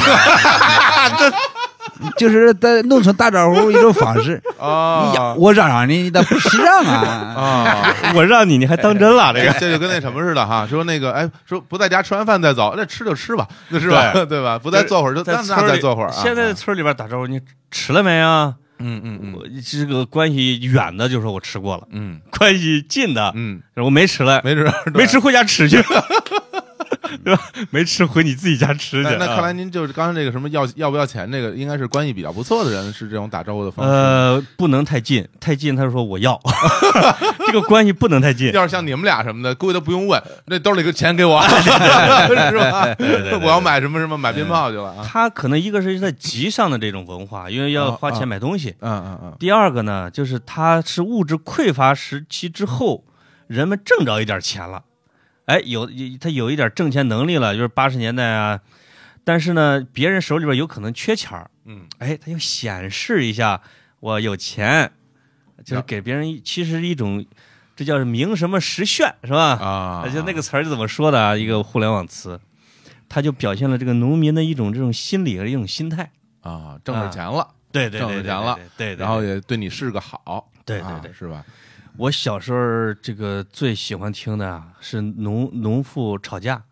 [SPEAKER 3] 就是在农村打招呼一种方式。
[SPEAKER 1] 啊
[SPEAKER 3] 你呀，我嚷嚷你，你咋不识让 啊？
[SPEAKER 1] 啊。
[SPEAKER 2] 我让你你还当真了这
[SPEAKER 1] 这个
[SPEAKER 2] 个
[SPEAKER 1] 哎这就跟那什么似的哈，说那个哎，说不在家吃完饭再走，那吃就吃吧，那是吧？对吧？不再坐会儿就那
[SPEAKER 2] 村
[SPEAKER 1] 那
[SPEAKER 2] 儿
[SPEAKER 1] 再
[SPEAKER 2] 里
[SPEAKER 1] 坐会儿啊。
[SPEAKER 2] 现在村里边打招呼，你吃了没啊？
[SPEAKER 1] 嗯嗯嗯
[SPEAKER 2] 我这个关系远的就说我吃过了，
[SPEAKER 1] 嗯
[SPEAKER 2] 关系近的
[SPEAKER 1] 嗯，
[SPEAKER 2] 我没吃了，
[SPEAKER 1] 没准儿
[SPEAKER 2] 没，吃回家吃去。没吃回你自己家吃去
[SPEAKER 1] 那
[SPEAKER 2] 啊。
[SPEAKER 1] 那看来您就是刚才这个什么要要不要钱这个，应该是关系比较不错的人是这种打招呼的方式。
[SPEAKER 2] 呃，不能太近，太近他就说我要， 这个关系不能太近。
[SPEAKER 1] 要是像你们俩什么的，估计都不用问，那兜里个钱给 我，是吧？我要买什么什么，买鞭炮去了啊！
[SPEAKER 2] 他可能一个是在集上的这种文化，因为要花
[SPEAKER 1] 啊啊
[SPEAKER 2] 钱买东西；
[SPEAKER 1] 嗯嗯嗯，
[SPEAKER 2] 第二个呢，就是他是物质匮乏时期之后，人们挣着一点钱了，哎，有有他有一点挣钱能力了，就是八十年代啊。但是呢，别人手里边有可能缺钱儿，
[SPEAKER 1] 嗯，
[SPEAKER 2] 哎，他要显示一下我有钱，就是给别人一其实一种，这叫名什么实炫是吧？
[SPEAKER 1] 啊，嗯
[SPEAKER 2] 就那个词儿是怎么说的啊？一个互联网词，它就表现了这个农民的一种这种心理和一种心态。
[SPEAKER 1] 啊，挣着钱了，
[SPEAKER 2] 对对
[SPEAKER 1] 挣着
[SPEAKER 2] 对，
[SPEAKER 1] 钱了，
[SPEAKER 2] 对对。对
[SPEAKER 1] 然后，也对你是个好，
[SPEAKER 2] 对对
[SPEAKER 1] 啊
[SPEAKER 2] 对
[SPEAKER 1] 是吧？
[SPEAKER 2] 我小时候这个最喜欢听的啊是农农妇吵 架，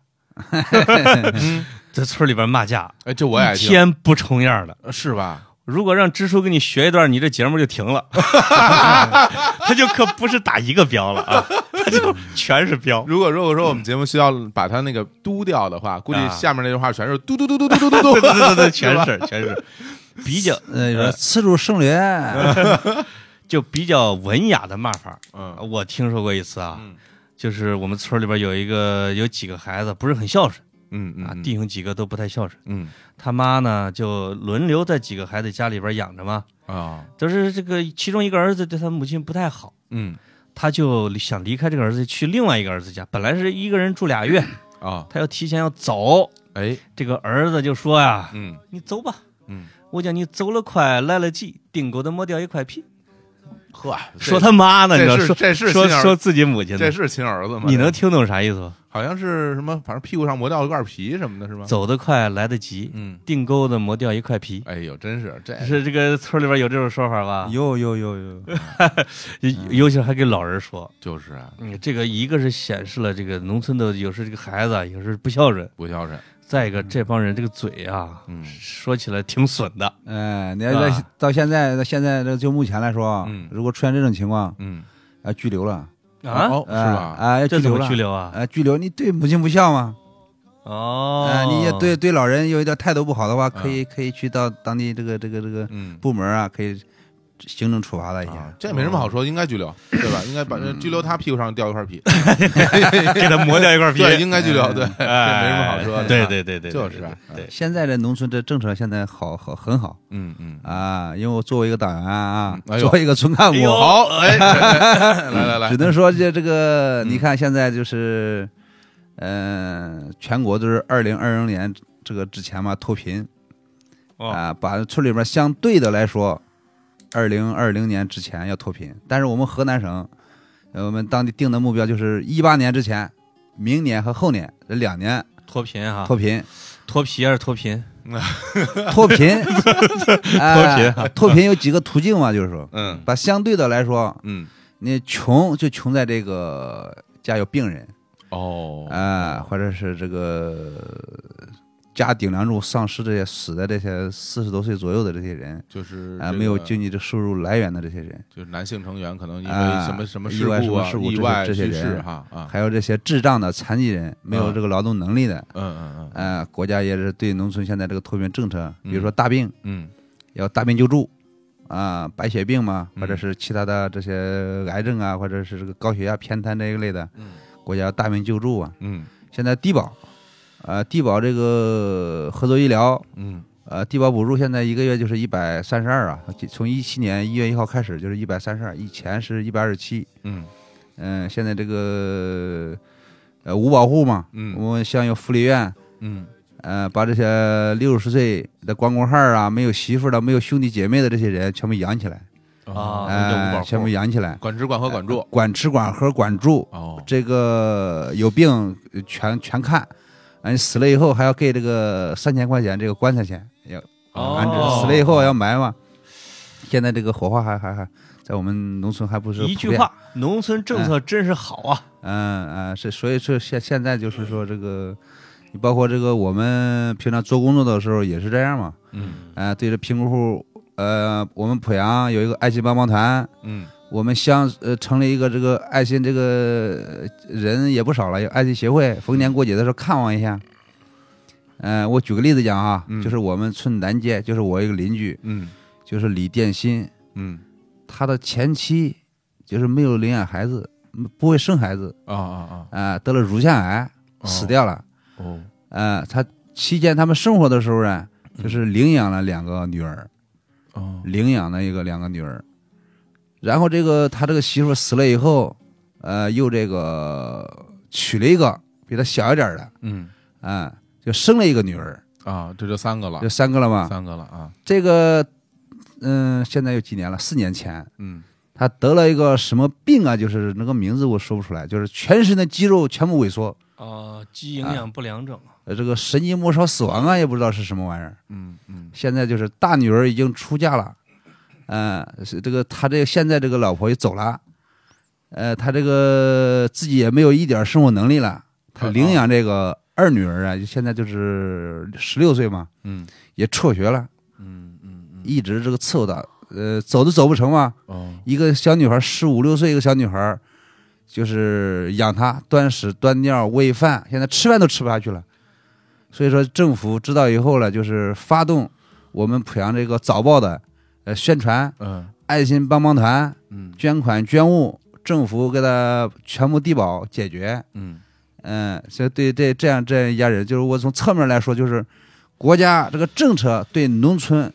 [SPEAKER 2] 在村里边骂架，
[SPEAKER 1] 哎，这我也爱
[SPEAKER 2] 一
[SPEAKER 1] 听，
[SPEAKER 2] 天不重样的。
[SPEAKER 1] 是吧？
[SPEAKER 2] 如果让支书给你学一段，你这节目就停 了，他就可不是打一个标了啊，他就全是标。
[SPEAKER 1] 如果如果说我们节目需要把它那个嘟掉的话，估计
[SPEAKER 2] 啊
[SPEAKER 1] 下面那句话全是嘟嘟嘟嘟嘟嘟嘟嘟
[SPEAKER 2] 对，对 对对，全是全是，比较
[SPEAKER 3] 呃，
[SPEAKER 1] 哎
[SPEAKER 3] 有人刺入圣莲，
[SPEAKER 2] 就比较文雅的骂法。
[SPEAKER 1] 嗯
[SPEAKER 2] 我听说过一次啊，
[SPEAKER 1] 嗯
[SPEAKER 2] 就是我们村里边有一个有几个孩子不是很孝顺
[SPEAKER 1] 嗯嗯
[SPEAKER 2] 啊，
[SPEAKER 1] 嗯
[SPEAKER 2] 弟兄几个都不太孝顺，
[SPEAKER 1] 嗯
[SPEAKER 2] 他妈呢就轮流在几个孩子家里边养着嘛，
[SPEAKER 1] 啊
[SPEAKER 2] 就是这个其中一个儿子对他母亲不太好，
[SPEAKER 1] 嗯
[SPEAKER 2] 他就想离开这个儿子去另外一个儿子家，本来是一个人住俩月，
[SPEAKER 1] 啊
[SPEAKER 2] 他要提前要走，
[SPEAKER 1] 哎
[SPEAKER 2] 这个儿子就说呀、
[SPEAKER 1] 嗯
[SPEAKER 2] 你走吧，
[SPEAKER 1] 嗯，
[SPEAKER 2] 我叫你走了快来了急，顶狗的没掉一块皮，
[SPEAKER 1] 呵，
[SPEAKER 2] 说他妈呢，你知道
[SPEAKER 1] 这是
[SPEAKER 2] 说
[SPEAKER 1] 这是
[SPEAKER 2] 说
[SPEAKER 1] 信儿
[SPEAKER 2] 说自己母亲
[SPEAKER 1] 这
[SPEAKER 2] 呢，
[SPEAKER 1] 是嗯亲儿子吗？
[SPEAKER 2] 你
[SPEAKER 1] 这
[SPEAKER 2] 能听懂啥意思吗？
[SPEAKER 1] 好像是什么，反正屁股上磨掉了块皮什么的，是吗？
[SPEAKER 2] 走得快，来得及，
[SPEAKER 1] 嗯，
[SPEAKER 2] 腚沟子磨掉一块皮。
[SPEAKER 1] 哎呦，真是这
[SPEAKER 2] 是这个村里边有这种说法吧？
[SPEAKER 3] 有有有有，
[SPEAKER 2] 尤尤其是还给老人说，
[SPEAKER 1] 就是啊，
[SPEAKER 2] 嗯，这个一个是显示了这个农村的有时这个孩子啊有时不孝顺，
[SPEAKER 1] 不孝顺，
[SPEAKER 2] 再一个这帮人这个嘴啊，
[SPEAKER 1] 嗯
[SPEAKER 2] 说起来挺损的。
[SPEAKER 3] 哎，你要到
[SPEAKER 2] 啊
[SPEAKER 3] 到现在，到现在这就目前来说啊
[SPEAKER 1] 嗯，
[SPEAKER 3] 如果出现这种情况，
[SPEAKER 1] 嗯
[SPEAKER 3] 要拘留了，
[SPEAKER 2] 啊
[SPEAKER 1] 哦
[SPEAKER 3] 哎
[SPEAKER 1] 是吧？
[SPEAKER 3] 哎，要
[SPEAKER 2] 这
[SPEAKER 3] 拘
[SPEAKER 2] 怎
[SPEAKER 3] 留
[SPEAKER 2] 么
[SPEAKER 3] 了
[SPEAKER 2] 拘，留啊？
[SPEAKER 3] 哎，拘留，你对母亲不孝吗？
[SPEAKER 2] 哦，
[SPEAKER 3] 啊，你也对对老人有一点态度不好的话，可以可以去到当地这个这个这个
[SPEAKER 1] 嗯。
[SPEAKER 3] 部门啊，可以行政处罚他一
[SPEAKER 1] 啊
[SPEAKER 3] 下，。
[SPEAKER 1] 这没什么好说，应该拘留，
[SPEAKER 2] 哦
[SPEAKER 1] 对吧？应该把拘留他屁股上掉一块皮，
[SPEAKER 2] 给他磨掉一块皮，
[SPEAKER 1] 对，应该拘留，对，这
[SPEAKER 2] 哎，
[SPEAKER 1] 没什么好说的，
[SPEAKER 2] 对对对对，对
[SPEAKER 1] 就是啊
[SPEAKER 2] 对对，
[SPEAKER 3] 现在这农村这政策现在好好很好
[SPEAKER 1] 嗯嗯，
[SPEAKER 3] 啊，因为我作为一个党员啊，
[SPEAKER 1] 嗯哎呦
[SPEAKER 3] 作为一个村干部
[SPEAKER 2] 哎，呦
[SPEAKER 1] 好， 哎，来来来
[SPEAKER 3] 只，能说这这个，
[SPEAKER 1] 嗯
[SPEAKER 3] 你看现在就是，嗯，全国都是二零二零年这个之前嘛脱贫
[SPEAKER 2] 哦
[SPEAKER 3] 啊，把村里面相对的来说，二零二零年之前要脱贫，但是我们河南省，呃我们当地定的目标就是一八年之前，明年和后年这两年
[SPEAKER 2] 脱贫哈，
[SPEAKER 3] 脱贫，
[SPEAKER 2] 脱皮还是脱贫？
[SPEAKER 3] 脱贫，哎
[SPEAKER 2] 脱贫
[SPEAKER 3] 脱贫有几个途径嘛，就是说，
[SPEAKER 1] 嗯
[SPEAKER 3] 把相对的来说，
[SPEAKER 1] 嗯，
[SPEAKER 3] 你穷就穷在这个家有病人。
[SPEAKER 1] 哦，
[SPEAKER 3] 啊、或者是这个家顶梁柱丧失这些死的这些四十多岁左右的这些人
[SPEAKER 1] 就是
[SPEAKER 3] 啊、
[SPEAKER 1] 这
[SPEAKER 3] 没有
[SPEAKER 1] 个
[SPEAKER 3] 经济的收入来源的这些人，
[SPEAKER 1] 就是男性成员可能因为
[SPEAKER 3] 啊
[SPEAKER 1] 什么什么
[SPEAKER 3] 意
[SPEAKER 1] 事
[SPEAKER 3] 外什
[SPEAKER 1] 故
[SPEAKER 3] 么
[SPEAKER 1] 啊
[SPEAKER 3] 事故
[SPEAKER 1] 意
[SPEAKER 3] 这些
[SPEAKER 1] 外
[SPEAKER 3] 这些
[SPEAKER 1] 去世
[SPEAKER 3] 人
[SPEAKER 1] 哈啊，
[SPEAKER 3] 还有这些智障的残疾人，没有
[SPEAKER 1] 嗯
[SPEAKER 3] 这个劳动能力的，
[SPEAKER 1] 嗯嗯嗯
[SPEAKER 3] 呃，国家也是对农村现在这个脱贫政策，比
[SPEAKER 1] 嗯
[SPEAKER 3] 如说大病、
[SPEAKER 1] 嗯
[SPEAKER 3] 要大病救助。啊、白血病嘛，或者
[SPEAKER 1] 嗯
[SPEAKER 3] 是其他的这些癌症啊，或者是这个高血压、偏瘫这一类的，
[SPEAKER 1] 嗯
[SPEAKER 3] 国家要大病救助啊。
[SPEAKER 1] 嗯
[SPEAKER 3] 现在低保，呃，低保这个合作医疗，
[SPEAKER 1] 嗯
[SPEAKER 3] 呃，低保补助现在一个月就是一百三十二啊，从一七年一月一号开始就是一百三十二，以前是一百二十七。
[SPEAKER 1] 嗯
[SPEAKER 3] 嗯，现在这个呃五保户嘛，
[SPEAKER 1] 嗯
[SPEAKER 3] 我们像有福利院，
[SPEAKER 1] 嗯
[SPEAKER 3] 呃，把这些六十岁的光棍汉儿啊，没有媳妇儿的、没有兄弟姐妹的这些人全部养起来，
[SPEAKER 2] 啊
[SPEAKER 1] 哦那就五
[SPEAKER 3] 哎、
[SPEAKER 1] 保
[SPEAKER 3] 全部
[SPEAKER 1] 户
[SPEAKER 3] 养起来，
[SPEAKER 1] 管吃管喝管
[SPEAKER 3] 呃
[SPEAKER 1] 住
[SPEAKER 3] 管吃管喝管住，
[SPEAKER 1] 哦，
[SPEAKER 3] 这个有病呃全全看。嗯，你死了以后还要给这个三千块钱这个棺材钱，要
[SPEAKER 2] 哦
[SPEAKER 3] 安置死了以后要埋嘛。现在这个火化还还还在我们农村还不是
[SPEAKER 2] 一
[SPEAKER 3] 普
[SPEAKER 2] 句
[SPEAKER 3] 遍，
[SPEAKER 2] 话，农村政策真是好啊！
[SPEAKER 3] 嗯嗯是，所以说现现在就是说这个，你包括这个我们平常做工作的时候也是这样嘛，啊
[SPEAKER 1] 嗯
[SPEAKER 3] 呃，对着贫困户，呃，我们濮阳有一个爱心帮帮团，
[SPEAKER 1] 嗯
[SPEAKER 3] 我们乡呃成立一个这个爱心这个呃人也不少了，有爱心协会，逢年过节的时候看望一下。嗯、我举个例子讲啊，
[SPEAKER 1] 嗯
[SPEAKER 3] 就是我们村南街，就是我一个邻居，
[SPEAKER 1] 嗯
[SPEAKER 3] 就是李殿新，
[SPEAKER 1] 嗯
[SPEAKER 3] 他的前妻就是没有领养孩子，不会生孩子，
[SPEAKER 1] 啊啊
[SPEAKER 3] 啊、得了乳腺癌，
[SPEAKER 1] 啊，
[SPEAKER 3] 死掉了。
[SPEAKER 1] 哦
[SPEAKER 3] 呃，他期间他们生活的时候呢，就是领养了两个女儿，
[SPEAKER 1] 哦
[SPEAKER 3] 领养了一个两个女儿。然后这个他这个媳妇死了以后，呃，又这个娶了一个比他小一点儿的，
[SPEAKER 2] 嗯
[SPEAKER 3] 啊、就生了一个女儿，
[SPEAKER 1] 啊，这就三个了
[SPEAKER 3] 就，三个了嘛。
[SPEAKER 1] 三个了啊，
[SPEAKER 3] 这个，嗯、现在有几年了？四年前，
[SPEAKER 1] 嗯
[SPEAKER 3] 他得了一个什么病啊？就是那个名字我说不出来，就是全身的肌肉全部萎缩，
[SPEAKER 2] 哦，肌营养不良啊症，
[SPEAKER 3] 呃，这个神经末梢死亡啊，也不知道是什么玩意儿。
[SPEAKER 1] 嗯嗯
[SPEAKER 3] 现在就是大女儿已经出嫁了，嗯、是这个他这个现在这个老婆也走了，呃，他这个自己也没有一点生活能力了，
[SPEAKER 1] 啊
[SPEAKER 3] 他领养这个二女儿啊，就现在就是十六岁嘛，
[SPEAKER 1] 嗯
[SPEAKER 3] 也辍学了，
[SPEAKER 1] 嗯嗯嗯，
[SPEAKER 3] 一直这个伺候她，呃，走都走不成嘛。
[SPEAKER 1] 哦
[SPEAKER 3] 一个小女孩十五六岁，一个小女孩儿就是养她，端屎端尿喂饭，现在吃饭都吃不下去了。所以说，政府知道以后了，就是发动我们濮阳这个早报的呃宣传
[SPEAKER 1] 嗯
[SPEAKER 3] 爱心帮帮团
[SPEAKER 1] 嗯
[SPEAKER 3] 捐款捐物，政府给他全部低保解决。
[SPEAKER 1] 嗯
[SPEAKER 3] 嗯，所以对这这样这样一家人，就是我从侧面来说，就是国家这个政策对农村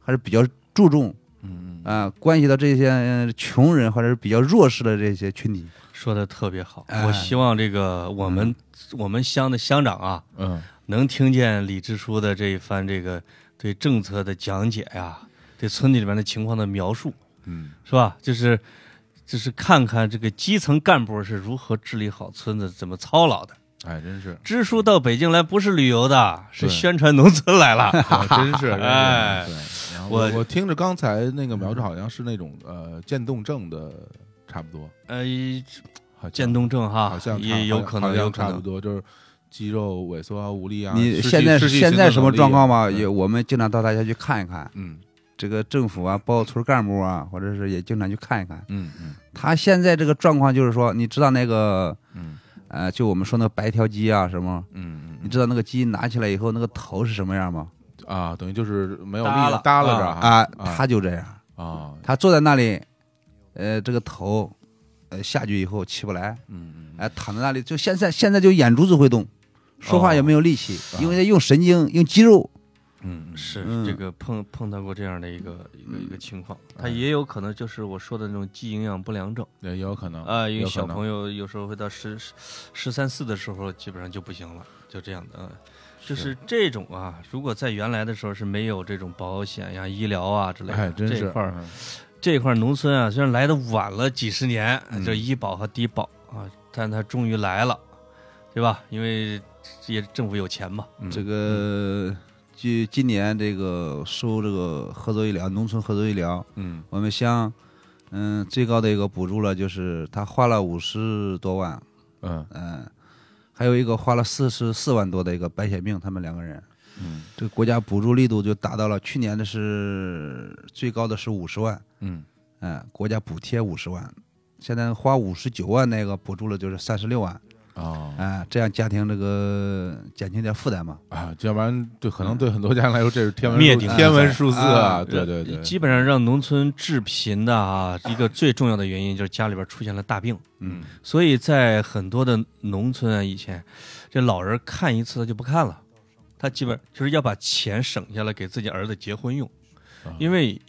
[SPEAKER 3] 还是比较注重，
[SPEAKER 1] 嗯
[SPEAKER 3] 啊、关系到这些呃穷人或者是比较弱势的这些群体。
[SPEAKER 2] 说的特别好。
[SPEAKER 3] 哎
[SPEAKER 2] 我希望这个我们我们乡的乡长啊，
[SPEAKER 1] 嗯
[SPEAKER 2] 能听见李支书的这一番这个对政策的讲解呀、对村子里面的情况的描述，
[SPEAKER 1] 嗯
[SPEAKER 2] 是吧？就是就是看看这个基层干部是如何治理好村子，怎么操劳的。
[SPEAKER 1] 哎，真是，
[SPEAKER 2] 支书到北京来不是旅游的，是
[SPEAKER 1] 对
[SPEAKER 2] 宣传农村来 了。
[SPEAKER 1] 啊真是，真是
[SPEAKER 2] 哎
[SPEAKER 1] 对然后
[SPEAKER 2] 我
[SPEAKER 1] 我我听着刚才那个苗子好像是那种呃渐冻症的，差不多，
[SPEAKER 2] 呃，
[SPEAKER 1] 好像
[SPEAKER 2] 渐冻症哈，
[SPEAKER 1] 好像差
[SPEAKER 2] 也有可
[SPEAKER 1] 好
[SPEAKER 2] 能，
[SPEAKER 1] 像
[SPEAKER 2] 有可
[SPEAKER 1] 差不
[SPEAKER 2] 能。
[SPEAKER 1] 多就是肌肉萎缩啊、无力啊。失
[SPEAKER 3] 你
[SPEAKER 1] 去
[SPEAKER 3] 现在
[SPEAKER 1] 失去
[SPEAKER 3] 现
[SPEAKER 1] 行
[SPEAKER 3] 在
[SPEAKER 1] 动
[SPEAKER 3] 什么
[SPEAKER 1] 能力嗯
[SPEAKER 3] 状况吧？
[SPEAKER 1] 对
[SPEAKER 3] 也我们经常到大家去看一看，
[SPEAKER 1] 嗯
[SPEAKER 3] 这个政府啊，包括村干部啊，或者是也经常去看一看。
[SPEAKER 1] 嗯嗯
[SPEAKER 3] 他现在这个状况就是说，你知道那个
[SPEAKER 1] 嗯
[SPEAKER 3] 呃，就我们说那个白条鸡啊什么，
[SPEAKER 1] 嗯
[SPEAKER 3] 你知道那个鸡拿起来以后那个头是什么样吗？
[SPEAKER 1] 嗯啊，等于就是没有力
[SPEAKER 2] 耷
[SPEAKER 1] 了
[SPEAKER 2] 拉
[SPEAKER 1] 耷拉着
[SPEAKER 3] 啊，
[SPEAKER 1] 啊
[SPEAKER 3] 他就这样，
[SPEAKER 1] 啊
[SPEAKER 3] 他坐在那里，呃，这个头呃下去以后起不来，
[SPEAKER 1] 嗯嗯
[SPEAKER 3] 哎，躺在那里就现在现在就眼珠子会动，说话也没有力气，
[SPEAKER 1] 哦
[SPEAKER 3] 因为在用神经用肌肉。
[SPEAKER 1] 嗯哎
[SPEAKER 2] 是
[SPEAKER 3] 嗯
[SPEAKER 2] 这个碰碰到过这样的一个一个一个情况，他也有可能就是我说的那种肌营养不良症
[SPEAKER 1] 嗯，也有可能
[SPEAKER 2] 啊，因为
[SPEAKER 1] 有可
[SPEAKER 2] 小
[SPEAKER 1] 能
[SPEAKER 2] 朋友有时候会到十十十三四的时候，基本上就不行了，就这样的。嗯就是这种啊，如果在原来的时候是没有这种保险呀、医疗啊之类
[SPEAKER 1] 哎，
[SPEAKER 2] 的，
[SPEAKER 1] 真是
[SPEAKER 2] 这块儿
[SPEAKER 1] 嗯
[SPEAKER 2] 这块儿农村啊，虽然来的晚了几十年
[SPEAKER 1] 嗯，
[SPEAKER 2] 这医保和低保啊，但它终于来了，对吧？因为也政府有钱嘛，
[SPEAKER 1] 嗯
[SPEAKER 3] 这个据今年这个收这个合作医疗，农村合作医疗，
[SPEAKER 1] 嗯
[SPEAKER 3] 我们乡嗯最高的一个补助了，就是他花了五十多万，
[SPEAKER 1] 嗯
[SPEAKER 3] 嗯，还有一个花了四十四万多的一个白血病，他们两个人。
[SPEAKER 1] 嗯
[SPEAKER 3] 这个国家补助力度就达到了去年的是最高的是五十万，
[SPEAKER 1] 嗯
[SPEAKER 3] 嗯，国家补贴五十万，现在花五十九万那个补助了就是三十六万，
[SPEAKER 1] 哦
[SPEAKER 3] 啊，这样家庭这个减轻点负担嘛。
[SPEAKER 1] 啊，要不然对可能对很多家人来说这是天文
[SPEAKER 2] 灭
[SPEAKER 1] 数
[SPEAKER 2] 顶
[SPEAKER 1] 天文
[SPEAKER 3] 之灾
[SPEAKER 1] 数字
[SPEAKER 3] 啊
[SPEAKER 1] 啊，对对对，
[SPEAKER 2] 基本上让农村致贫的啊，一个最重要的原因就是家里边出现了大病，
[SPEAKER 1] 嗯
[SPEAKER 2] 所以在很多的农村啊，以前这老人看一次他就不看了，他基本就是要把钱省下来给自己儿子结婚用
[SPEAKER 1] 啊，
[SPEAKER 2] 因为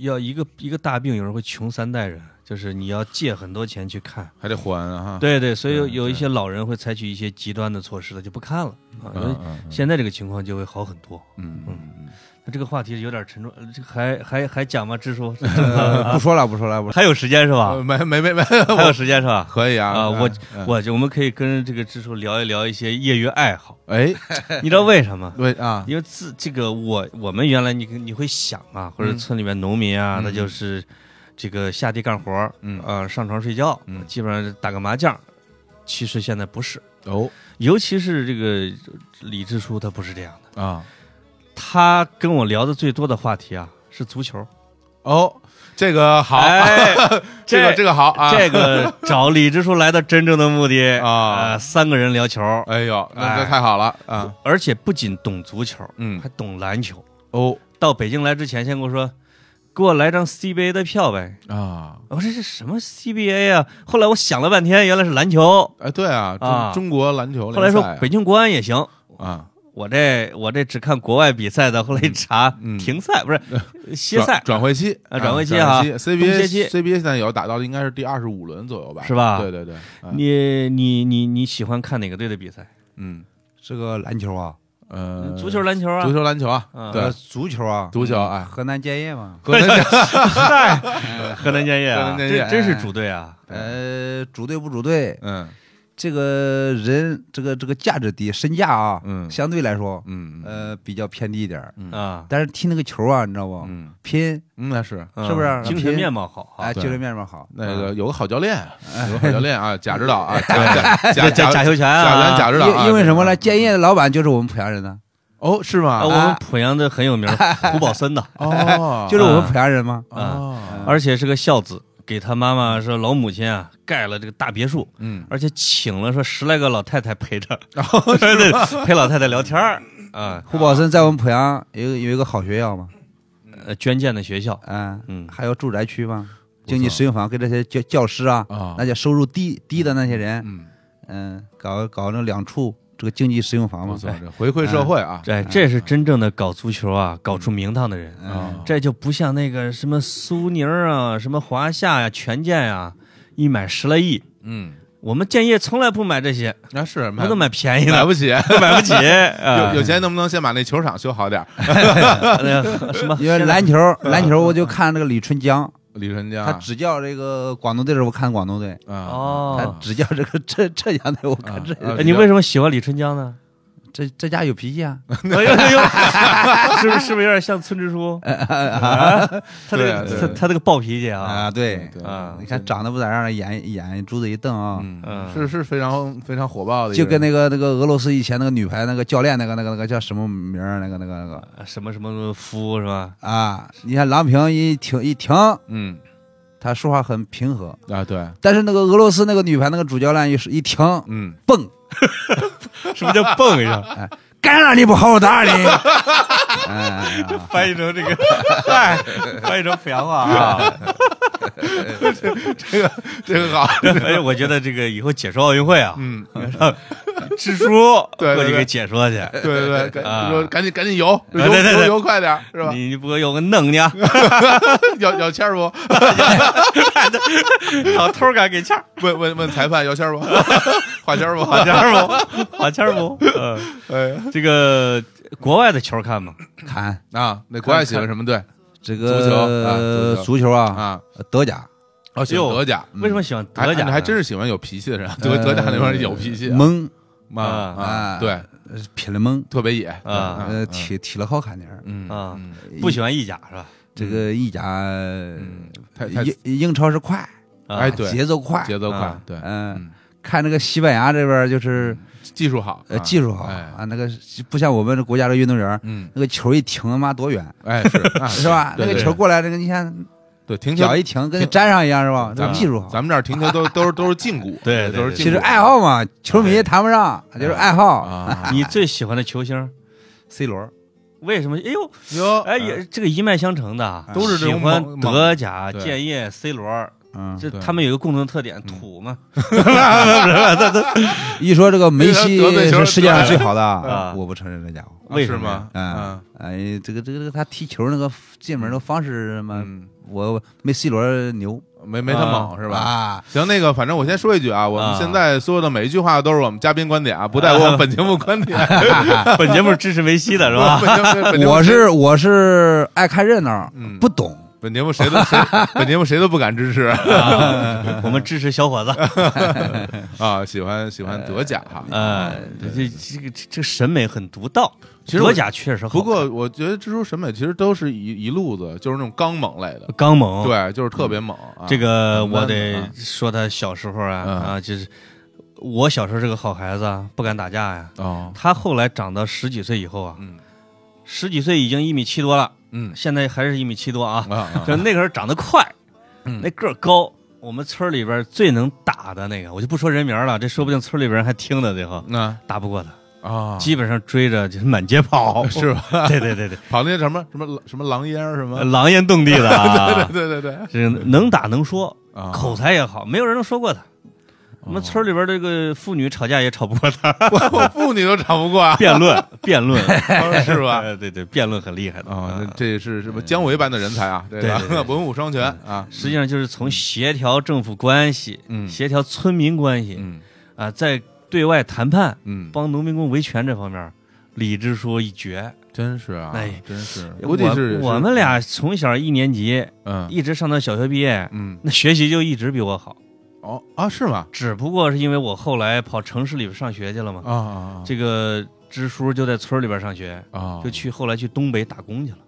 [SPEAKER 2] 要一个一个大病，有人会穷三代人，就是你要借很多钱去看。
[SPEAKER 1] 还得还啊哈，
[SPEAKER 2] 对对，所以有
[SPEAKER 1] 对
[SPEAKER 2] 有一
[SPEAKER 1] 对
[SPEAKER 2] 些老人会采取一些极端的措施，他就不看了啊。
[SPEAKER 1] 嗯
[SPEAKER 2] 因为
[SPEAKER 1] 嗯
[SPEAKER 2] 现在这个情况就会好很多。
[SPEAKER 1] 嗯嗯嗯
[SPEAKER 2] 那这个话题有点沉重，呃这个还还还讲吗？支 书
[SPEAKER 1] 啊
[SPEAKER 3] 呃不说了，不说了，不说
[SPEAKER 2] 还有时间是
[SPEAKER 1] 呃，
[SPEAKER 2] 吧？
[SPEAKER 1] 没没没没，
[SPEAKER 2] 还有时间是吧？
[SPEAKER 1] 可以啊
[SPEAKER 2] 啊，呃我
[SPEAKER 1] 嗯
[SPEAKER 2] 我我们可以跟这个支书聊一聊一些业余爱 好，
[SPEAKER 1] 哎？
[SPEAKER 2] 你知道为什么
[SPEAKER 1] 对啊，
[SPEAKER 2] 因为自这个我我们原来你你会想啊，或者
[SPEAKER 1] 嗯
[SPEAKER 2] 村里面农民啊，
[SPEAKER 1] 嗯
[SPEAKER 2] 他就是这个下地干活儿，
[SPEAKER 1] 嗯
[SPEAKER 2] 呃，上床睡觉，
[SPEAKER 1] 嗯
[SPEAKER 2] 基本上打个麻将。其实现在不是，
[SPEAKER 1] 哦
[SPEAKER 2] 尤其是这个李支书，他不是这样的。
[SPEAKER 1] 啊
[SPEAKER 2] 他跟我聊的最多的话题啊是足球，
[SPEAKER 1] 哦，这个好，啊
[SPEAKER 2] 哎
[SPEAKER 1] 这个
[SPEAKER 2] 这
[SPEAKER 1] 这个好啊，
[SPEAKER 2] 这个找李支书来的真正的目 的
[SPEAKER 1] 啊
[SPEAKER 2] 呃三个人聊球，
[SPEAKER 1] 哎呦，那
[SPEAKER 2] 哎
[SPEAKER 1] 这太好了啊！
[SPEAKER 2] 而且不仅懂足球，
[SPEAKER 1] 嗯
[SPEAKER 2] 还懂篮球。
[SPEAKER 1] 哦
[SPEAKER 2] 到北京来之前，先跟我说，给我来张 CBA 的票呗。
[SPEAKER 1] 啊，
[SPEAKER 2] 我说这是什么 CBA 啊？后来我想了半天，原来是篮球。
[SPEAKER 1] 哎，对啊，
[SPEAKER 2] 啊
[SPEAKER 1] 中中国篮球
[SPEAKER 2] 后来
[SPEAKER 1] 联
[SPEAKER 2] 说
[SPEAKER 1] 赛
[SPEAKER 2] 北京国安也行。
[SPEAKER 1] 啊，
[SPEAKER 2] 我这我这只看国外比赛的，后来一查
[SPEAKER 1] 嗯嗯
[SPEAKER 2] 停赛 不是歇赛
[SPEAKER 1] 转转会期
[SPEAKER 2] 啊转会期
[SPEAKER 1] 啊
[SPEAKER 2] 哈
[SPEAKER 1] 转会期
[SPEAKER 2] 冬歇
[SPEAKER 1] ，CBA
[SPEAKER 2] 期
[SPEAKER 1] CBA 现在有打到的应该是第二十五轮左右吧？
[SPEAKER 2] 是吧嗯
[SPEAKER 1] 对对对，啊
[SPEAKER 2] 你你你你喜欢看哪个队的比赛？
[SPEAKER 1] 嗯
[SPEAKER 3] 这个篮球啊，
[SPEAKER 1] 呃，
[SPEAKER 2] 足球、篮球啊
[SPEAKER 1] 足？球、篮球啊
[SPEAKER 2] 嗯，
[SPEAKER 1] 对
[SPEAKER 3] 呃，足球啊，
[SPEAKER 1] 足球啊，
[SPEAKER 3] 河南建业嘛，
[SPEAKER 1] 河南
[SPEAKER 2] 河南建业
[SPEAKER 1] 河
[SPEAKER 2] 啊，
[SPEAKER 1] 南建业哎
[SPEAKER 2] 这真是主队啊！
[SPEAKER 3] 呃，主队不主队，
[SPEAKER 1] 嗯
[SPEAKER 3] 这个人这个这个价值低，身价啊，
[SPEAKER 1] 嗯
[SPEAKER 3] 相对来说，
[SPEAKER 1] 嗯嗯
[SPEAKER 3] 呃，比较偏低一点儿。
[SPEAKER 1] 嗯
[SPEAKER 2] 啊，
[SPEAKER 3] 但是踢那个球啊，你知道不？
[SPEAKER 1] 嗯
[SPEAKER 3] 拼，
[SPEAKER 1] 嗯，那是
[SPEAKER 2] 嗯
[SPEAKER 3] 是不是
[SPEAKER 2] 精神面貌好啊
[SPEAKER 3] 哎，？
[SPEAKER 1] 对
[SPEAKER 3] 精神面貌好。
[SPEAKER 1] 那个有个好教练，有个好教练啊，贾指导 啊，贾贾
[SPEAKER 2] 贾
[SPEAKER 1] 贾
[SPEAKER 2] 贾贾
[SPEAKER 1] 贾
[SPEAKER 2] 秀全
[SPEAKER 1] 贾
[SPEAKER 2] 啊，
[SPEAKER 1] 贾指导啊，
[SPEAKER 3] 因因为什么呢？建业的老板就是我们濮阳人呢，
[SPEAKER 1] 哦，是吗
[SPEAKER 2] 啊，我？们濮阳的很有名，胡宝森的，
[SPEAKER 1] 哦，
[SPEAKER 3] 就是我们濮阳人吗？
[SPEAKER 1] 哦，
[SPEAKER 2] 而且是个孝子，给他妈妈说老母亲啊盖了这个大别墅，
[SPEAKER 1] 嗯，
[SPEAKER 2] 而且请了说十来个老太太陪着， 对对，陪老太太聊天儿啊，
[SPEAKER 3] 胡宝森在我们濮阳有有一个好学校吗？
[SPEAKER 2] 呃捐建的学校，
[SPEAKER 3] 嗯
[SPEAKER 2] 嗯
[SPEAKER 3] 还有住宅区吗？
[SPEAKER 1] 错
[SPEAKER 3] 经济适用房给这些教教师啊，
[SPEAKER 1] 啊
[SPEAKER 3] 那些收入低低的那些人，
[SPEAKER 1] 嗯，
[SPEAKER 3] 嗯，搞搞那两处这个经济适用房
[SPEAKER 1] 不
[SPEAKER 3] 嘛，
[SPEAKER 1] 错，这回馈社会啊，
[SPEAKER 2] 哎，这是真正的搞足球啊，搞出名堂的人，
[SPEAKER 1] 啊，
[SPEAKER 2] 这就不像那个什么苏宁啊、什么华夏呀、权健呀，一买十来亿。
[SPEAKER 1] 嗯，
[SPEAKER 2] 我们建业从来不买这些，
[SPEAKER 1] 那是
[SPEAKER 2] 不都买便宜
[SPEAKER 1] 买
[SPEAKER 2] 的，
[SPEAKER 1] 不起，
[SPEAKER 2] 买不起。 啊
[SPEAKER 1] 有有钱能不能先把那球场修好点儿？
[SPEAKER 2] 那个什么
[SPEAKER 3] 因为篮球 篮球我就看这个李春江，
[SPEAKER 1] 李春江
[SPEAKER 3] 他只教这个广东队的时候我看广东队，
[SPEAKER 1] 啊
[SPEAKER 3] 他
[SPEAKER 2] 哦，
[SPEAKER 3] 只教这个浙浙江队我看浙
[SPEAKER 1] 啊
[SPEAKER 2] 哎你为什么喜欢李春 江呢？
[SPEAKER 3] 这这家有脾气啊，
[SPEAKER 2] 哎呦哎呦， 是不是是不是有点像村支书？啊他这
[SPEAKER 1] 哎对
[SPEAKER 2] 个
[SPEAKER 1] 啊对
[SPEAKER 2] 他他这个暴脾气啊，
[SPEAKER 3] 啊对
[SPEAKER 1] 对
[SPEAKER 2] 啊
[SPEAKER 3] 你看长得不咋样，眼眼珠子一瞪啊，
[SPEAKER 1] 嗯
[SPEAKER 2] 嗯
[SPEAKER 1] 是是非常非常火爆的一
[SPEAKER 3] 就
[SPEAKER 1] 人，
[SPEAKER 3] 跟那个那个俄罗斯以前那个女排那个教练那个那个那个叫什么名儿啊那个那个那个
[SPEAKER 2] 什么什么夫是吧？
[SPEAKER 3] 啊，你看郎平一停一停，
[SPEAKER 1] 嗯
[SPEAKER 3] 他说话很平和，
[SPEAKER 1] 啊对，
[SPEAKER 3] 但是那个俄罗斯那个女排那个主教练一是一停，
[SPEAKER 1] 嗯
[SPEAKER 3] 蹦，
[SPEAKER 2] 什么叫蹦
[SPEAKER 1] 哎
[SPEAKER 2] 一下？
[SPEAKER 3] 干啥你不好好打你？ 哎呀
[SPEAKER 2] 翻译成这个，哎，翻译成濮阳话 啊！
[SPEAKER 1] 这个好，
[SPEAKER 2] 哎，我觉得这个以后解说奥运会啊，
[SPEAKER 1] 嗯
[SPEAKER 2] 支书
[SPEAKER 1] 对对对
[SPEAKER 2] 过去给解 说去，
[SPEAKER 1] 对对对，
[SPEAKER 2] 啊
[SPEAKER 1] 赶说赶紧赶紧游
[SPEAKER 2] 对对对
[SPEAKER 1] 游
[SPEAKER 2] 对
[SPEAKER 1] 游快点儿是吧？
[SPEAKER 2] 你你不给我 弄你啊！
[SPEAKER 1] 要要签儿不？
[SPEAKER 2] 老头敢给签儿，
[SPEAKER 1] 问问问裁判要签儿不？ 画签儿不？
[SPEAKER 2] 花签儿不？花签儿 不？嗯，
[SPEAKER 1] 哎
[SPEAKER 2] 这个国外的球看吗？
[SPEAKER 1] 嗯
[SPEAKER 3] 看
[SPEAKER 1] 啊，那国外喜欢什么队
[SPEAKER 3] 这
[SPEAKER 1] 足球啊
[SPEAKER 3] 个
[SPEAKER 1] 足球
[SPEAKER 3] 足球啊，
[SPEAKER 1] 啊？
[SPEAKER 3] 德甲，
[SPEAKER 1] 哦，喜欢德甲，
[SPEAKER 2] 为什么喜欢
[SPEAKER 1] 还
[SPEAKER 2] 德甲呢？
[SPEAKER 1] 还真是喜欢有脾气的人，德德甲那边有脾气啊，
[SPEAKER 3] 蒙
[SPEAKER 1] 啊啊，
[SPEAKER 3] 呃啊
[SPEAKER 1] 对，
[SPEAKER 3] 撇了蒙，
[SPEAKER 1] 特别野
[SPEAKER 2] 啊
[SPEAKER 3] 呃，体体了好看点儿。
[SPEAKER 1] 嗯
[SPEAKER 2] 啊
[SPEAKER 1] 嗯
[SPEAKER 2] 不喜欢意甲是吧？
[SPEAKER 3] 这个意甲
[SPEAKER 1] 嗯，太太
[SPEAKER 3] 英英超是快，
[SPEAKER 2] 啊
[SPEAKER 1] 哎对
[SPEAKER 3] 节奏快，
[SPEAKER 1] 节奏快
[SPEAKER 2] 啊，
[SPEAKER 1] 对，
[SPEAKER 3] 嗯
[SPEAKER 1] 嗯，
[SPEAKER 3] 看那个西班牙这边儿就是
[SPEAKER 1] 技术好，
[SPEAKER 3] 呃
[SPEAKER 1] 啊
[SPEAKER 3] 技术好
[SPEAKER 1] 哎
[SPEAKER 3] 啊，那个不像我们这国家的运动员儿，
[SPEAKER 1] 嗯，
[SPEAKER 3] 那个球一停他妈多远
[SPEAKER 1] 哎是啊
[SPEAKER 3] 是吧？
[SPEAKER 1] 对
[SPEAKER 3] 那个
[SPEAKER 1] 对
[SPEAKER 3] 球过来，那个你看
[SPEAKER 1] 对停球
[SPEAKER 3] 脚一停跟
[SPEAKER 1] 停
[SPEAKER 3] 粘上一样是吧？
[SPEAKER 1] 咱
[SPEAKER 3] 这
[SPEAKER 1] 们
[SPEAKER 3] 技术好
[SPEAKER 1] 咱。们这儿停球都都是都是 胫骨，
[SPEAKER 2] 对对
[SPEAKER 1] 都是
[SPEAKER 2] 对
[SPEAKER 1] 胫骨
[SPEAKER 3] 其实爱好嘛，球迷谈不上，就是爱好。
[SPEAKER 1] 嗯啊，
[SPEAKER 2] 你最喜欢的球星
[SPEAKER 3] C 罗，
[SPEAKER 2] 为什么？哎呦，
[SPEAKER 1] 哟
[SPEAKER 2] 哎也这个一脉相承的啊，
[SPEAKER 1] 都是这
[SPEAKER 2] 喜
[SPEAKER 1] 种
[SPEAKER 2] 欢
[SPEAKER 1] 猛
[SPEAKER 2] 德甲、
[SPEAKER 1] 对
[SPEAKER 2] 建业、C 罗，
[SPEAKER 3] 嗯，
[SPEAKER 2] 这
[SPEAKER 1] 对
[SPEAKER 2] 他们有一个共同特点，土嘛。
[SPEAKER 3] 一说这个梅西
[SPEAKER 1] 这个得罪球
[SPEAKER 3] 是世界上最好的
[SPEAKER 2] 啊
[SPEAKER 3] 啊，我不承认这家伙。
[SPEAKER 1] 啊
[SPEAKER 2] 为
[SPEAKER 1] 是
[SPEAKER 2] 什么呀
[SPEAKER 1] 吗？
[SPEAKER 3] 嗯，哎，这个这个这个，他踢球那个进门的方式嘛，
[SPEAKER 1] 嗯，
[SPEAKER 3] 我没 C 罗牛
[SPEAKER 1] 没没
[SPEAKER 3] 啊
[SPEAKER 1] 他猛是
[SPEAKER 3] 是
[SPEAKER 1] 吧？
[SPEAKER 3] 吧？
[SPEAKER 1] 行，那个反正我先说一句啊，我们
[SPEAKER 2] 啊
[SPEAKER 1] 现在所有的每一句话都是我们嘉宾观点啊，不代表我们本节目观点，
[SPEAKER 2] 本节目是支持梅西的是吧？
[SPEAKER 1] 本节目本节目
[SPEAKER 3] 我是我是爱看热闹，
[SPEAKER 1] 嗯
[SPEAKER 3] 不懂。
[SPEAKER 1] 本节目谁都谁本节目谁都不敢支持
[SPEAKER 2] 啊我们支持小伙子，
[SPEAKER 1] 啊，喜欢喜欢德甲哈。
[SPEAKER 2] 呃，这这个这这审美很独到，
[SPEAKER 1] 其实我
[SPEAKER 2] 德甲确实好看，
[SPEAKER 1] 不过我觉得蜘蛛审美其实都是一一路子，就是那种刚猛类的，
[SPEAKER 2] 刚猛，，
[SPEAKER 1] 对，就是特别猛啊。
[SPEAKER 2] 这个
[SPEAKER 1] 很慢
[SPEAKER 2] 我
[SPEAKER 1] 啊
[SPEAKER 2] 得说他小时候啊
[SPEAKER 1] 嗯
[SPEAKER 2] 啊，就是我小时候是个好孩子，啊，不敢打架呀。
[SPEAKER 1] 哦，
[SPEAKER 2] 他后来长到十几岁以后啊，
[SPEAKER 1] 嗯
[SPEAKER 2] 十几岁已经一米七多了，
[SPEAKER 1] 嗯
[SPEAKER 2] 现在还是一米七多啊，
[SPEAKER 1] 啊啊，
[SPEAKER 2] 就那个时候长得快，
[SPEAKER 1] 嗯
[SPEAKER 2] 那个儿高。我们村儿里边最能打的那个，我就不说人名了，这说不定村里边人还听呢。最后
[SPEAKER 1] 那
[SPEAKER 2] 打不过他，
[SPEAKER 1] 嗯啊，
[SPEAKER 2] 基本上追着就是满街 跑，
[SPEAKER 1] 是吧？
[SPEAKER 2] 对对对对，
[SPEAKER 1] 跑那什么什么什么狼烟儿什么，
[SPEAKER 2] 狼烟动地的啊，
[SPEAKER 1] 对对对，
[SPEAKER 2] 这能打能说，
[SPEAKER 1] 啊，哦
[SPEAKER 2] 口才也好，没有人能说过他。我们村里边这个妇女吵架也吵不过 他，
[SPEAKER 1] 我我妇女都吵不过啊，
[SPEAKER 2] 辩论辩论
[SPEAKER 1] 是吧？
[SPEAKER 2] 哎对对，辩论很厉害的
[SPEAKER 1] 啊，那这是什么姜维般的人才啊？这
[SPEAKER 2] 呃对对对
[SPEAKER 1] 个 文武双全啊，
[SPEAKER 2] 实际上就是从协调政府关系，
[SPEAKER 1] 嗯
[SPEAKER 2] 协调村民关系，
[SPEAKER 1] 嗯
[SPEAKER 2] 啊，在对外谈判、
[SPEAKER 1] 嗯，
[SPEAKER 2] 帮农民工维权这方面，李支书一绝。
[SPEAKER 1] 真是啊
[SPEAKER 2] 哎，
[SPEAKER 1] 真是，估
[SPEAKER 2] 我
[SPEAKER 1] 计是
[SPEAKER 2] 我们，俩从小一年级
[SPEAKER 1] 嗯
[SPEAKER 2] 一直上到小学毕业，
[SPEAKER 1] 嗯，
[SPEAKER 2] 那学习就一直比我好，
[SPEAKER 1] 哦啊，是吗？
[SPEAKER 2] 只不过是因为我后来跑城市里边上学去了嘛。
[SPEAKER 1] 啊啊
[SPEAKER 2] 这个支书就在村里边上学，
[SPEAKER 1] 啊啊，
[SPEAKER 2] 就去后来去东北打工去了，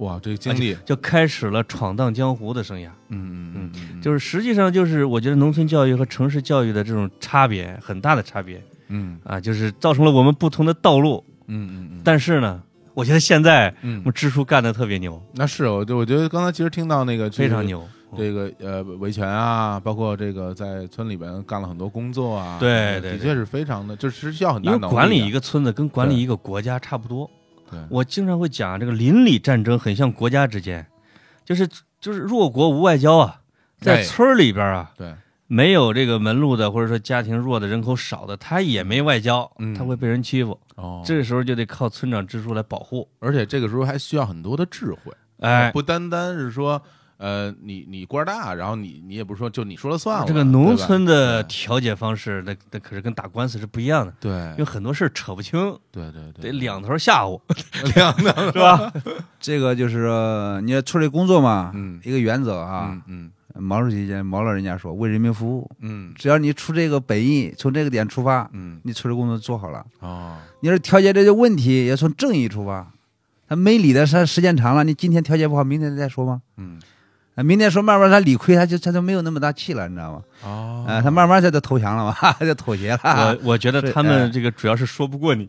[SPEAKER 1] 哇，这个经历，
[SPEAKER 2] 就开始了闯荡江湖的生涯。
[SPEAKER 1] 嗯嗯嗯，
[SPEAKER 2] 就是实际上就是我觉得农村教育和城市教育的这种差别很大的差别
[SPEAKER 1] 嗯
[SPEAKER 2] 啊，就是造成了我们不同的道路。
[SPEAKER 1] 嗯嗯嗯，
[SPEAKER 2] 但是呢，我觉得现在我
[SPEAKER 1] 嗯
[SPEAKER 2] 们，支书干的特别牛，
[SPEAKER 1] 那是我就我觉得刚才其实听到那个就是
[SPEAKER 2] 非常牛。嗯
[SPEAKER 1] 这个呃维权啊，包括这个在村里边干了很多工作啊，
[SPEAKER 2] 对
[SPEAKER 1] 嗯
[SPEAKER 2] 对
[SPEAKER 1] 的
[SPEAKER 2] 对
[SPEAKER 1] 确是非常的，就是需要很
[SPEAKER 2] 因
[SPEAKER 1] 大
[SPEAKER 2] 为
[SPEAKER 1] 脑力啊
[SPEAKER 2] 管理
[SPEAKER 1] 的
[SPEAKER 2] 一，个村子跟管理
[SPEAKER 1] 对
[SPEAKER 2] 一个国家差不多
[SPEAKER 1] 对。
[SPEAKER 2] 我经常会讲，啊这个邻里战争很像国家之间，就是就是弱国无外交啊，在
[SPEAKER 1] 哎
[SPEAKER 2] 村儿里边啊，
[SPEAKER 1] 对，
[SPEAKER 2] 没有这个门路的，或者说家庭弱的、人口少的，他也没外交，
[SPEAKER 1] 嗯
[SPEAKER 2] 他会被人欺负。
[SPEAKER 1] 哦，
[SPEAKER 2] 这时候就得靠村长、支书来保护。
[SPEAKER 1] 而且这个时候还需要很多的智慧，
[SPEAKER 2] 哎，
[SPEAKER 1] 哦不单单是说，呃，你你官儿大，然后你你也不是说就你说了算了。
[SPEAKER 2] 这个农村
[SPEAKER 1] 对
[SPEAKER 2] 的
[SPEAKER 1] 吧
[SPEAKER 2] 调解方式，那那可是跟打官司是不一样的，
[SPEAKER 1] 对
[SPEAKER 2] 因为很多事儿扯不清，
[SPEAKER 1] 对对对，
[SPEAKER 2] 得两头吓唬，
[SPEAKER 1] 两的，
[SPEAKER 2] 是吧？
[SPEAKER 3] 这个就是说你在村里工作嘛，
[SPEAKER 1] 嗯
[SPEAKER 3] 一个原则啊
[SPEAKER 1] 嗯。嗯
[SPEAKER 3] 毛主席家毛老人家说，为人民服务，
[SPEAKER 1] 嗯
[SPEAKER 3] 只要你出这个本意，从这个点出发，
[SPEAKER 1] 嗯
[SPEAKER 3] 你村里工作做好了。
[SPEAKER 1] 哦，
[SPEAKER 3] 你要是调解这些问题，也从正义出发。他没理的时时间长了，你今天调解不好，明天再说吗？
[SPEAKER 1] 嗯
[SPEAKER 3] 啊，明天说慢慢他理亏，他就他就没有那么大气了，你知道吗？
[SPEAKER 2] 嗯
[SPEAKER 1] 哦，
[SPEAKER 3] 啊，他慢慢他就投降了嘛， 他就妥协了。
[SPEAKER 2] 我我觉得
[SPEAKER 3] 是
[SPEAKER 2] 他
[SPEAKER 1] 哎
[SPEAKER 2] 们这个主要是说不过你，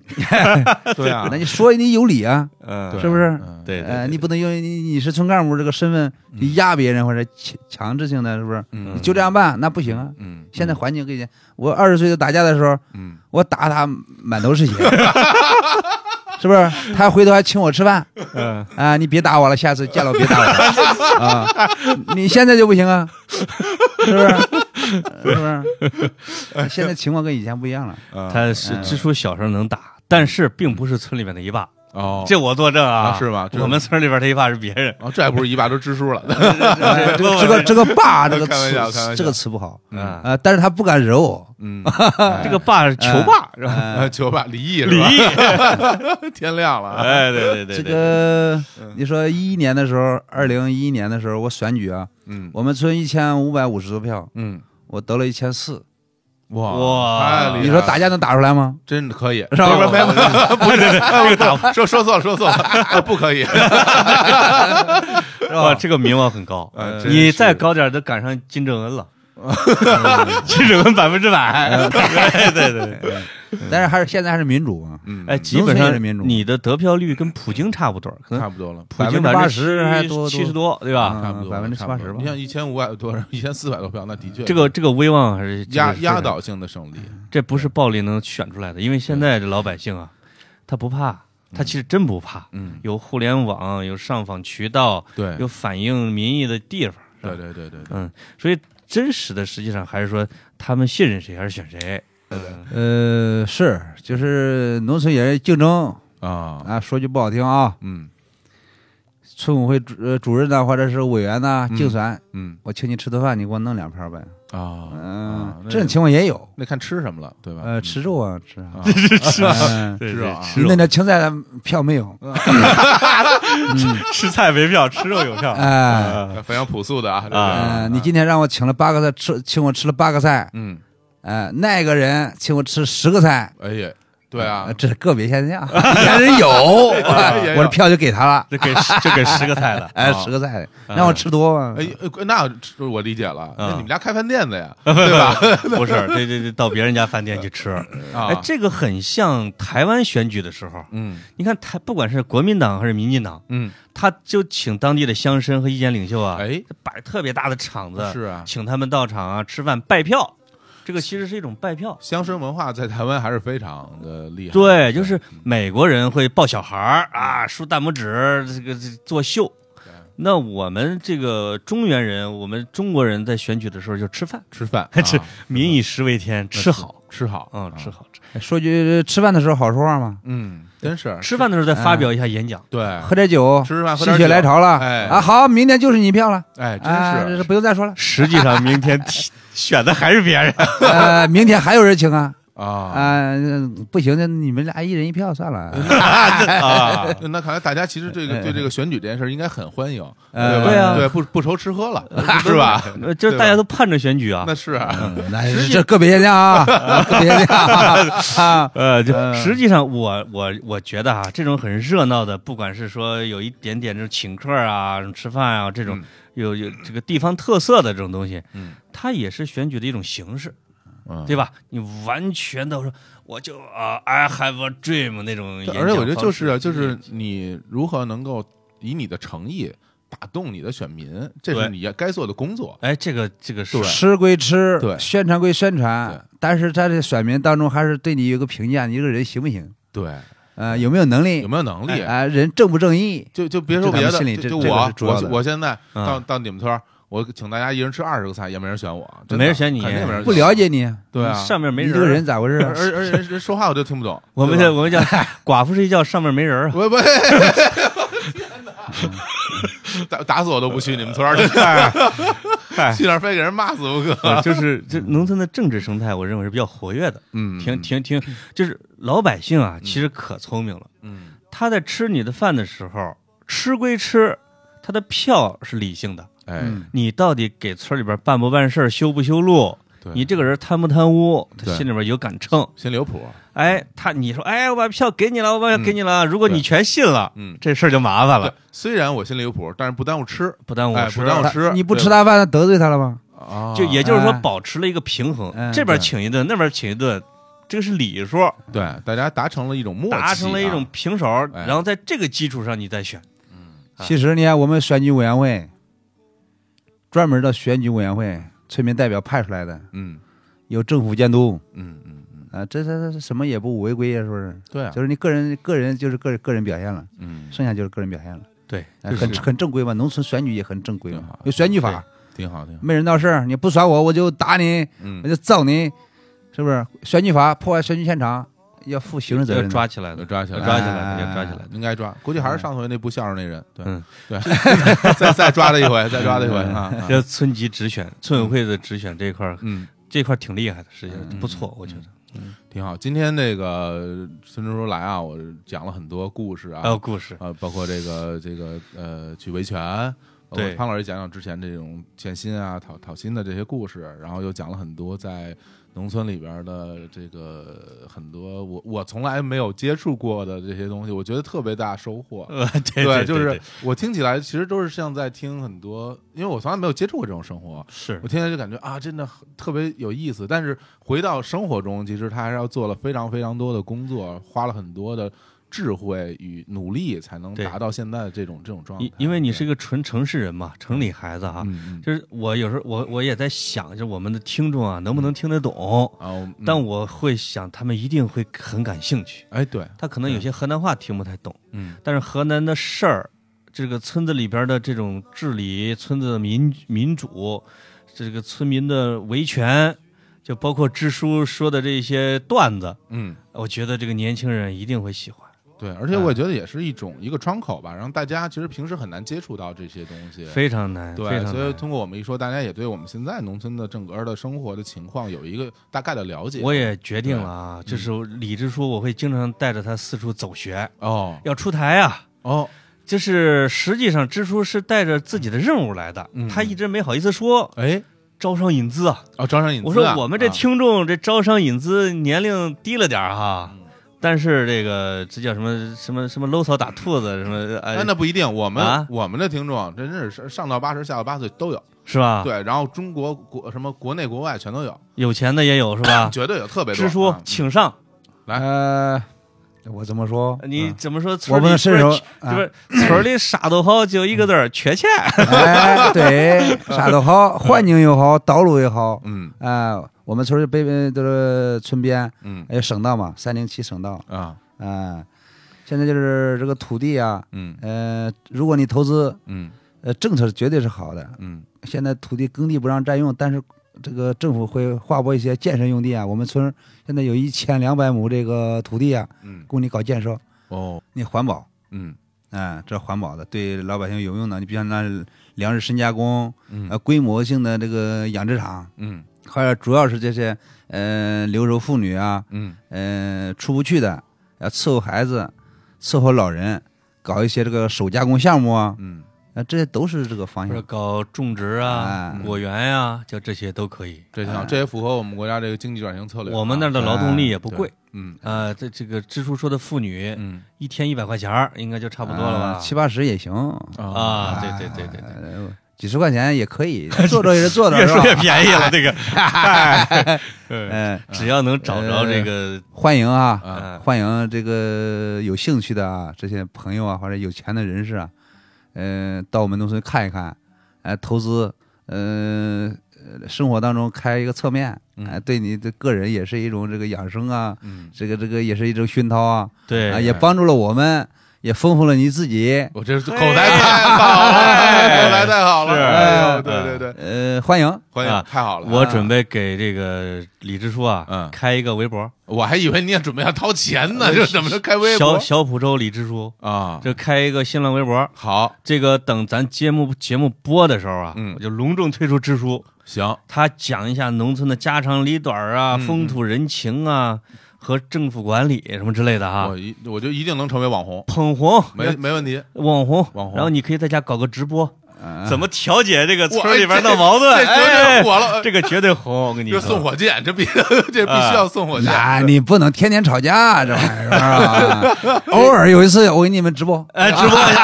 [SPEAKER 1] 对啊
[SPEAKER 3] 那，你说你有理啊，
[SPEAKER 2] 嗯，
[SPEAKER 1] 对
[SPEAKER 3] 是不是
[SPEAKER 1] 嗯
[SPEAKER 2] 对，
[SPEAKER 3] 呃，你
[SPEAKER 2] 对
[SPEAKER 3] 不能因为你你是村干部这个身份去压别人或者强强制性的，是不是？
[SPEAKER 1] 嗯
[SPEAKER 3] 你就这样办那不行啊。
[SPEAKER 1] 嗯
[SPEAKER 3] 现在环境跟人，我二十岁就打架的时候，
[SPEAKER 1] 嗯
[SPEAKER 3] 我打他满头是血， 是不是？他回头还请我吃饭，
[SPEAKER 2] 嗯，
[SPEAKER 3] 啊，你别打我了，下次见了我别打我了啊！你现在就不行啊，是不是？是不是？现在情况跟以前不 一样了。
[SPEAKER 1] 嗯
[SPEAKER 2] 他是支书小时候能打，但是并不是村里面的一霸，
[SPEAKER 1] 哦，
[SPEAKER 2] 这我作证啊，
[SPEAKER 1] 啊是吗这
[SPEAKER 2] 我们村里边的一霸是别人，
[SPEAKER 1] 哦这还不是一把都支 书了，
[SPEAKER 3] 哎这个这个这个“ 霸”这个
[SPEAKER 1] 开玩笑开玩笑
[SPEAKER 3] 词，这个词不好
[SPEAKER 2] 嗯，
[SPEAKER 3] 啊，但是他不敢惹我，
[SPEAKER 1] 嗯，
[SPEAKER 2] 这个霸是球霸是吧？
[SPEAKER 1] 呃九把离异
[SPEAKER 2] 李
[SPEAKER 1] 是吧？
[SPEAKER 2] 毅，
[SPEAKER 1] 天亮了啊，
[SPEAKER 2] 哎，对对对，
[SPEAKER 3] 这
[SPEAKER 2] 对
[SPEAKER 3] 个你说一一年的时候，二零一一年的时候，我选举啊，
[SPEAKER 1] 嗯
[SPEAKER 3] 我们村一千五百五十多票，
[SPEAKER 1] 嗯，
[SPEAKER 3] 我得了一千四，
[SPEAKER 1] 哇
[SPEAKER 2] 哇
[SPEAKER 1] 啊太厉害了
[SPEAKER 3] 你说打架能打出来吗？
[SPEAKER 1] 真的可以，
[SPEAKER 3] 是吧
[SPEAKER 1] 没有没有，不是这个打说说错了，说错了， 啊不 可以，
[SPEAKER 2] 哇， 这个名望很高
[SPEAKER 1] 呃，真
[SPEAKER 2] 你
[SPEAKER 1] 是
[SPEAKER 2] 再高点儿都赶上金 正恩了。金正恩百分之百，对 对对对，
[SPEAKER 3] 但是还是现在还是民主啊，
[SPEAKER 1] 嗯
[SPEAKER 2] 哎，基本
[SPEAKER 3] 农村也
[SPEAKER 2] 上
[SPEAKER 3] 是民主
[SPEAKER 2] 你的得票率跟普京差不多，可能
[SPEAKER 1] 差不多了，
[SPEAKER 2] 普京
[SPEAKER 3] 百
[SPEAKER 2] 分
[SPEAKER 3] 分
[SPEAKER 2] 之
[SPEAKER 3] 之80还多
[SPEAKER 2] 七十多，对吧？
[SPEAKER 3] 嗯
[SPEAKER 1] 差不多
[SPEAKER 3] 百分之七八十吧
[SPEAKER 1] 差不多你像一千五百多人，一千四百多票，那的确
[SPEAKER 2] 这个这个威望还是
[SPEAKER 1] 压
[SPEAKER 2] 这个
[SPEAKER 1] 压，倒性的胜利。
[SPEAKER 2] 这不是暴力能选出来的，因为现在这老百姓啊，他不怕，他其实真不怕，
[SPEAKER 1] 嗯，
[SPEAKER 2] 有互联网，有上访渠道，
[SPEAKER 1] 对，
[SPEAKER 2] 有反映民意的地方，是吧
[SPEAKER 1] 对对对对对，
[SPEAKER 2] 嗯，所以真实的实际上还是说他们信任谁还是选谁，嗯
[SPEAKER 3] 呃，是，就是农村也是竞争
[SPEAKER 1] 啊，
[SPEAKER 3] 啊。说句不好听啊，
[SPEAKER 1] 嗯
[SPEAKER 3] 村委会主呃主任呐、或者是委员呐、
[SPEAKER 1] 嗯
[SPEAKER 3] 竞选，
[SPEAKER 1] 嗯
[SPEAKER 3] 我请你吃顿饭，你给我弄两票呗。
[SPEAKER 1] 啊啊
[SPEAKER 3] 嗯，
[SPEAKER 1] 那
[SPEAKER 3] 这种情况也有，
[SPEAKER 1] 那看吃什么了，对吧？
[SPEAKER 3] 呃，吃肉啊，吃啊
[SPEAKER 1] 啊。
[SPEAKER 3] 嗯
[SPEAKER 2] 对
[SPEAKER 1] 是
[SPEAKER 2] 对
[SPEAKER 1] 啊
[SPEAKER 2] 吃
[SPEAKER 3] 你那
[SPEAKER 2] 肉
[SPEAKER 3] 点青菜的票没有？
[SPEAKER 2] 吃菜没票，吃肉有票。
[SPEAKER 3] 哎，
[SPEAKER 2] 啊
[SPEAKER 1] 非常朴素的啊这
[SPEAKER 2] 啊
[SPEAKER 1] 个，
[SPEAKER 3] 嗯，你今天让我请了八个菜，吃请我吃了八个菜，
[SPEAKER 1] 嗯，
[SPEAKER 3] 哎，那个人请我吃十个菜，
[SPEAKER 1] 哎呀，对啊
[SPEAKER 3] 呃，这是个别 现象，人人有，啊
[SPEAKER 1] 也有
[SPEAKER 3] 我的票就给他了，
[SPEAKER 2] 就给就给十 个菜 了，
[SPEAKER 3] 哎，
[SPEAKER 1] 啊
[SPEAKER 3] 十个菜，让我吃多吗？
[SPEAKER 1] 哎，呃那这我理解了，那
[SPEAKER 2] 嗯
[SPEAKER 1] 你们家开饭店的呀，对吧？
[SPEAKER 2] 不是，这这这到别人家饭店去吃，哎，
[SPEAKER 1] 啊，
[SPEAKER 2] 这个很像台湾选举的时候，
[SPEAKER 1] 嗯
[SPEAKER 2] 你看台不管是国民党还是民进党，
[SPEAKER 1] 嗯，
[SPEAKER 2] 他就请当地的乡绅和意见领袖啊，
[SPEAKER 1] 哎，
[SPEAKER 2] 摆特别大的场子，
[SPEAKER 1] 是啊
[SPEAKER 2] 请他们到场啊吃饭拜票，这个其实是一种拜票。
[SPEAKER 1] 乡绅文化在台湾还是非常的厉害，
[SPEAKER 2] 对，就是美国人会抱小孩儿啊，竖大拇指，这个这作秀。那我们这个中原人，我们中国人在选举的时候就吃饭，
[SPEAKER 1] 吃饭
[SPEAKER 2] 吃
[SPEAKER 1] 啊
[SPEAKER 2] 民以食为天，吃好，
[SPEAKER 1] 吃好，
[SPEAKER 2] 嗯，吃
[SPEAKER 1] 好，
[SPEAKER 2] 好吃。
[SPEAKER 3] 说句吃饭的时候好说话嘛，
[SPEAKER 1] 嗯，真是
[SPEAKER 2] 吃饭的时候再发表一下演讲，，
[SPEAKER 1] 对，
[SPEAKER 3] 喝点酒，
[SPEAKER 1] 啊吃饭喝点
[SPEAKER 3] 心
[SPEAKER 1] 酒
[SPEAKER 3] 血来潮了，
[SPEAKER 1] 哎
[SPEAKER 3] 啊，好，明天就是你票了，
[SPEAKER 1] 哎，真
[SPEAKER 3] 啊，这
[SPEAKER 1] 是
[SPEAKER 3] 是不用再说 了
[SPEAKER 2] 实际上明天 提选的还是别人。
[SPEAKER 3] 呃，明天还有人请啊，
[SPEAKER 1] 啊。
[SPEAKER 3] 啊，不行，那你们俩一人一票算了，
[SPEAKER 1] 哎
[SPEAKER 2] 啊，
[SPEAKER 1] 那看来大家其实这个对这个选举这件事儿应该很欢迎，
[SPEAKER 3] 呃
[SPEAKER 1] 对
[SPEAKER 2] 对
[SPEAKER 1] 吧？
[SPEAKER 2] 啊
[SPEAKER 1] 对，不不愁吃喝了，是吧？
[SPEAKER 2] 呃 就是大家都盼着选举 啊
[SPEAKER 1] 那。是啊
[SPEAKER 3] 嗯那是这个别现 象啊，个别现象啊 啊，
[SPEAKER 2] 呃，就
[SPEAKER 3] 嗯
[SPEAKER 2] 实际上我我我觉得啊，这种很热闹的，不管是说有一点点这种请客啊、什么吃饭啊这种、
[SPEAKER 1] 嗯
[SPEAKER 2] 有有这个地方特色的这种东西，
[SPEAKER 1] 嗯，
[SPEAKER 2] 它也是选举的一种形式，
[SPEAKER 1] 嗯
[SPEAKER 2] 对吧？你完全的说，我就啊、i have a dream 那种演讲
[SPEAKER 1] 嗯而且我觉得就
[SPEAKER 2] 方
[SPEAKER 1] 是
[SPEAKER 2] 式
[SPEAKER 1] 啊，就是你如何能够以你的诚意打动你的选民，这是
[SPEAKER 2] 对
[SPEAKER 1] 你要该做的工作。
[SPEAKER 2] 哎，这个这个是
[SPEAKER 1] 对
[SPEAKER 3] 吃归吃，
[SPEAKER 1] 对
[SPEAKER 3] 宣传归宣
[SPEAKER 1] 对
[SPEAKER 3] 传，但是在这选民当中还是对你有个评价，你这个人行不行？
[SPEAKER 1] 对，
[SPEAKER 3] 呃，有没有能力？
[SPEAKER 1] 有没有能力？
[SPEAKER 3] 啊，人正不正义？
[SPEAKER 1] 就就别说别
[SPEAKER 3] 这咱们
[SPEAKER 1] 的，
[SPEAKER 3] 心里
[SPEAKER 1] 就
[SPEAKER 3] 这
[SPEAKER 1] 就
[SPEAKER 3] 这个
[SPEAKER 1] 我
[SPEAKER 3] 是主要
[SPEAKER 1] 我
[SPEAKER 3] 的
[SPEAKER 1] 我现在
[SPEAKER 2] 嗯
[SPEAKER 1] 到到你们村儿，我请大家一人吃二十个菜，也没人选我，真的
[SPEAKER 2] 没人选你
[SPEAKER 1] 肯定没人选我
[SPEAKER 3] 不了。解你，
[SPEAKER 1] 对啊，
[SPEAKER 2] 上面没
[SPEAKER 3] 你
[SPEAKER 2] 人
[SPEAKER 3] 这
[SPEAKER 2] 儿，
[SPEAKER 3] 个人咋回事
[SPEAKER 1] 而
[SPEAKER 3] 啊？
[SPEAKER 1] 而而人人说话我就听不懂。
[SPEAKER 2] 我们
[SPEAKER 1] 对
[SPEAKER 2] 叫
[SPEAKER 1] 吧
[SPEAKER 2] 我 们叫寡妇睡觉，上面没人儿啊。
[SPEAKER 1] 我我打打死我都不去你们村儿，去那儿非给人骂死不可。
[SPEAKER 2] 呃就是这农村的政治生态，我认为是比较活跃的，
[SPEAKER 1] 嗯
[SPEAKER 2] 挺挺挺，就是老百姓啊，其实可聪明了。
[SPEAKER 1] 嗯
[SPEAKER 2] 他在吃你的饭的时候，吃归吃，他的票是理性的。
[SPEAKER 1] 哎，
[SPEAKER 3] 嗯
[SPEAKER 2] 你到底给村里边办不办事儿、修不修路？
[SPEAKER 1] 对
[SPEAKER 2] 你这个人贪不贪污？他
[SPEAKER 1] 对
[SPEAKER 2] 心里边有杆秤。
[SPEAKER 1] 先留谱，
[SPEAKER 2] 哎，他你说，哎，我把票给你了，我把票给你了。如果
[SPEAKER 1] 嗯对
[SPEAKER 2] 你全信了，
[SPEAKER 1] 嗯
[SPEAKER 2] 这事儿就麻烦
[SPEAKER 1] 对
[SPEAKER 2] 了，，
[SPEAKER 1] 虽然我心里有谱，但是不耽误吃
[SPEAKER 2] 不耽误
[SPEAKER 1] 哎
[SPEAKER 2] 我吃
[SPEAKER 1] 不。耽误
[SPEAKER 3] 他
[SPEAKER 1] 吃
[SPEAKER 3] 你不
[SPEAKER 1] 对
[SPEAKER 3] 吃他饭得罪他了吗？
[SPEAKER 1] 啊
[SPEAKER 2] 就也就是说
[SPEAKER 3] 哎，
[SPEAKER 2] 保持了一个平衡，
[SPEAKER 3] 嗯
[SPEAKER 2] 这边
[SPEAKER 3] 对
[SPEAKER 2] 请一顿，那边请一顿，这个是礼数，
[SPEAKER 1] 对，大家达成了一种默契啊，
[SPEAKER 2] 达成了一种平手，
[SPEAKER 1] 哎
[SPEAKER 2] 然后在这个基础上你再选。啊
[SPEAKER 3] 其实呢，我们选举委员会专门的选举委员会，村民代表派出来的，
[SPEAKER 1] 嗯
[SPEAKER 3] 有政府监督
[SPEAKER 1] 嗯嗯嗯，
[SPEAKER 3] 啊，这这这什么也不违规呀，是不是？
[SPEAKER 1] 对啊
[SPEAKER 3] 就，是你个人个人就是个个人表现了，
[SPEAKER 1] 嗯，
[SPEAKER 3] 剩下就是个人表现了，
[SPEAKER 2] 对，
[SPEAKER 3] 哎
[SPEAKER 2] 就
[SPEAKER 3] 很
[SPEAKER 2] 是啊
[SPEAKER 3] 很正规嘛，农村选举也很正规
[SPEAKER 1] 挺好
[SPEAKER 3] 嘛，有选举法，
[SPEAKER 1] 挺好挺好，
[SPEAKER 3] 没人闹事儿，你不耍我我就打你，
[SPEAKER 1] 嗯
[SPEAKER 3] 我，就揍你，是不是？选举法破坏选举现场要负刑事责
[SPEAKER 2] 要
[SPEAKER 3] 任的，
[SPEAKER 2] 抓起来的，
[SPEAKER 1] 抓起来，
[SPEAKER 2] 抓起来的，要抓起来的。
[SPEAKER 1] 应该抓，估计还是上回那不孝顺那人，对
[SPEAKER 2] 嗯
[SPEAKER 1] 对，再再抓他一回，再抓他一回
[SPEAKER 3] 嗯
[SPEAKER 1] 啊，啊
[SPEAKER 2] 这村级直选、村委会的直选这一块儿，
[SPEAKER 1] 嗯，
[SPEAKER 2] 这一块儿挺厉害的，实际
[SPEAKER 1] 嗯
[SPEAKER 2] 上不错，我觉得。
[SPEAKER 1] 挺好。今天这个孙支书来啊，我讲了很多故事啊，
[SPEAKER 2] 还有故事，
[SPEAKER 1] 啊，包括这个这个呃，去维权，包括
[SPEAKER 2] 对
[SPEAKER 1] 潘老师讲讲之前这种欠薪啊、讨讨薪的这些故事，然后又讲了很多在农村里边的这个很多我我从来没有接触过的这些东西，我觉得特别大收获。
[SPEAKER 2] 呃，对对，
[SPEAKER 1] 就是
[SPEAKER 2] 对
[SPEAKER 1] 我听起来其实都是像在听很多，因为我从来没有接触过这种生活，
[SPEAKER 2] 是
[SPEAKER 1] 我听起来就感觉啊，真的很特别有意思。但是回到生活中，其实他还是要做了非常非常多的工作，花了很多的智慧与努力，才能
[SPEAKER 2] 对
[SPEAKER 1] 达到现在的这种这种状态
[SPEAKER 2] 因。因为你是一
[SPEAKER 1] 个
[SPEAKER 2] 个纯城市人嘛，城里孩子啊，
[SPEAKER 1] 嗯嗯
[SPEAKER 2] 就是我有时候我我也在想，就是我们的听众啊，能不能听得懂？
[SPEAKER 1] 啊，我嗯
[SPEAKER 2] 但我会想，他们一定会很感兴趣。
[SPEAKER 1] 哎对，
[SPEAKER 2] 他可能有些河南话听不太懂，
[SPEAKER 1] 嗯
[SPEAKER 2] 但是河南的事儿，这个村子里边的这种治理、村子的民民主，这个村民的维权，就包括支书说的这些段子，
[SPEAKER 1] 嗯
[SPEAKER 2] 我觉得这个年轻人一定会喜欢，
[SPEAKER 1] 对，而且
[SPEAKER 2] 啊
[SPEAKER 1] 我觉得也是一种一个窗口吧，让大家其实平时很难接触到这些东西。
[SPEAKER 2] 非常难，非
[SPEAKER 1] 对，
[SPEAKER 2] 常
[SPEAKER 1] 所以
[SPEAKER 2] 难。
[SPEAKER 1] 通过我们一说，大家也对我们现在农村的整个的生活的情况有一个大概的了解。
[SPEAKER 2] 我也决定了
[SPEAKER 1] 嗯
[SPEAKER 2] 啊，就是李支书，我会经常带着他四处走学，
[SPEAKER 1] 哦
[SPEAKER 2] 要出台啊。
[SPEAKER 1] 哦，
[SPEAKER 2] 就是实际上，支书是带着自己的任务来的，
[SPEAKER 1] 嗯
[SPEAKER 2] 他一直没好意思说
[SPEAKER 1] 哎
[SPEAKER 2] 招商引资啊。
[SPEAKER 1] 哦，招商引资
[SPEAKER 2] 我
[SPEAKER 1] 啊
[SPEAKER 2] 说我们这
[SPEAKER 1] 啊
[SPEAKER 2] 听众这招商引资年龄低了点儿哈，但是这个这叫什么什么什么搂草打兔子什么哎
[SPEAKER 1] 哎，那不一定，我们、
[SPEAKER 2] 啊
[SPEAKER 1] 我们的听众真是上上到八十，下到八岁都有，
[SPEAKER 2] 是吧？
[SPEAKER 1] 对，然后中国国什么国内国外全都有，？
[SPEAKER 2] 有钱的也有是吧
[SPEAKER 1] 绝对有，特别多。
[SPEAKER 2] 支书
[SPEAKER 1] 啊
[SPEAKER 2] 啊请上，
[SPEAKER 1] 来
[SPEAKER 3] 呃，我怎么说？嗯
[SPEAKER 2] 你怎么说村
[SPEAKER 3] 我
[SPEAKER 2] 里？
[SPEAKER 3] 们伸手，
[SPEAKER 2] 就
[SPEAKER 3] 啊
[SPEAKER 2] 是村里啥都好，就一个字儿缺钱。
[SPEAKER 3] 哎，对，啥都好，环境又好，道路也好，
[SPEAKER 1] 嗯
[SPEAKER 3] 啊，我们村儿北边都是村边，
[SPEAKER 1] 嗯
[SPEAKER 3] 还有省道嘛，三零七省道，
[SPEAKER 1] 啊
[SPEAKER 3] 啊，现在就是这个土地啊，
[SPEAKER 1] 嗯
[SPEAKER 3] 呃，如果你投资，
[SPEAKER 1] 嗯
[SPEAKER 3] 呃，政策绝对是好的。
[SPEAKER 1] 嗯
[SPEAKER 3] 现在土地耕地不让占用，但是这个政府会划拨一些建设用地啊。我们村儿现在有一千两百亩这个土地啊，
[SPEAKER 1] 嗯
[SPEAKER 3] 供你搞建设，
[SPEAKER 1] 哦
[SPEAKER 3] 你环保，
[SPEAKER 1] 嗯
[SPEAKER 3] 嗯，这环保的对老百姓有用的。你比如像那粮食深加工，
[SPEAKER 1] 嗯
[SPEAKER 3] 呃，规模性的这个养殖场，
[SPEAKER 1] 嗯
[SPEAKER 3] 还有主要是这些呃留守妇女啊，
[SPEAKER 1] 嗯
[SPEAKER 3] 呃出不去的，要伺候孩子，伺候老人，搞一些这个手加工项目啊，
[SPEAKER 1] 嗯
[SPEAKER 3] 呃，这些都是这个 方
[SPEAKER 2] 不是
[SPEAKER 3] 向。
[SPEAKER 2] 搞种植啊、
[SPEAKER 3] 哎
[SPEAKER 2] 果园呀、就这些都可以。
[SPEAKER 1] 这挺好，这也符合我们国家这个经济转型策略啊。
[SPEAKER 2] 哎我们那儿的劳动力也不
[SPEAKER 1] 对
[SPEAKER 2] 贵，
[SPEAKER 1] 嗯
[SPEAKER 2] 呃，这这个支出说的妇女
[SPEAKER 1] 嗯
[SPEAKER 2] 一天一百块钱儿，应该就差不多了
[SPEAKER 3] 啊
[SPEAKER 2] 吧？
[SPEAKER 3] 七八十也行，
[SPEAKER 2] 啊，对对对对对，
[SPEAKER 3] 呃几十块钱也可 以，做着也是做着，
[SPEAKER 2] 越
[SPEAKER 3] 是
[SPEAKER 2] 说
[SPEAKER 3] 吧
[SPEAKER 2] 越便宜了， 这个， 哎对
[SPEAKER 3] 嗯，
[SPEAKER 2] 只要能找着这个，
[SPEAKER 3] 欢迎啊，
[SPEAKER 1] 啊
[SPEAKER 2] 呃
[SPEAKER 3] 欢迎这个有兴趣的啊，这些朋友啊，或者有钱的人士啊，呃，到我们农村看一看，哎，投资，呃，呃生活当中开一个侧面，
[SPEAKER 2] 嗯
[SPEAKER 3] 哎，对你的个人也是一种这个养生啊，
[SPEAKER 1] 嗯，
[SPEAKER 3] 这个这个也是一种熏陶啊，
[SPEAKER 2] 对
[SPEAKER 3] 啊，也帮助了我们，也丰富了你自己，
[SPEAKER 1] 我这是口才太好了，口才太好了，
[SPEAKER 2] 是
[SPEAKER 1] 哎呦
[SPEAKER 2] 嗯
[SPEAKER 1] 对对对，
[SPEAKER 3] 呃，欢迎，
[SPEAKER 1] 欢迎，
[SPEAKER 2] 啊
[SPEAKER 1] 太好了。
[SPEAKER 2] 我准备给这个李支书啊
[SPEAKER 1] 嗯，
[SPEAKER 2] 开一个微博，
[SPEAKER 1] 我还以为你也准备要掏钱呢，这怎么能开微
[SPEAKER 2] 呃小
[SPEAKER 1] 博
[SPEAKER 2] 小浦州李支书，
[SPEAKER 1] 啊？
[SPEAKER 2] 就开一个新浪微博。
[SPEAKER 1] 好，
[SPEAKER 2] 这个等咱节目节目播的时候啊，
[SPEAKER 1] 嗯
[SPEAKER 2] 我就隆重推出支书，
[SPEAKER 1] 行，
[SPEAKER 2] 他讲一下农村的家长里短儿啊、
[SPEAKER 1] 嗯
[SPEAKER 2] 风土人情啊和政府管理什么之类的啊
[SPEAKER 1] 我，一我就一定能成为网红，
[SPEAKER 2] 捧红
[SPEAKER 1] 没没问题。
[SPEAKER 2] 网红，
[SPEAKER 1] 网红
[SPEAKER 2] 然后你可以在家搞个直播，
[SPEAKER 3] 啊
[SPEAKER 2] 怎么调解这个
[SPEAKER 1] 哇
[SPEAKER 2] 村里边
[SPEAKER 1] 哎这
[SPEAKER 2] 的矛盾？
[SPEAKER 1] 这绝对
[SPEAKER 2] 哎
[SPEAKER 1] 火了
[SPEAKER 2] 这个绝对红，我跟你
[SPEAKER 1] 这
[SPEAKER 2] 说。嗯
[SPEAKER 1] 送火箭，这必 这必须要送火箭。
[SPEAKER 3] 那你不能天天吵架，这玩意儿啊！偶尔有一次，我给你们直播，
[SPEAKER 2] 哎，直播 一下，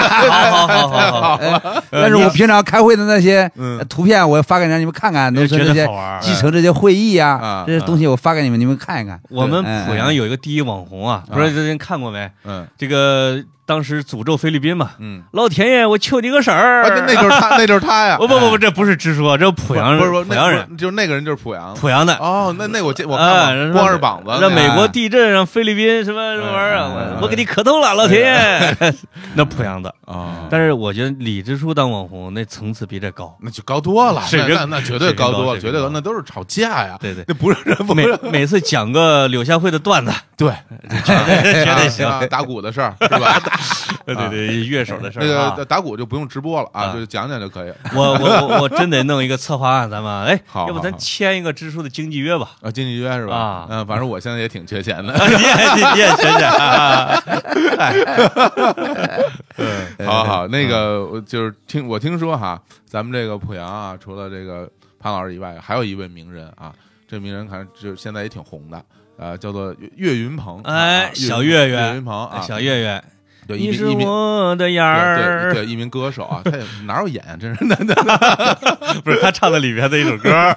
[SPEAKER 2] 好好好好好，
[SPEAKER 1] 呃
[SPEAKER 3] 哎，但是我平常开会的那些呃图片，我发给让你们看看，农村这
[SPEAKER 2] 觉
[SPEAKER 3] 些
[SPEAKER 2] 得好玩儿
[SPEAKER 3] 继承这些会议
[SPEAKER 1] 啊
[SPEAKER 3] 啊，这些东西我发给你们，你们看一看。
[SPEAKER 2] 我们
[SPEAKER 3] 对
[SPEAKER 2] 濮阳有一个第一网红啊，不知道这人看过没？
[SPEAKER 1] 嗯
[SPEAKER 2] 这个当时诅咒菲律宾嘛，
[SPEAKER 1] 嗯，
[SPEAKER 2] 老天爷，我求你个婶儿！
[SPEAKER 1] 啊，那那就是 他，那就是他呀。哎
[SPEAKER 2] 不不不不，这不是直说，这濮阳
[SPEAKER 1] 不是不是
[SPEAKER 2] 濮阳人，，
[SPEAKER 1] 那就是那个人就是濮阳。
[SPEAKER 2] 濮阳的。
[SPEAKER 1] 哦，那那我见我
[SPEAKER 2] 哎
[SPEAKER 1] 看过，光着膀子那
[SPEAKER 2] 让
[SPEAKER 1] 个
[SPEAKER 2] 美国地震，让菲律宾什么什么玩意
[SPEAKER 1] 哎哎
[SPEAKER 2] 儿
[SPEAKER 1] 哎
[SPEAKER 2] 啊，我我给你磕头了，老天爷！ 那濮阳的，
[SPEAKER 1] 啊，
[SPEAKER 2] 但是我觉得李支书当网红那层次比这高。
[SPEAKER 1] 那就高多了，
[SPEAKER 2] 水
[SPEAKER 1] 那
[SPEAKER 2] 平
[SPEAKER 1] 那那绝对高多了，
[SPEAKER 2] 水
[SPEAKER 1] 绝
[SPEAKER 2] 平高水平
[SPEAKER 1] 对高，
[SPEAKER 2] 高
[SPEAKER 1] 那都是吵架呀。
[SPEAKER 2] 对对
[SPEAKER 1] 那不是人，不
[SPEAKER 2] 每
[SPEAKER 1] 是
[SPEAKER 2] 每次讲个柳下惠的段子，
[SPEAKER 1] 对，
[SPEAKER 2] 绝对行。
[SPEAKER 1] 啊打鼓的事儿是吧？
[SPEAKER 2] 对对对，乐手的事儿
[SPEAKER 1] 那
[SPEAKER 2] 啊
[SPEAKER 1] 个打鼓就不用直播了啊，
[SPEAKER 2] 啊
[SPEAKER 1] 就讲讲就可以了
[SPEAKER 2] 我我我我真得弄一个策划案，咱们哎，
[SPEAKER 1] 好
[SPEAKER 2] 要不
[SPEAKER 1] 好
[SPEAKER 2] 咱
[SPEAKER 1] 好
[SPEAKER 2] 签一个支书的经纪约吧？
[SPEAKER 1] 啊。经纪约是吧
[SPEAKER 2] 啊？
[SPEAKER 1] 嗯，反正我现在也挺缺钱 的。
[SPEAKER 2] 你也你也想想 啊，呃
[SPEAKER 1] 好好，那个
[SPEAKER 2] 嗯
[SPEAKER 1] 我就是听我听说哈，咱们这个濮阳啊，除了这个潘老师以外，还有一位名人啊，这名人好像就是现在也挺红的，呃，叫做岳岳云鹏，
[SPEAKER 2] 哎
[SPEAKER 1] 啊，
[SPEAKER 2] 小
[SPEAKER 1] 岳云
[SPEAKER 2] 岳岳
[SPEAKER 1] 岳云鹏啊，
[SPEAKER 2] 小岳岳，
[SPEAKER 1] 对一
[SPEAKER 2] 你
[SPEAKER 1] 名
[SPEAKER 2] 是
[SPEAKER 1] 一名。
[SPEAKER 2] 我的眼
[SPEAKER 1] 对对对，
[SPEAKER 2] 儿，
[SPEAKER 1] 一名歌手啊，他也 哪有演啊，真是的。
[SPEAKER 2] 不是他唱的里边的一首 歌，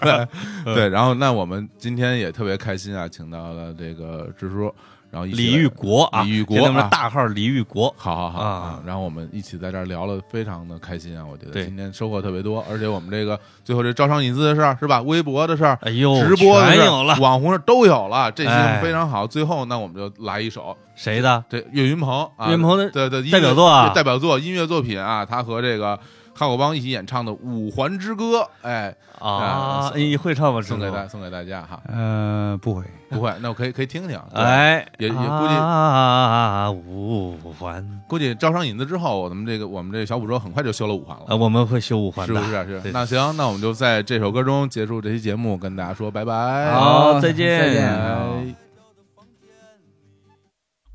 [SPEAKER 1] 对，然后那我们今天也特别开心啊，请到了这个支书，然后一起
[SPEAKER 2] 李
[SPEAKER 1] 来
[SPEAKER 2] 玉国啊，
[SPEAKER 1] 李玉国
[SPEAKER 2] 现在我们
[SPEAKER 1] 啊
[SPEAKER 2] 的大号李玉国，
[SPEAKER 1] 好好好
[SPEAKER 2] 啊
[SPEAKER 1] 然后我们一起在这儿聊了，非常的开心啊！我觉得
[SPEAKER 2] 对
[SPEAKER 1] 今天收获特别多，而且我们这个最后这招商引资的事儿是吧？微博的事儿，
[SPEAKER 2] 哎呦，
[SPEAKER 1] 直播的
[SPEAKER 2] 全
[SPEAKER 1] 事儿
[SPEAKER 2] 有了，
[SPEAKER 1] 网红事儿都有了，这些
[SPEAKER 2] 哎
[SPEAKER 1] 非常好。最后那我们就来一首
[SPEAKER 2] 谁的？
[SPEAKER 1] 这岳云鹏啊，
[SPEAKER 2] 岳云鹏的
[SPEAKER 1] 对对音
[SPEAKER 2] 代
[SPEAKER 1] 乐
[SPEAKER 2] 表作啊
[SPEAKER 1] 对代表作音乐作品啊，他和这个哈狗帮一起演唱的《五环之歌》，哎，
[SPEAKER 2] 啊，你会唱吗？
[SPEAKER 1] 送给大
[SPEAKER 2] 他，
[SPEAKER 1] 送给大家哈，
[SPEAKER 3] 呃，不会，
[SPEAKER 1] 不会，那我可以可以听听，对，
[SPEAKER 2] 哎，
[SPEAKER 1] 也也估计
[SPEAKER 2] 啊，五环
[SPEAKER 1] 估计招商引资之后，我们这个我们这小捕捉很快就修了五环了
[SPEAKER 2] 啊，。我们会修五环
[SPEAKER 1] 是
[SPEAKER 2] 的，
[SPEAKER 1] 不是啊？是
[SPEAKER 2] 对
[SPEAKER 1] 那行，那我们就在这首歌中结束这期节目，跟大家说拜拜。
[SPEAKER 2] 好再见
[SPEAKER 3] 再见。
[SPEAKER 1] 拜。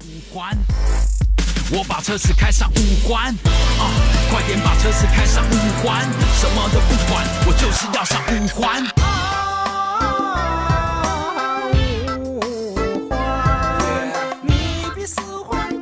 [SPEAKER 5] 五环，我把车子开上五环，啊，快点把车子开上五环，什么都不管，我就是要上五环。
[SPEAKER 6] 啊，五环，你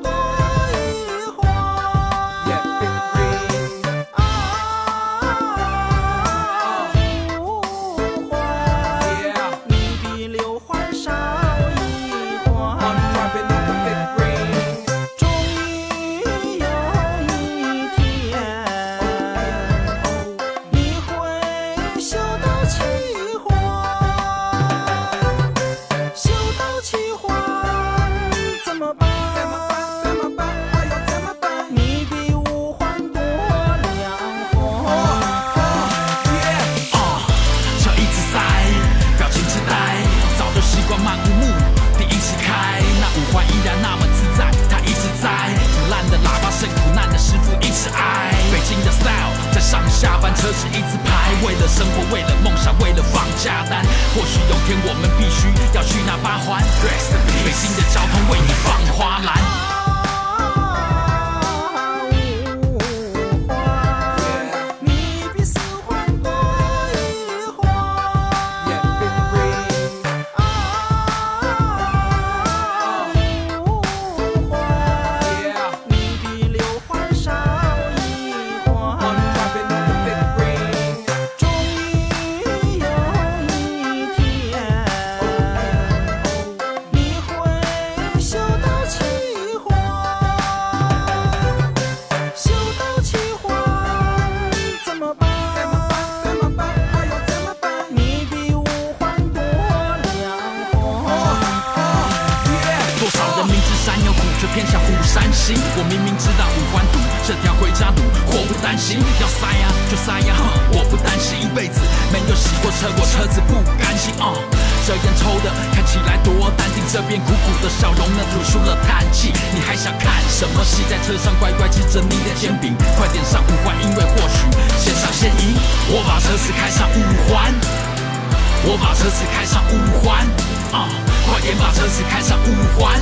[SPEAKER 5] 直爱。北京的 style，在上下班车是一字排，为了生活，为了梦想，为了放假单。或许有天我们必须要去那八环，北京的交通为你放花篮。
[SPEAKER 6] 啊，五环，你比四环多一环。啊，五环，你比六环少一环。终于有一天，你会修到七环，修到七环怎么办？怎么办？怎么办？哎呦怎么办？你比五环多两环。
[SPEAKER 5] 多少人明知山有虎，却偏向虎山行。我明明知道五环堵，这条回家路祸不单行。要塞呀、就塞呀、哼我不担心。一辈子没有洗过车，我车子不甘心啊。这烟抽的看起来多淡定，这边苦苦的笑容呢吐出了叹气。你还想看什么戏？在车上乖乖吃着你的煎饼，快点上五环，因为或许线上现赢。我把车子开上五环。我把车子开上五环，啊，快点把车子开上五环，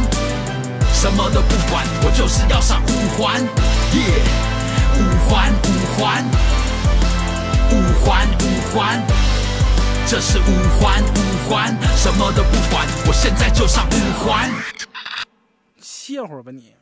[SPEAKER 5] 什么都不管，我就是要上五环，耶、五环五环，五环五环，这是五环五环，什么都不管，我现在就上五环。
[SPEAKER 7] 歇会儿吧你。